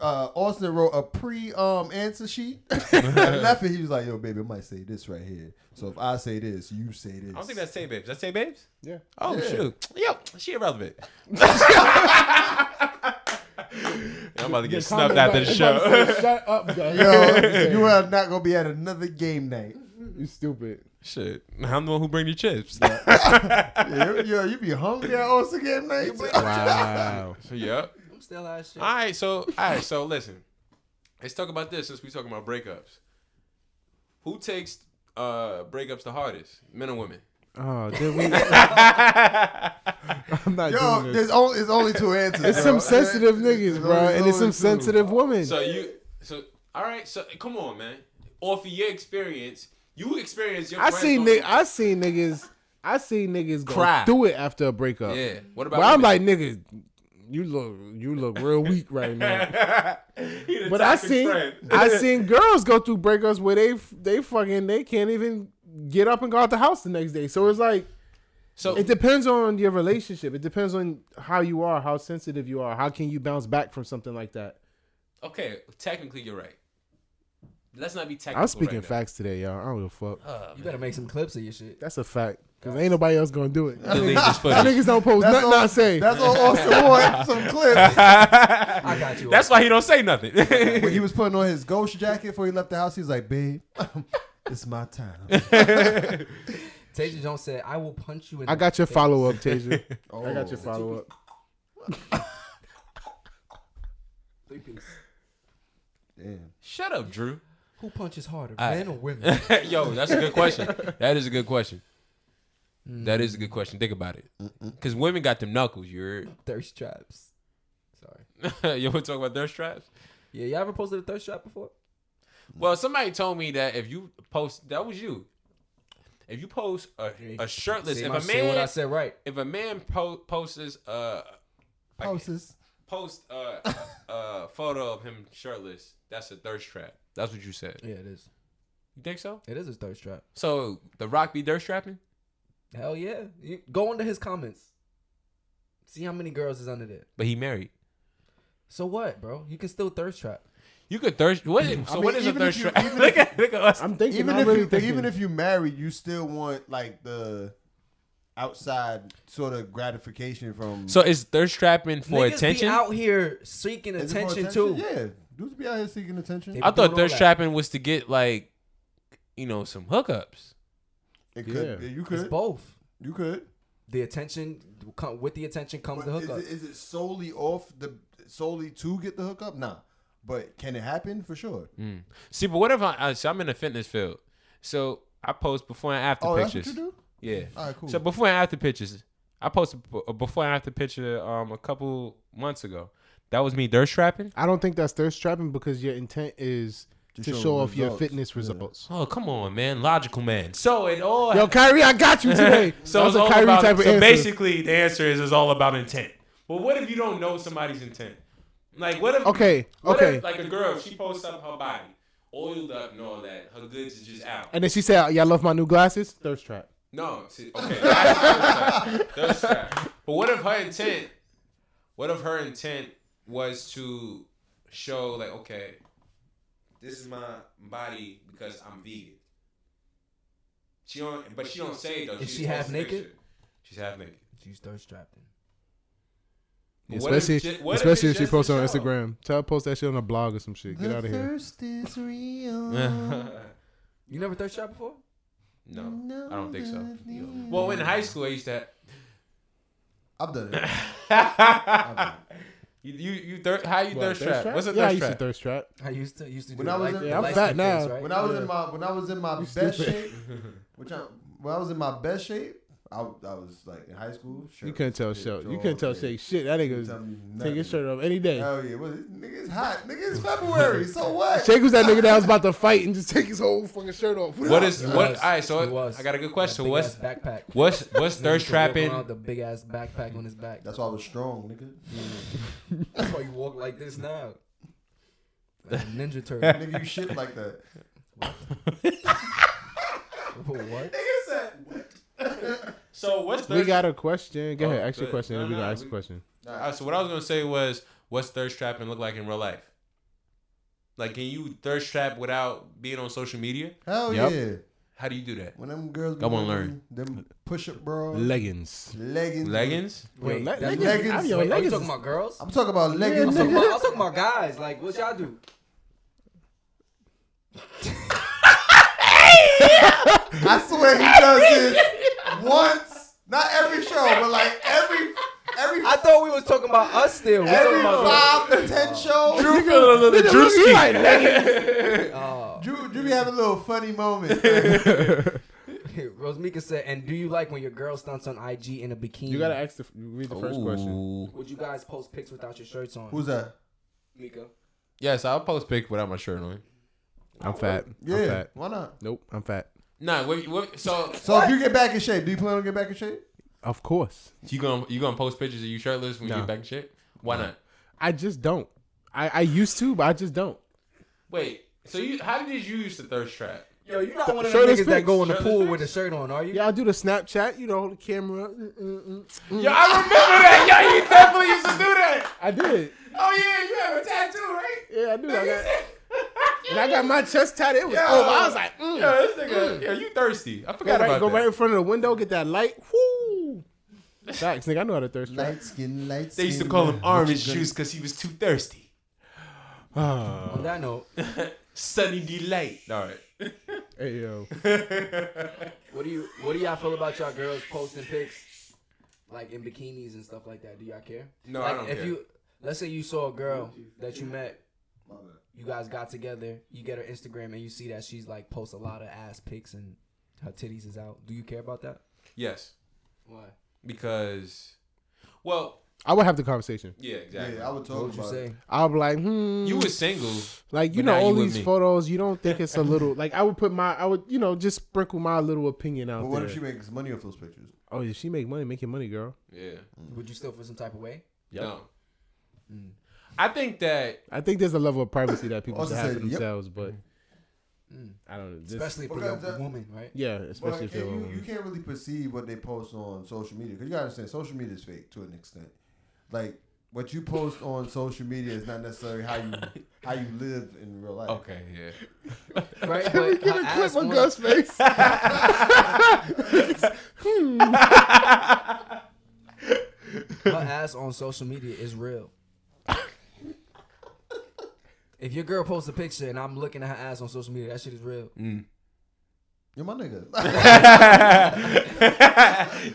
S5: uh, Austin wrote a pre um answer sheet. and left it. He was like, "Yo, baby, I might say this right here. So if I say this, you say this."
S3: I don't think that's Tay Babes. That's Tay Babes?
S4: Yeah.
S3: Oh,
S5: Yeah.
S3: shoot. Yo, she irrelevant. I'm about to get snubbed after the show.
S4: Shut up, guy.
S5: Yo, you are not gonna be at another game night.
S4: you stupid.
S3: Shit. I'm the one who bring the chips.
S5: Yo, yo, you be hungry at Austin game night.
S3: "Oh,
S4: Wow.
S3: So, yep.
S2: I'm still out of shit.
S3: All right, so all right, so listen. Let's talk about this since we talking about breakups. Who takes uh breakups the hardest? Men or women?
S4: Oh, did we? I'm not
S5: Yo,
S4: doing
S5: there's
S4: this.
S5: only it's only two answers.
S4: It's
S5: bro.
S4: some sensitive niggas,
S5: There's
S4: bro,
S5: only-
S4: and it's some
S5: only two.
S4: sensitive women.
S3: So you so all right, so come on, man. Off of your experience, you experience your
S4: I
S3: friends
S4: seen
S3: going-
S4: nigg I seen niggas. I seen niggas go
S3: Cry.
S4: through it after a breakup.
S3: Yeah. What about
S4: But I'm
S3: women?
S4: like, nigga, you look, you look real weak right now.
S3: He the
S4: But I
S3: toxic
S4: seen,
S3: friend.
S4: I seen girls go through breakups where they, they fucking, they can't even get up and go out the house the next day. So it's like,
S3: so
S4: it depends on your relationship. It depends on how you are, how sensitive you are. How can you bounce back from something like that?
S3: Okay, technically you're right. Let's not be technical.
S4: I'm speaking
S3: right now.
S4: facts today, y'all. I don't give a fuck.
S2: You better make some clips of your shit.
S4: That's a fact. Cause ain't nobody else gonna do it.
S3: Delete this footage.
S4: Niggas don't post
S5: That's
S4: nothing
S5: all,
S4: I say.
S5: That's all Austin wanted. Some clips.
S2: I got you.
S3: That's why he don't say nothing.
S5: when he was putting on his ghost jacket before he left the house, he was like, "Babe, it's my time."
S2: Taser Jones said, I will punch you in
S4: I
S2: the
S4: got your
S2: face."
S4: follow up, Tasia. I
S5: Oh.
S4: got your follow up.
S2: Three piece.
S5: Damn.
S3: Shut up, Drew.
S2: Who punches harder,
S3: I-
S2: men or women?
S3: Yo, that's a good question. That is a good question. That is a good question. Think about it, because women got them knuckles. You're
S2: thirst traps. Sorry.
S3: you want to talk about thirst traps?
S4: Mm.
S2: Yeah, y'all ever posted a thirst trap before?
S3: Well, somebody told me that if you post, that was you. If you post a, a shirtless,
S2: See,
S3: if
S2: I
S3: a
S2: said what I
S3: man,
S2: said right.
S3: if a man po- posts uh
S5: Houses.
S3: post uh, a, a photo of him shirtless, that's a thirst trap. That's what you said.
S2: Yeah, it is.
S3: You think so?
S2: It is a thirst trap.
S3: So the Rock be thirst trapping?
S2: Hell yeah. You, go under his comments. See how many girls is under there.
S3: But he married.
S2: So what, bro? You can still thirst trap.
S3: You could thirst. What? Is, so
S5: mean,
S3: what is a
S5: even if
S3: thirst
S5: you-
S3: trap?
S5: even
S3: look
S5: if-
S3: at look at us.
S4: I'm thinking.
S5: Even
S4: I'm
S5: if
S4: really
S5: you
S4: thinking.
S5: even if you married, you still want like the outside sort of gratification from
S3: So is thirst trapping for
S2: Niggas
S3: attention?
S2: be out here seeking
S5: Is it for
S2: attention, too.
S5: Yeah, dudes be out here seeking attention.
S2: They
S3: I
S2: doing
S3: thought
S2: all
S3: thirst
S2: that.
S3: trapping was to get like, you know, some hookups.
S5: It could.
S4: Yeah.
S5: You
S2: It's
S5: could.
S2: both.
S5: You could.
S2: The attention come, with the attention comes
S5: But
S2: the
S5: is,
S2: hookup.
S5: it, is it solely off the solely to get the hookup? Nah, but can it happen for sure?
S3: See, but what if I, I so I'm in the fitness field? So I post before and after
S5: Oh, that's
S3: pictures.
S5: what you do.
S3: Yeah.
S5: All right, cool.
S3: So before and after pictures, I posted a before and after picture um a couple months ago. That was me thirst trapping.
S4: I don't think that's thirst trapping because your intent is to, show,
S5: show
S4: off your
S5: results.
S4: fitness results.
S3: Oh come on, man, logical man. So it all
S4: Yo, Kyrie, I got you today.
S3: So
S4: that was
S3: it's
S4: a
S3: all
S4: Kyrie
S3: about,
S4: type of
S3: so
S4: answer.
S3: basically the answer is it's all about intent. But what if you don't know somebody's intent? Like what if
S4: Okay,
S3: what
S4: okay.
S3: if, like a girl, she posts up her body, oiled up and all that, her goods is just out.
S4: and then she said, "Y'all love my new glasses." Thirst trap.
S3: No, see, okay. That's trap. But what if her intent? What if her intent was to show like, okay, this is my body because I'm vegan. She don't, but she don't say it, though.
S2: Is
S3: She's
S2: she half
S3: supposed to picture
S2: naked?
S3: it. She's half naked.
S2: She's thirst trapping.
S3: But what if
S4: especially
S3: ju- what if
S4: especially if
S3: it's
S4: she
S3: just
S4: posts
S3: the
S4: on
S3: show?
S4: Instagram. Tell her to post that shit on a blog or some shit. Get
S5: The
S4: out of here.
S5: Thirst is real.
S2: You never thirst trap before?
S3: no, I don't think so. Well, in high school, I used to.
S5: I've done it.
S3: Have, you you, you thir- how you
S4: What,
S3: thirst trap? What's a
S4: yeah, I
S3: thirst
S4: used to
S3: trap?
S4: thirst trap.
S2: I used to used to do
S5: When
S2: the
S5: I was
S2: light-
S5: in-
S2: the
S5: Yeah, I'm
S2: light
S4: fat
S2: skin
S4: now.
S2: face, right?
S5: When I was
S4: Yeah.
S5: in my when I was in my
S4: You stupid.
S5: best shape, which I when I was in my best shape, I, I was like in high school. Sure.
S4: You couldn't tell
S5: shit,
S4: shit. You couldn't tell
S5: drawers,
S4: shit. Shit, that
S5: couldn't
S4: nigga's
S5: tell me
S4: take
S5: nothing.
S4: his shirt off any day.
S5: Hell yeah, well, nigga, it's hot. Nigga, it's February. so what?
S4: Shake was that nigga that was about to fight and just take his whole fucking shirt off.
S3: What is
S2: He
S3: what?
S2: was.
S3: All right,
S2: He
S3: so
S2: was.
S3: I got a good
S2: That
S3: question.
S2: big
S3: What's
S2: ass backpack?
S3: what's what's
S2: He used
S3: thirst
S2: to walk
S3: trapping?
S2: around with The big ass backpack on his back.
S5: That's why I was strong, nigga.
S2: That's why you walk like this now. Like a Ninja Turtle.
S5: nigga, you shit like that.
S2: what?
S5: Nigga said, what?
S3: So what's
S4: We got a question. Go
S3: Oh, uh-huh.
S4: ahead, ask your
S3: good.
S4: question.
S3: No,
S4: and we
S3: no,
S4: gonna ask
S3: we-
S4: a question.
S5: Nah,
S3: All right, so what I was gonna say was, what's thirst trapping look like in real life? Like, can you thirst trap without being on social media?
S5: hell
S4: Yep.
S5: yeah.
S3: How do you do that?
S5: When them girls,
S3: I wanna
S5: wearing
S3: learn.
S5: them push up bras,
S4: Leggings.
S5: leggings,
S3: Leggings?
S2: Wait,
S4: le-
S2: that's what-
S5: leggings-
S4: I'm your
S2: Wait, are you
S4: leggings
S2: talking
S4: is-
S2: about girls?
S5: I'm talking about leggings.
S2: I'm talking about, I'm talking about guys. Like, what y'all do?
S5: I swear he does this once, not every show, but like every every
S2: I thought we was talking about us still. We talking
S5: every
S2: about
S5: five to ten shows.
S3: Drew feeling a little
S4: He like leggings.
S2: Oh.
S5: Drew, Drew be having a little funny moment.
S2: Rosmika said, "And do you like when your girl stunts on IG in a bikini?
S4: You gotta ask the read the first question.
S2: Would you guys post pics without your shirts on?
S5: Who's that?
S2: Mika?
S3: Yes, I'll post pic without my shirt on.
S4: I'm fat. I'm
S5: Yeah,
S4: fat.
S5: why not?
S4: Nope, I'm fat.
S3: Nah, what, what, so
S5: So if you get back in shape, do you plan on getting back in shape?
S4: Of course.
S3: you gonna you gonna post pictures of you shirtless when
S4: Nah.
S3: you get back in shape? Why not?
S4: I just don't. I, I used to, but I just don't.
S3: Wait, so you how did you use the thirst trap?
S2: Yo, you're not one of the
S4: Shirtless
S2: niggas that
S4: pics.
S2: go in the
S3: Shirtless
S2: pool
S3: pics?
S2: with a shirt on, are you?
S4: Yeah, I do the Snapchat. You know, hold the camera. Mm, mm, mm.
S3: Yo, I remember that. Yo, you definitely used to do that.
S4: I did.
S3: Oh yeah, you have a tattoo, right?
S4: Yeah, I do. I got, and I got my chest tatted. It was over. I was like, mm.
S3: Yo, this nigga, yo, you thirsty? I
S4: go,
S3: forgot
S4: right,
S3: about
S4: go
S3: that.
S4: right in front of the window, get that light. Whoo! Facts, nigga. I know how to thirst trap.
S5: Light skin, light
S3: They
S5: skin.
S3: used to call him orange juice because he was too thirsty.
S4: Ah.
S2: On that note,
S3: Sunny delight. All right.
S4: hey yo,
S2: what do you what do y'all feel about y'all girls posting pics like in bikinis and stuff like that? Do y'all care?
S3: No,
S2: like,
S3: I don't
S2: if
S3: care.
S2: you let's say you saw a girl that you met, you guys got together, you get her Instagram and you see that she's like posts a lot of ass pics and her titties is out. Do you care about that?
S3: yes,
S2: Why?
S3: because, well,
S4: I would have the conversation.
S3: yeah, exactly.
S5: Yeah, I would
S2: What
S5: talk
S2: would you
S5: about
S2: say?
S5: it.
S4: I'll be like, hmm.
S3: you were single.
S4: Like you
S3: But
S4: know
S3: now
S4: all
S3: you with
S4: these
S3: me.
S4: photos, you don't think it's a little like I would put my I would you know just sprinkle my little opinion out
S5: But what
S4: there.
S5: if she makes money off those pictures?
S4: oh, if she make money, make your money, girl.
S3: Yeah.
S2: Would you still feel some type of way?
S3: No. Mm. I think that
S4: I think there's a level of privacy that people
S5: Also
S4: should have
S5: said,
S4: for
S5: yep.
S4: themselves, but I don't know. This,
S2: Hmm. Especially if
S5: Because
S2: you're a
S5: that-
S2: woman, right?
S4: yeah, especially if
S5: But
S4: you're a
S5: you, you
S4: woman.
S5: can't really perceive what they post on social media because you gotta understand social media is fake to an extent. Like what you post on social media is not necessarily how you how you live in real life.
S3: okay, yeah.
S2: Right? But
S4: Give
S2: her
S4: a
S2: ass
S4: clip on
S2: on-
S4: Gus face.
S2: her ass on social media is real. if your girl posts a picture and I'm looking at her ass on social media, that shit is real.
S3: Mm.
S5: You're my nigga.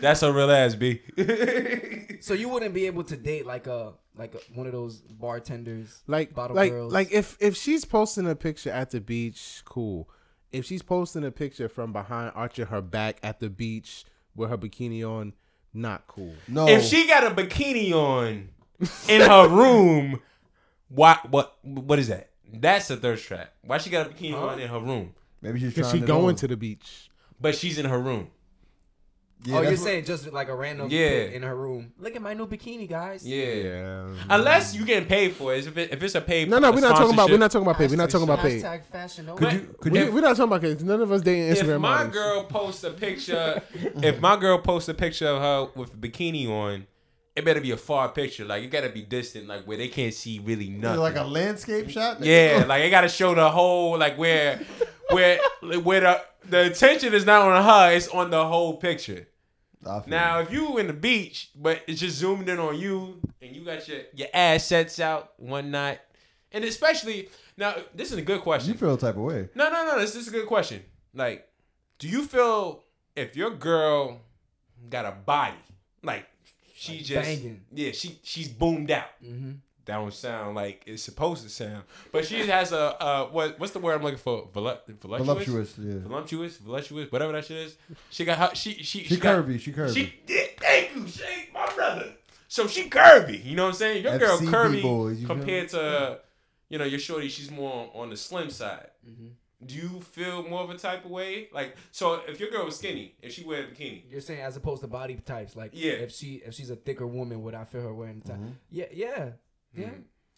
S3: That's a real ass B.
S2: So you wouldn't be able to date like a like a, one of those bartenders,
S4: like
S2: bottle
S4: like
S2: girls.
S4: like if if she's posting a picture at the beach, cool. If she's posting a picture from behind, arching her back at the beach with her bikini on, not cool.
S5: no,
S3: If she got a bikini on in her room, why what what is that? That's a thirst trap. Why she got a bikini on in her room?
S5: maybe she's
S4: Cause
S5: trying
S4: she
S5: it
S4: going
S5: on.
S4: to the beach.
S3: But she's in her room.
S5: Yeah,
S2: oh,
S5: that's
S2: you're
S5: what-
S2: saying just like a random
S3: Yeah.
S2: pic in her room. Look at my new bikini, guys.
S4: Yeah.
S3: Unless you getting paid for it. If, it, if it's a paid
S4: No, no,
S3: a
S4: we're not talking about. We're
S3: sponsorship.
S4: not talking about paid. We're not talking about paid.
S2: Hashtag fashion over.
S5: Could you? Could
S4: We,
S5: you?
S4: we're not talking about kids. None of us dating Instagram
S3: if my
S4: models.
S3: girl posts a picture, if my girl posts a picture of her with a bikini on, it better be a far picture. Like it gotta be distant, like where they can't see really
S5: Is it
S3: nothing.
S5: Like a landscape shot?
S3: yeah, like it gotta show the whole, like where, where, where the the attention is not on her, it's on the whole picture.
S5: I feel
S3: Now,
S5: you.
S3: if you in the beach, but it's just zoomed in on you, and you got your your assets out, one night, and especially now, this is a good question.
S5: you feel a type of way.
S3: No, no, no. This, this is a good question. Like, do you feel if your girl got a body, like she just
S2: banging.
S3: yeah, she she's boomed out.
S2: Mm-hmm.
S3: don't sound like it's supposed to sound. But she has a uh, what what's the word I'm looking for? Volu- voluptuous,
S5: Voluptuous, yeah.
S3: voluptuous, voluptuous, whatever that shit is. She got her, she she
S5: She
S3: got-
S5: curvy, she curvy.
S3: She yeah, thank you, she ain't my brother. So she curvy, you know what I'm saying? Your girl
S5: FCB
S3: curvy
S5: boys, you feel
S3: compared to you know your shorty. She's more on, on the slim side.
S4: Mm-hmm.
S3: Do you feel more of a type of way? Like so, if your girl was skinny, if she wear a bikini,
S2: You're saying as opposed to body types, like
S3: Yeah.
S2: if she if she's a thicker woman, would I feel her wearing the top?
S5: Mm-hmm.
S2: Yeah, yeah, yeah.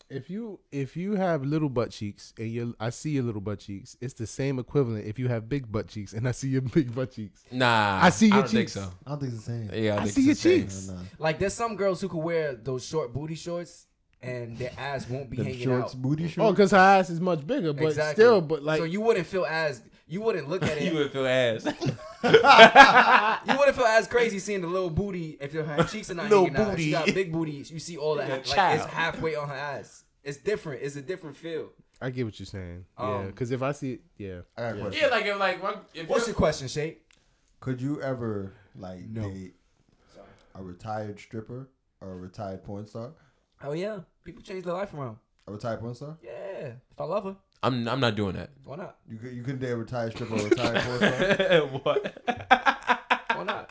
S4: If you if you have little butt cheeks and you I see your little butt cheeks, it's the same equivalent if you have big butt cheeks and I see your big butt cheeks.
S3: nah,
S4: I see your
S3: don't think
S4: cheeks.
S3: so.
S5: I don't think it's the same.
S3: Yeah,
S4: I
S3: think
S4: see your
S3: it's the same.
S4: cheeks.
S5: Nah.
S2: Like there's some girls who could wear those short booty shorts and their ass won't be
S5: Them
S2: hanging
S5: shorts,
S2: out.
S5: booty
S4: Oh,
S5: shorts.
S4: because her ass is much bigger, but still, but like
S2: so you wouldn't feel as you wouldn't look at it.
S3: You
S2: you,
S3: would feel ass.
S2: wouldn't feel as crazy seeing the little booty if your her cheeks are not
S3: Little
S2: hanging out. She
S3: booty.
S2: got big booty. You see all that.
S3: Your
S2: Like
S3: child.
S2: it's halfway on her ass. It's different. It's a different feel.
S4: I get what you're saying. yeah,
S2: Um,
S4: because if I see it, yeah,
S5: I got a question.
S3: yeah, like if like my- if
S2: What's
S3: your-
S2: your question, Shake?
S5: Could you ever like date a retired stripper or a retired porn star?
S2: Oh yeah, people change their life around.
S5: A retired porn star?
S2: Yeah, if I love her,
S3: I'm I'm not doing that.
S2: why not?
S5: You could you couldn't date a retired stripper or a retired porn star?
S3: what?
S2: Why not?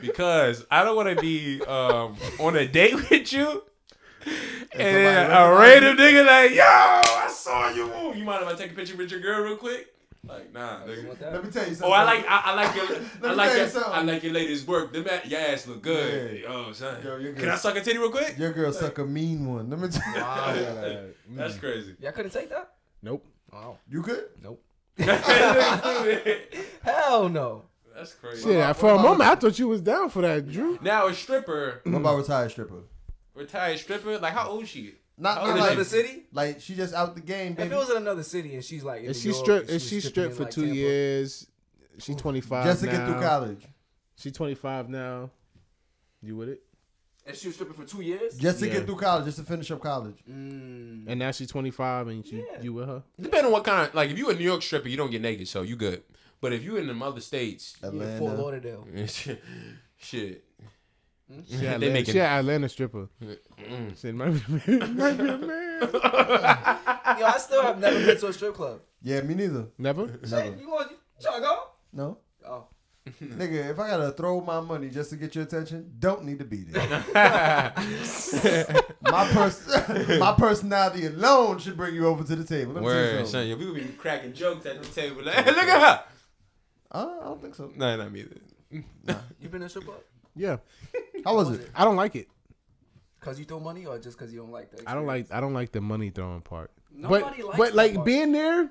S3: because I don't want to be um, on a date with you. And then a
S5: somebody
S3: random nigga like, yo, I saw you. Ooh, You mind if I take a picture with your girl real quick? Like, nah, nigga.
S5: Let me tell you
S3: Oh,
S5: something.
S3: I like, I, I like your,
S5: me
S3: I like
S5: tell you
S3: your,
S5: something.
S3: I like your lady's work. Them, a- your ass look good.
S5: Yeah.
S3: Oh, son.
S5: Yo, you're good.
S3: Can I suck a titty real quick?
S5: your girl suck a mean one. Let me tell you.
S3: That's Mm. crazy.
S2: Y'all couldn't take that?
S4: nope.
S2: Oh,
S5: Mm. You could?
S2: nope.
S3: That's
S2: Hell no.
S3: crazy.
S4: Yeah, for a moment I thought you was down for that, Drew.
S3: Now a stripper,
S5: What about retired stripper?
S3: retired stripper, like how old she?
S5: Not,
S3: How
S5: not
S3: old is
S5: like,
S2: Another city?
S5: like she just out the game,
S2: If
S5: baby.
S2: it was in another city and she's like, in
S4: If
S2: New
S4: she
S2: York
S4: stripped,
S2: and
S4: if
S2: she
S4: she
S2: was
S4: stripped
S2: stripping
S4: for
S2: in, like,
S4: two
S2: Tampa,
S4: years, she 25
S5: just to
S4: now.
S5: get through college.
S4: She 25 now. You with it?
S2: If she was stripping for two years,
S5: Just to
S4: Yeah.
S5: get through college, just to finish up college.
S2: mm,
S4: And now she's 25 and you
S2: Yeah.
S4: you with her?
S3: Depending on what kind of like, if you a New York stripper, you don't get naked, so you good. But if you in them other states,
S2: yeah, Fort
S5: Atlanta.
S2: Lauderdale.
S3: shit.
S4: She
S3: they
S4: Atlanta,
S3: making
S4: she an Atlanta stripper. She might be, might be a man.
S2: Yo, I still have never been to a strip club.
S5: Yeah, me neither.
S4: Never?
S5: Never.
S2: You want you tryna go?
S5: No.
S2: Oh,
S5: Nigga, if I gotta throw my money just to get your attention, don't need to be there. my pers- my personality alone should bring you over to the table. Let me tell you
S3: Word,
S5: something.
S3: son. Yo, we would be cracking jokes at the table. Like, hey, look at her.
S5: Uh, I don't think so.
S3: No, not me.
S2: you been to a strip club?
S4: Yeah.
S5: How was it?
S4: I don't like it.
S2: Cause you throw money or just cause you don't like that?
S4: I don't like I don't like the money throwing part.
S2: Nobody
S4: but
S2: likes
S4: but
S2: that
S4: like
S2: part.
S4: being there,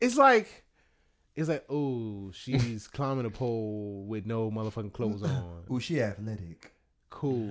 S4: it's like it's like oh she's climbing a pole with no motherfucking clothes on.
S5: Ooh, she athletic.
S4: Cool.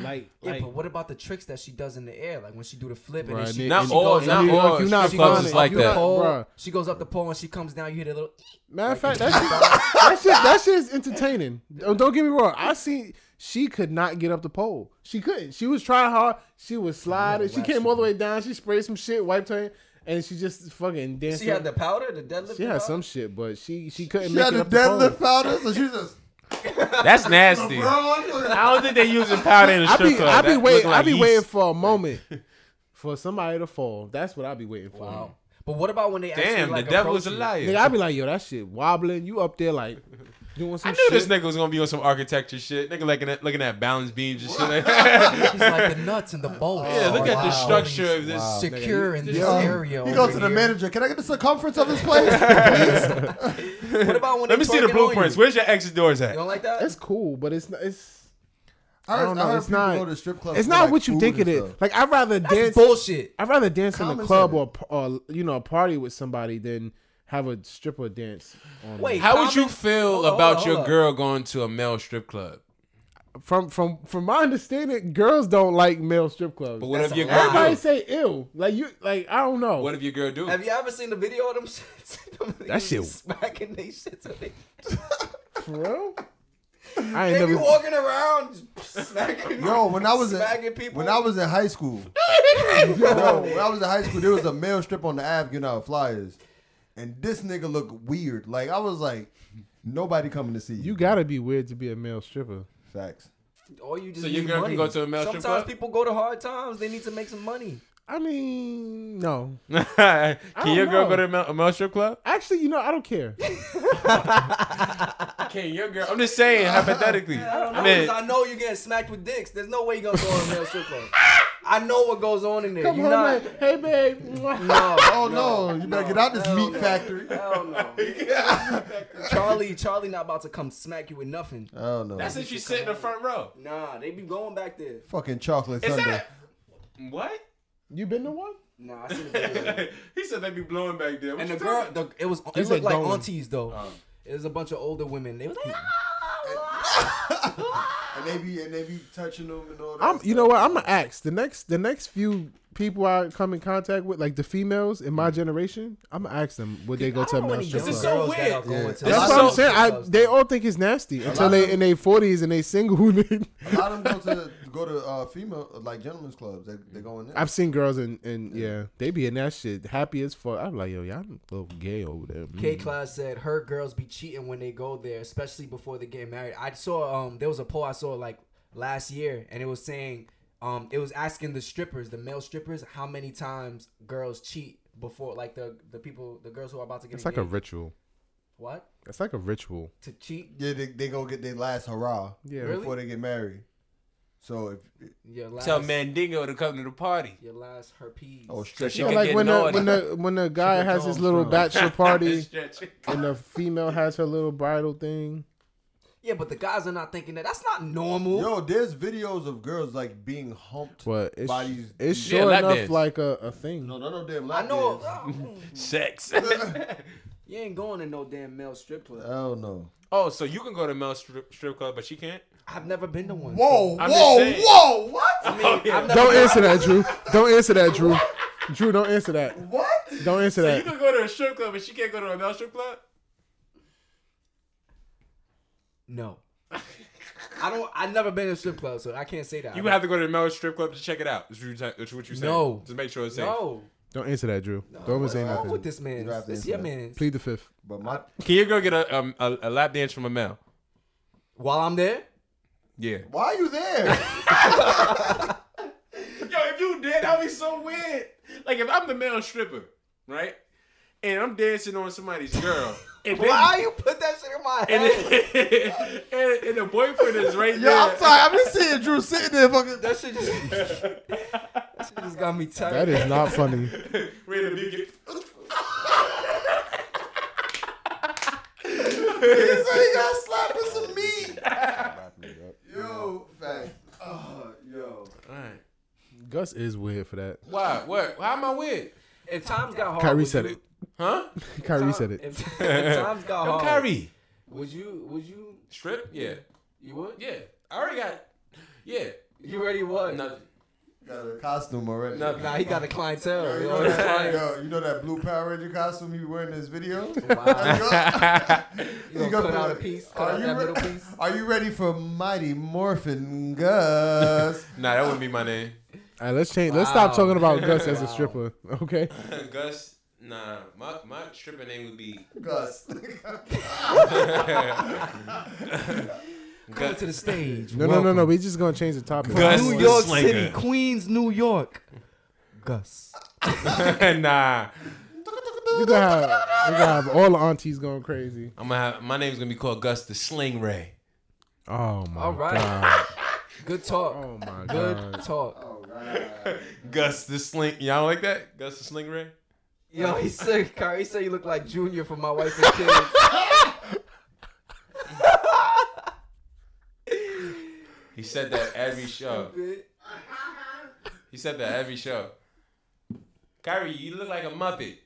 S4: like
S2: Yeah,
S4: like
S2: but what about the tricks that she does in the air? Like when she do the flip and
S4: Bruh,
S2: then she,
S4: nigga,
S3: Not
S4: and she
S3: all-
S4: goes-
S3: not
S4: New York,
S3: all
S4: you not
S3: strip
S2: she
S3: clubs
S4: finding-
S3: is like
S2: up
S4: you not-
S3: that.
S2: the pole,
S4: bruh.
S2: she goes up the pole and she comes down. You hear the little.
S4: Matter of fact, that shit, that shit, that shit is entertaining. Don't, don't get me wrong. I see she could not get up the pole. She couldn't. She was trying hard. She was sliding. She came all the way down. She sprayed some shit, wiped her, and she just fucking danced.
S2: She had the powder, the deadlift.
S4: she
S2: and all?
S4: had some shit, but she she couldn't
S5: She
S4: make
S5: had
S4: it
S5: a
S4: up the pole.
S5: deadlift powder, so she just.
S3: That's nasty.
S5: Bro,
S3: I don't think they're using powder in a
S4: I
S3: strip
S4: be
S3: club.
S4: I be
S3: That look
S4: waiting I
S3: like
S4: be
S3: yeast.
S4: waiting for a moment for somebody to fall. That's what I be waiting for.
S2: Wow. But what about when they actually
S3: Damn,
S2: like
S3: the devil is a
S2: approach you?
S3: liar.
S4: Nigga, I be like, yo, that shit wobbling. You up there like doing
S3: I
S4: some
S3: knew
S4: shit.
S3: this nigga was gonna be on some architecture shit. Nigga looking at looking at balance beams and shit. Like,
S2: He's like the nuts and the bolts.
S3: yeah, look at
S5: wow.
S3: the structure of this.
S5: Wow.
S2: Secure in this
S5: Yo,
S2: area.
S5: He
S2: over
S5: goes to the
S2: here.
S5: manager. Can I get the circumference of his place, please?
S2: What about when they
S3: Let me see the
S2: twerking on
S3: blueprints.
S2: You?
S3: Where's your exit doors
S2: You
S3: at?
S2: don't like that?
S4: It's cool, but it's not, it's
S5: I
S4: I
S5: heard,
S4: don't
S5: I
S4: know.
S5: heard
S4: It's
S5: people
S4: not.
S5: go to strip clubs.
S4: It's
S5: for,
S4: not
S5: like,
S4: what you
S5: food
S4: think it
S5: and
S4: is.
S5: stuff.
S4: Like I'd rather
S2: That's
S4: dance.
S2: bullshit.
S4: I'd rather dance in a
S5: Common
S4: club
S5: sense.
S4: or, a p- or you know a party with somebody than have a stripper dance. On
S2: Wait,
S3: How would you
S2: common-
S3: feel
S2: Hold on,
S3: about
S2: hold
S3: your
S2: on.
S3: girl going to a male strip club?
S4: From from from my understanding, girls don't like male strip clubs.
S3: But what
S2: That's
S3: if your
S2: a
S3: girl?
S2: lie.
S4: Everybody
S3: Do?
S4: say ew. Like you like I don't know.
S3: What if your girl do?
S2: Have you ever seen the video of them shits? Them
S4: That
S2: niggas
S4: shit-
S2: be smacking they shit. So they
S4: For real? I ain't
S2: they be
S4: never.
S2: walking around just smacking.
S5: Yo, when I was in,
S2: smacking people.
S5: when I was in high school, yo, when I was in high school, there was a male strip on the Ave giving out flyers, and this nigga looked weird. Like I was like, nobody coming to see you.
S4: You gotta be weird to be a male stripper.
S5: facts.
S2: All you just
S3: So your
S2: need
S3: girl can
S2: money.
S3: go to a male strip
S2: Sometimes
S3: club?
S2: people go to hard times. They need to make some money.
S4: I mean, no.
S3: Can
S4: don't
S3: your girl
S4: know.
S3: go to a male, a male strip club?
S4: Actually, you know, I don't care.
S3: Can your girl? I'm just saying hypothetically.
S2: I don't know.
S3: I mean,
S2: 'cause I know you're getting smacked with dicks. There's no way you're gonna go on a male strip club. I know what goes on in there.
S4: Come
S2: you're
S4: on,
S2: not.
S4: like, hey babe.
S2: No,
S5: Oh no, you better get out this
S2: hell
S5: meat
S2: no.
S5: factory.
S2: Hell no. Charlie, Charlie not about to come smack you with nothing.
S5: Oh no,
S3: that's if you sit in the front row.
S2: Nah, they be going back there.
S5: fucking chocolate
S3: Is
S5: thunder.
S3: that what?
S4: you been to one?
S2: Nah, I see the video.
S3: he said they be blowing back there. What
S2: And
S3: you
S2: the girl,
S3: talking-
S2: the, it was
S4: You
S2: it
S4: said
S2: looked like
S4: going.
S2: aunties though.
S3: Uh.
S2: It was a bunch of older women. They was like,
S5: And they be and they be touching them and all that.
S4: I'm. You know what? I'm gonna ask the next. The next few people I come in contact with, like the females in my generation, I'm gonna ask them would they go to a male strip
S3: This is
S4: club.
S3: so weird.
S4: That's
S5: lot
S4: what I'm
S5: of-
S4: saying. I, they all think it's nasty until
S5: lot of
S4: they in their 40s and they single.
S5: a lot of them go to go to uh, female like gentlemen's clubs. They they go in there.
S4: I've seen girls and and yeah, they be in that shit happy as fuck. I'm like, yo, y'all a little gay over there. Mm.
S2: K Class said her girls be cheating when they go there, especially before they get married. I saw um there was a poll I saw like last year and it was saying um it was asking the strippers, the male strippers, how many times girls cheat before like the the people the girls who are about to get
S4: It's like a
S2: engaged.
S4: ritual.
S2: what?
S4: It's like a ritual.
S2: To cheat?
S5: yeah, they, they go get their last hurrah
S4: Yeah.
S2: Really?
S5: before they get married. So if
S2: Your last
S3: Tell Mandingo to come to the party.
S2: your last herpes.
S5: oh
S4: You
S5: strip
S3: she
S4: know,
S3: can
S4: like
S3: get
S4: when the,
S3: naughty.
S4: when the when the guy
S5: can
S4: has
S5: go
S4: his
S5: on
S4: little
S5: drugs.
S4: bachelor party
S3: Stretch it.
S4: and the female has her little bridal thing.
S2: Yeah, but the guys are not thinking that. That's not normal.
S5: yo, there's videos of girls like being humped.
S4: But it's
S5: Bodies-
S4: it's
S3: Yeah,
S4: sure
S3: lap
S4: enough
S3: dance.
S4: like a, a thing.
S5: No, no, no damn.
S2: I
S5: lap
S2: know.
S5: dance.
S3: Sex.
S2: you ain't going to no damn male strip club.
S5: Hell no.
S3: oh, so you can go to Mel strip, strip club, but she can't.
S2: I've never been to one.
S5: Whoa,
S3: I'm just
S5: whoa,
S3: saying.
S5: whoa! What?
S3: Oh, yeah.
S2: I've never
S4: Don't answer that, Drew. Don't answer that, Drew. Drew, don't answer that.
S5: What?
S4: Don't answer
S3: So you
S4: that.
S3: can go to a strip club, but she can't go to a Mel strip club.
S2: No. I don't. I've never been in a strip club, so I can't say that.
S3: You have to go to the Mel strip club to check it out. Is what you ta- is what you saying?
S2: No.
S3: Just make sure it's safe.
S2: no.
S4: Don't answer that, Drew. Don't even
S2: What's
S4: say
S2: wrong with
S4: nothing.
S2: this man?
S5: You don't have to
S2: This
S5: answer
S2: your
S5: that.
S2: man.
S4: Plead the fifth.
S5: But my
S3: Can you go get a um, a, a lap dance from a male?
S2: While I'm there,
S3: Yeah.
S5: Why are you there?
S3: Yo, if you did, that'd be so weird. Like if I'm the male stripper, right? And I'm dancing on somebody's girl, and they-
S2: why you put that shit in my
S3: and,
S2: head?
S3: then- and, and the boyfriend is right
S5: Yo,
S3: there.
S5: I'm sorry. I've been seeing Drew sitting there fucking.
S2: That shit just. that shit just got me tight.
S4: That is not funny.
S3: Ready to be
S5: He's like, y'all slapping some meat. yo, fact. Oh, yo.
S3: All right.
S4: Gus is weird for that.
S3: Why? What? How am I weird?
S2: If times got hard,
S4: Kyrie
S2: Oh, would
S4: said
S2: you-
S4: it.
S3: Huh?
S4: Kyrie said it.
S2: If, if times got
S5: Oh.
S3: Yo,
S2: hard,
S3: Kyrie.
S2: would you? Would you?
S3: Strip? Yeah.
S2: You would?
S3: Yeah. I already got. Yeah.
S2: You already would.
S3: Nothing.
S5: Got a costume already.
S3: Nothing.
S2: Nah, he got a clientele.
S5: Yo,
S2: yo.
S5: you, know that, yo, you know that blue Power Ranger costume he be wearing in this video?
S2: You gonna
S5: gonna
S2: cut
S5: be
S2: out a
S5: like,
S2: piece? Cut
S5: Are
S2: out
S5: you,
S2: that
S5: re-
S2: middle piece?
S5: are you ready for Mighty Morphin Gus?
S3: nah, that wouldn't be my name.
S4: All right, let's change. Let's stop
S2: Wow.
S4: talking about Gus as a
S2: Wow.
S4: stripper. Okay.
S3: Gus. Nah, my my stripper name would be
S5: Gus.
S2: Come to the stage.
S4: No, no, no, no. We're just gonna change the topic.
S3: Gus.
S2: New
S3: the
S2: York
S3: slinger.
S2: City, Queens, New York. Gus.
S3: nah.
S4: We're gonna have, we're gonna have all the aunties going crazy.
S3: I'm gonna have my name's gonna be called Gus the Sling Ray.
S4: Oh my
S2: All right.
S4: god.
S2: Good talk.
S4: Oh my
S2: Good
S4: god.
S2: talk.
S3: Gus the Sling. Y'all like that? Gus the Sling Ray.
S2: Yo, he said, Kyrie said you look like Junior from My Wife and Kids.
S3: He said that every show. He said that every show. Kyrie, you look like a Muppet.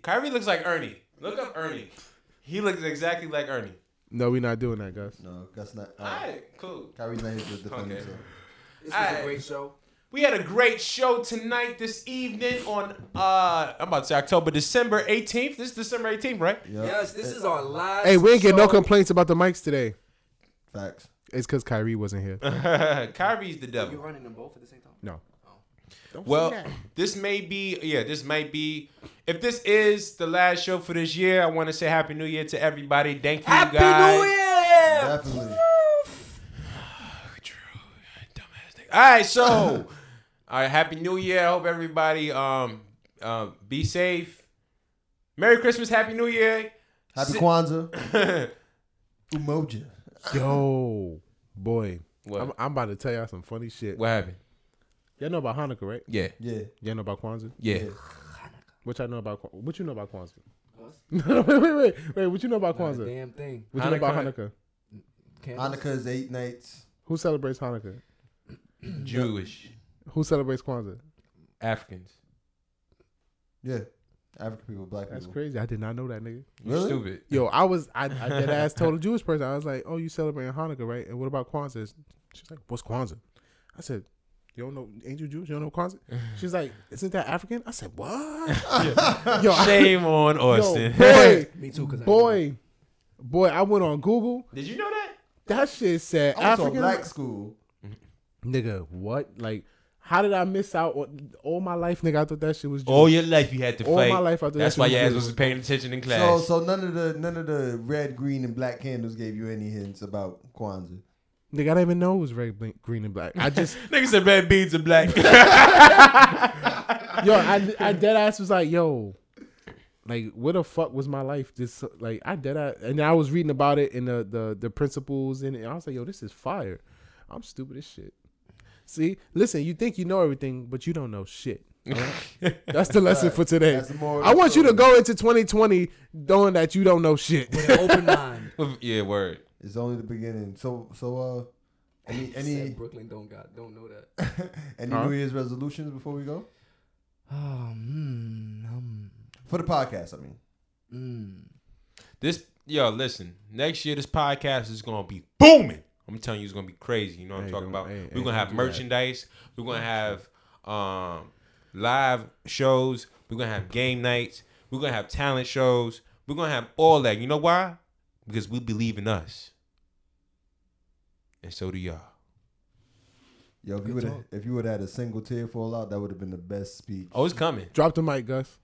S3: Kyrie looks like Ernie. Look up Ernie. He looks exactly like Ernie.
S4: No, we're not doing that, Gus.
S5: no, Gus not.
S3: All
S5: Uh,
S3: right, cool.
S5: Kyrie's not here to defend
S3: Okay.
S5: himself.
S2: This was
S3: Aight.
S2: a great show.
S3: We had a great show tonight, this evening on uh, I'm about to say October, December 18th. This is December 18th, right?
S5: Yep.
S2: Yes, this is our last.
S4: Hey, we ain't get no
S2: show.
S4: complaints about the mics today.
S5: Facts.
S4: It's because Kyrie wasn't here.
S3: Kyrie's the
S2: You
S3: devil.
S2: running them both at the same time?
S4: No.
S3: Well, this may be, yeah, this might be. If this is the last show for this year, I want to say Happy New Year to everybody. Thank you,
S2: Happy
S3: guys.
S2: New Year!
S5: Definitely.
S3: Drew, All right, so all right, happy New Year. I hope everybody um uh, be safe. Merry Christmas, Happy New Year.
S5: Happy
S3: Sit-
S5: Kwanzaa. Umoja.
S4: Yo, boy.
S3: What?
S4: I'm, I'm about to tell y'all some funny shit.
S3: what happened?
S4: Y'all know about Hanukkah, right?
S3: Yeah,
S5: Yeah.
S4: Y'all know about Kwanzaa?
S3: yeah.
S4: What y'all know about Kwanzaa? What you know about Kwanzaa? No, wait, wait, wait, wait. What you know about
S2: Not a
S4: Kwanzaa?
S2: damn thing.
S4: What you know about
S3: Hanukkah.
S4: Hanukkah?
S2: Can't-
S5: Hanukkah is eight nights.
S4: Who celebrates Hanukkah?
S3: Jewish
S4: Who celebrates Kwanzaa?
S3: Africans.
S5: Yeah. African people, black
S4: That's
S5: people.
S4: crazy. I did not know that nigga.
S3: You
S5: Really?
S3: stupid.
S4: Yo, I was I, I dead ass told a Jewish person. I was like, "Oh, you celebrating Hanukkah, right? And what about Kwanzaa?" She's like, "What's Kwanzaa?" I said, "You don't know? Ain't you Jewish? You don't know Kwanzaa?" She's like, "Isn't that African?" I said, "What?" yo, I-
S3: Shame on
S4: yo,
S3: Austin.
S4: boy,
S2: Me too, 'cause I-
S4: boy, boy, I went on Google.
S3: Did you know that?
S4: That shit said
S5: I went to a
S4: African
S5: black school.
S4: nigga. What? Like, how did I miss out on all my life, nigga? I thought that shit was Jewish.
S3: All your life you had to
S4: All
S3: fight.
S4: my life I thought
S3: That's
S4: that
S3: why
S4: shit
S3: your ass
S4: was-
S3: wasn't paying attention in
S5: So,
S3: class.
S5: so none of the none of the red, green, and black candles gave you any hints about Kwanzaa.
S4: Nigga, I didn't even know it was red, blink, green, and black. I just
S3: Niggas said red beads are black.
S4: yo, I, I dead ass was like, yo, like what the fuck was my life? This like I dead ass, and I was reading about it in the the the principles, and, and I was like, yo, this is fire. I'm stupid as shit. See, listen, you think you know everything, but you don't know shit. alright? That's the lesson for today.
S5: That's the moral of
S4: I
S5: the
S4: want you to
S5: story.
S4: go into 2020 knowing that you don't know shit.
S2: With an open mind.
S3: yeah, word.
S5: It's only the beginning. So so uh any
S2: Said
S5: any
S2: Brooklyn don't got don't know that.
S5: any
S4: Huh?
S5: New Year's resolutions before we go?
S2: Oh, mm, um,
S5: For the podcast, I mean.
S2: mm.
S3: This yo, listen. Next year, this podcast is gonna be booming. I'm telling you, it's gonna be crazy. You know what
S4: Hey,
S3: I'm talking
S4: don't-
S3: about.
S4: hey,
S3: We're
S4: hey,
S3: gonna have
S4: don't do that.
S3: merchandise. We're gonna have um, live shows. We're gonna have game nights. We're gonna have talent shows. We're gonna have all that. You know why? Because we believe in us, and so do y'all.
S5: Yo, if you would if you would have had a single tear fall out, that would have been the best speech.
S3: Oh, it's coming.
S4: Drop the mic, Gus.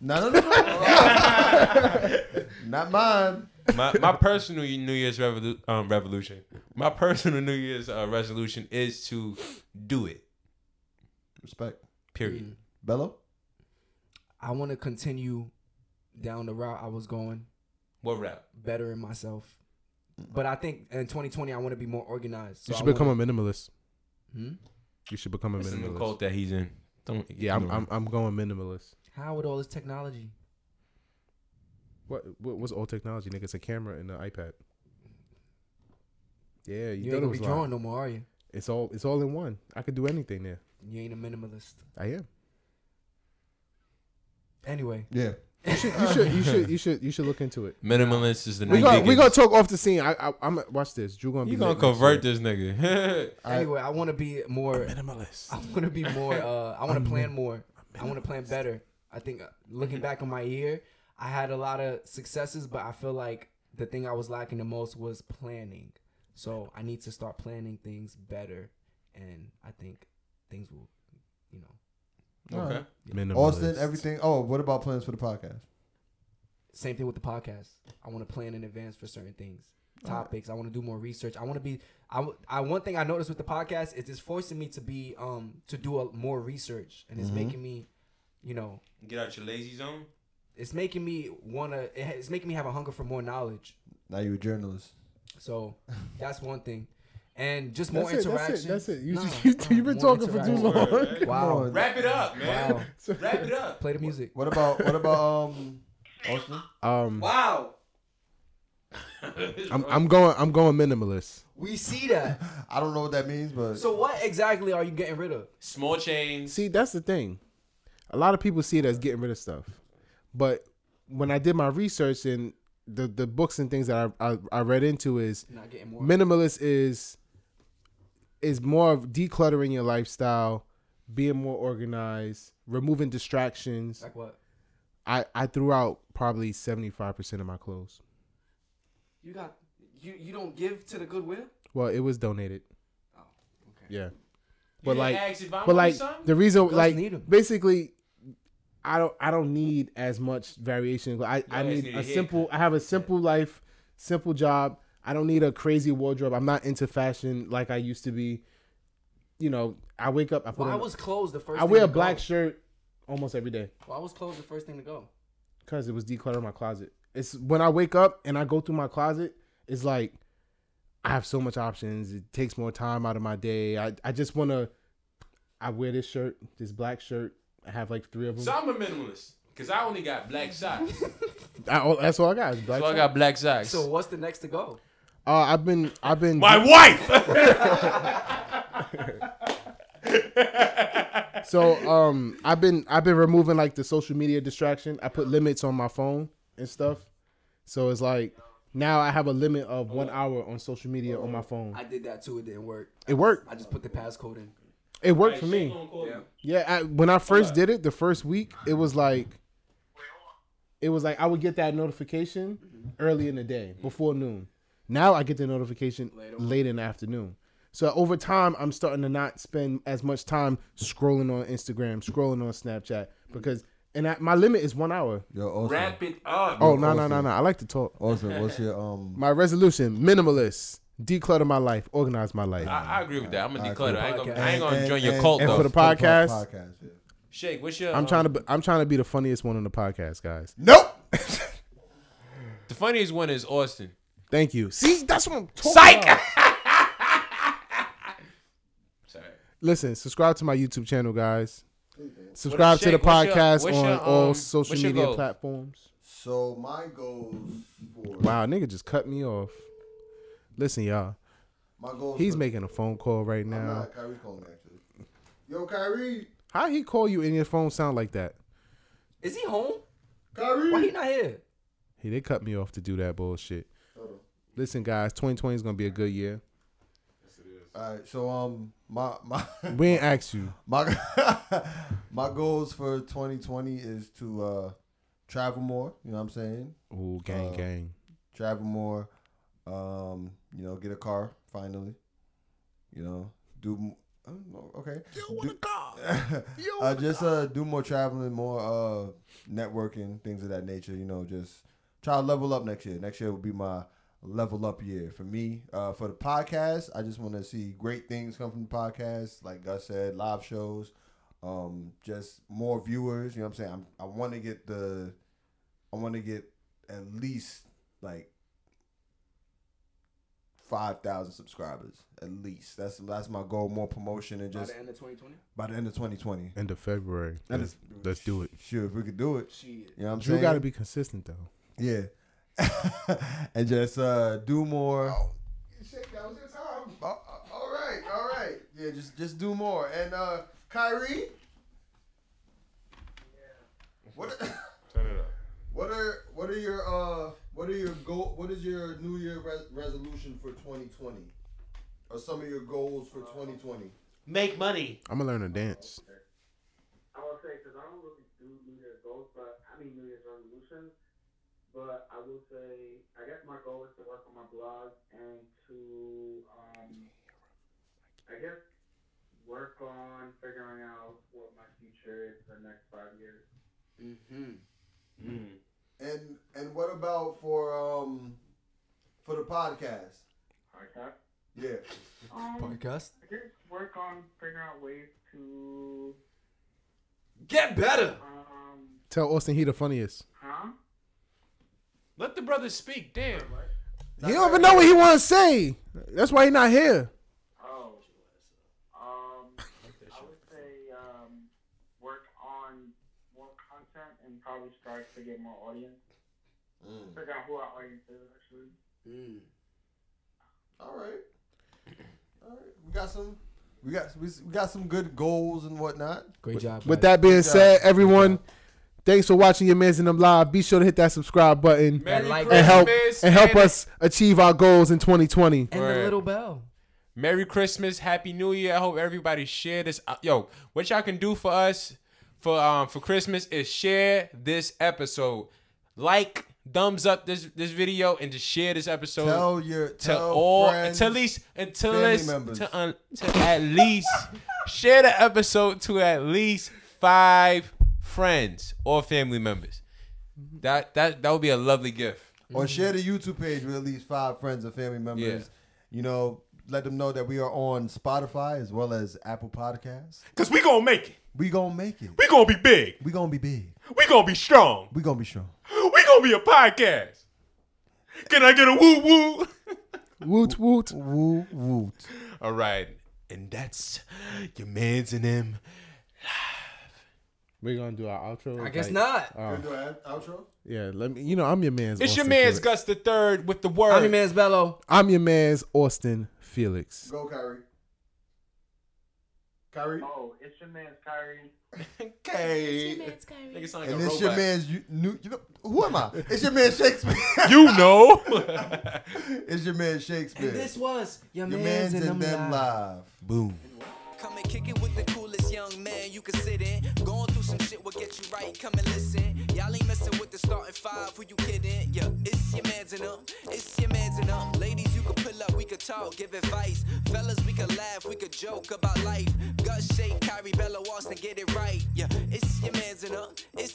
S5: No, no, no, no. Not mine.
S3: my my personal New Year's revolu- um, revolution. My personal New Year's uh, resolution is to do it.
S5: Respect.
S3: Period.
S2: Mm.
S5: Bello?
S2: I want to continue down the route I was going,
S3: What rap?
S2: better in myself. But I think in 2020 I want to be more organized. So
S4: You should
S2: I
S4: become
S2: wanna-
S4: a minimalist.
S2: Hmm?
S4: You should become a
S3: It's in the
S4: minimalist.
S3: cult that he's in. Don't
S4: Yeah, I'm, I'm I'm going minimalist.
S2: How with all this technology?
S4: What, what was old technology, nigga? It's a camera and an iPad. Yeah, you,
S2: You, ain't
S4: thought it
S2: gonna
S4: was
S2: be
S4: live.
S2: drawing no more, are you?
S4: It's all it's all in one. I could do anything there.
S2: You ain't a minimalist.
S4: I am.
S2: Anyway,
S5: Yeah.
S4: You should you should you should you should, you should look into it.
S3: Minimalist is the
S4: We
S3: new.
S4: gonna we
S3: Dickens.
S4: gonna talk off the scene. I, I I'm watch this. Drew gonna be
S3: You gonna
S4: lit next
S3: convert
S4: year.
S3: this nigga?
S2: anyway, I want to be more. I
S4: minimalist.
S2: want to be more. Uh, I want to plan more. I want to plan better. I think uh, looking back on my year, I had a lot of successes, but I feel like the thing I was lacking the most was planning. So I need to start planning things better, and I think things will, you know,
S3: okay.
S4: Minimalist.
S5: Austin, everything. Oh, what about plans for the podcast?
S2: same thing with the podcast. I want to plan in advance for certain things, topics. I want to do more research. I want to be. I, w- I- one thing I noticed with the podcast is it's forcing me to be um to do a, more research, and it's making me, you know,
S3: Get out your lazy zone.
S2: it's making me wanna. it ha- It's making me have a hunger for more knowledge.
S5: Now you're a journalist.
S2: So that's one thing, and just more
S4: That's it, that's
S2: interaction.
S4: it. That's it. You,
S2: Nah,
S4: you,
S2: nah,
S4: you've been
S2: more
S4: talking for too
S2: interaction.
S4: long.
S3: Word,
S2: Wow.
S3: Wrap it up, man.
S2: Wow.
S3: Wrap it up.
S2: Play the music.
S5: What about what about um Austin?
S4: Um,
S2: Wow.
S4: I'm I'm going I'm going minimalist.
S2: We see that.
S5: I don't know what that means, but
S2: So what exactly are you getting rid of?
S3: Small chains.
S4: See, that's the thing. A lot of people see it as getting rid of stuff, but when I did my research and the the books and things that I I, I read into is
S2: Not getting more.
S4: minimalist is is more of decluttering your lifestyle, being more organized, removing distractions.
S2: Like what?
S4: I I threw out probably seventy five percent of my clothes.
S2: You got. You you don't give to the goodwill.
S4: Well, it was donated. Yeah, but
S3: didn't
S4: like,
S3: ask if I
S4: but
S3: wanted
S4: like
S3: some?
S4: the reason, like
S2: need 'em.
S4: basically, I don't, I don't need as much variation. I, I
S3: ass
S4: need
S3: need
S4: a
S3: a hit.
S4: simple. I have a simple life, simple job. I don't need a crazy wardrobe. I'm not into fashion like I used to be. you know, I wake up, I put
S2: Well, I
S4: on,
S2: was closed the first.
S4: I
S2: thing
S4: wear
S2: to
S4: a black
S2: go.
S4: shirt almost every day
S2: Well, I was closed the first thing to go.
S4: because it was decluttering my closet. It's when I wake up and I go through my closet, it's like I have so much options. It takes more time out of my day. I, I just want to. I wear this shirt, this black shirt. I have like three of them.
S6: So I'm a minimalist because I only got black socks.
S4: I, oh, that's all I got. is Black
S6: So I
S4: shirt.
S6: got black socks.
S2: So what's the next to go?
S4: Uh, I've been, I've been.
S6: my wife.
S4: So um, I've been I've been removing like the social media distraction. I put limits on my phone and stuff. So it's like now I have a limit of one
S6: Oh.
S4: hour on social media on my phone.
S2: I did that too. It didn't work.
S4: It worked.
S2: I just put the passcode in.
S4: It worked for me.
S6: Yeah.
S4: Yeah. I, when I first did it, the first week, it was like, it was like I would get that notification early in the day before noon. Now I get the notification late in the afternoon. So over time, I'm starting to not spend as much time scrolling on Instagram, scrolling on Snapchat because, and I, my limit is one hour.
S5: Yo, also,
S6: Wrap it up.
S4: Oh no no no no! I like to talk.
S5: also, what's your um?
S4: My resolution: minimalist, declutter my life, organize my life.
S6: I, I agree with that. I'm gonna
S5: All right,
S6: declutter.
S5: cool.
S6: I ain't gonna,
S2: Podcast.
S6: I ain't gonna
S5: and-
S6: join your
S5: and-
S6: cult
S4: and
S6: though.
S4: for the podcast-
S5: podcast, yeah.
S6: Shake. What's your?
S4: I'm
S6: um,
S4: trying to. be- I'm trying to be the funniest one on the podcast, guys.
S5: Nope.
S6: The funniest one is Austin.
S4: Thank you. See, that's what I'm talking
S6: Psych.
S4: about.
S6: Sorry.
S4: Listen, subscribe to my YouTube channel, guys. Subscribe to the
S6: Shake, what's your-
S4: podcast
S6: what's
S4: on
S6: your,
S4: all
S6: um,
S4: social
S6: what's your
S4: media
S6: goal?
S4: platforms.
S5: So my goals for
S4: Wow, nigga just cut me off. Listen, y'all.
S5: my goals.
S4: He's
S5: for,
S4: making a phone call right
S5: I'm
S4: now.
S5: not Kyrie's calling actually. Yo, Kyrie,
S4: How he call you and your phone sound like that?
S2: Is he home?
S5: Kyrie.
S2: Why he not here?
S4: He they cut me off to do that bullshit. Listen, guys, 2020 is gonna be a good year.
S5: All right, so um, my my
S4: We ain't asked you.
S5: my my goals for 2020 is to uh travel more. You know what I'm saying?
S4: Ooh, gang,
S5: Uh,
S4: gang.
S5: Travel more. Um, you know, get a car finally. You know, do. m- I don't know, Okay. Do- uh, just uh, do more traveling, more uh, networking, things of that nature. You know, just try to level up next year. Next year will be my level up year for me. Uh, for the podcast, I just want to see great things come from the podcast. Like Gus said, live shows, um, just more viewers. You know what I'm saying? I'm, I want to get the, I want to get at least like five thousand subscribers. At least that's that's my goal. More promotion and
S2: By
S5: just
S2: the end of 2020.
S5: by the end of 2020.
S4: End of February.
S5: End
S4: Let's,
S5: of-
S4: let's do it.
S5: Sure, if we could do it.
S2: Shit.
S5: You know what I'm
S4: Drew
S5: saying?
S4: gotta be consistent though.
S5: Yeah. and just uh, do more. shit, that was your time. Uh, uh, all right, all right. Yeah, just just do more. And uh, Kyrie. What?
S6: Turn it up.
S5: What are what are your uh what are your goal what is your new year res- resolution for 2020 or some of your goals for 2020
S6: Make money.
S4: I'm gonna learn to dance.
S7: I will say because I don't really do New Year's goals, but I mean New Year's resolutions. But I will say, I guess my goal is to work on my blog and to, um, I guess, work on figuring out what my future is for the next five years.
S2: Mm-hmm.
S5: and and what about for um for the podcast
S7: Podcast.
S5: yeah
S7: Um,
S2: Podcast.
S7: I guess work on figuring out ways to,
S2: Get better.
S7: um,
S4: Tell Austin he the funniest.
S7: huh?
S6: Let the brother speak. Damn.
S4: He don't even know what he want to say. That's why he not here.
S7: Oh. Um, I would say um, work on more content and probably start to get more audience. Figure out who our audience is actually.
S5: All right. All right. We got some. We got we, we got some good goals and whatnot.
S2: Great job.
S4: With
S2: guys.
S4: that being said, everyone, thanks for watching your Mans in Them Live. Be sure to hit that subscribe button
S6: Merry
S2: like-
S4: and help
S6: Christmas
S4: and help us achieve our goals in 2020.
S2: and the
S6: Word.
S2: little bell.
S6: Merry Christmas, Happy New Year. I hope everybody share this. uh, Yo, what y'all can do for us for um for Christmas is share this episode, like, thumbs up this this video, and just share this episode
S5: Tell your
S6: Uh, to
S5: tell
S6: all uh,
S5: friends,
S6: to at least until
S5: family
S6: least
S5: members.
S6: to, un, to at least share the episode to at least five friends or family members. That that that would be a lovely gift.
S5: or share the YouTube page with at least five friends and family members.
S6: Yeah.
S5: You know, let them know that we are on Spotify as well as Apple Podcasts.
S3: Cause we gonna make it.
S5: We gonna make it.
S3: We gonna be big.
S5: We gonna be big.
S3: We gonna be strong.
S5: We gonna be strong.
S3: We gonna be a podcast. Can I get a woo woo?
S4: Woot woot.
S5: Woo woot.
S3: All right, and that's your man's and them.
S4: We're gonna do our outro.
S8: I guess
S4: like,
S8: not.
S4: uh,
S5: outro.
S4: yeah, let me. You know, I'm your man's.
S3: It's your
S4: Austin
S3: man's
S4: Felix.
S3: Gus the Third with the word.
S8: I'm your man's Bello.
S4: I'm your man's Austin Felix.
S5: Go Kyrie. Kyrie.
S7: Oh, it's your man's Kyrie.
S3: Okay. Nigga sound like
S5: And
S3: a
S5: it's
S3: robot.
S5: your man's you, new. You know, who am I? It's your man Shakespeare.
S3: You know.
S5: it's your man Shakespeare.
S8: And this was your,
S5: your
S8: man's,
S5: man's in
S8: and them
S5: them
S8: live.
S5: live. Boom.
S2: Come and kick it with the coolest young man you can sit in. Going through some shit will get you right. Come and listen. Y'all ain't messing with the starting five. Who you kidding? Yeah, it's your man's in them. It's your man's in them. Ladies, you can pull up. We could talk, give advice. Fellas, we could laugh. We could joke about life. Gut shake, Kyrie Bella Austin, get it right. Yeah, it's your man's in them. It's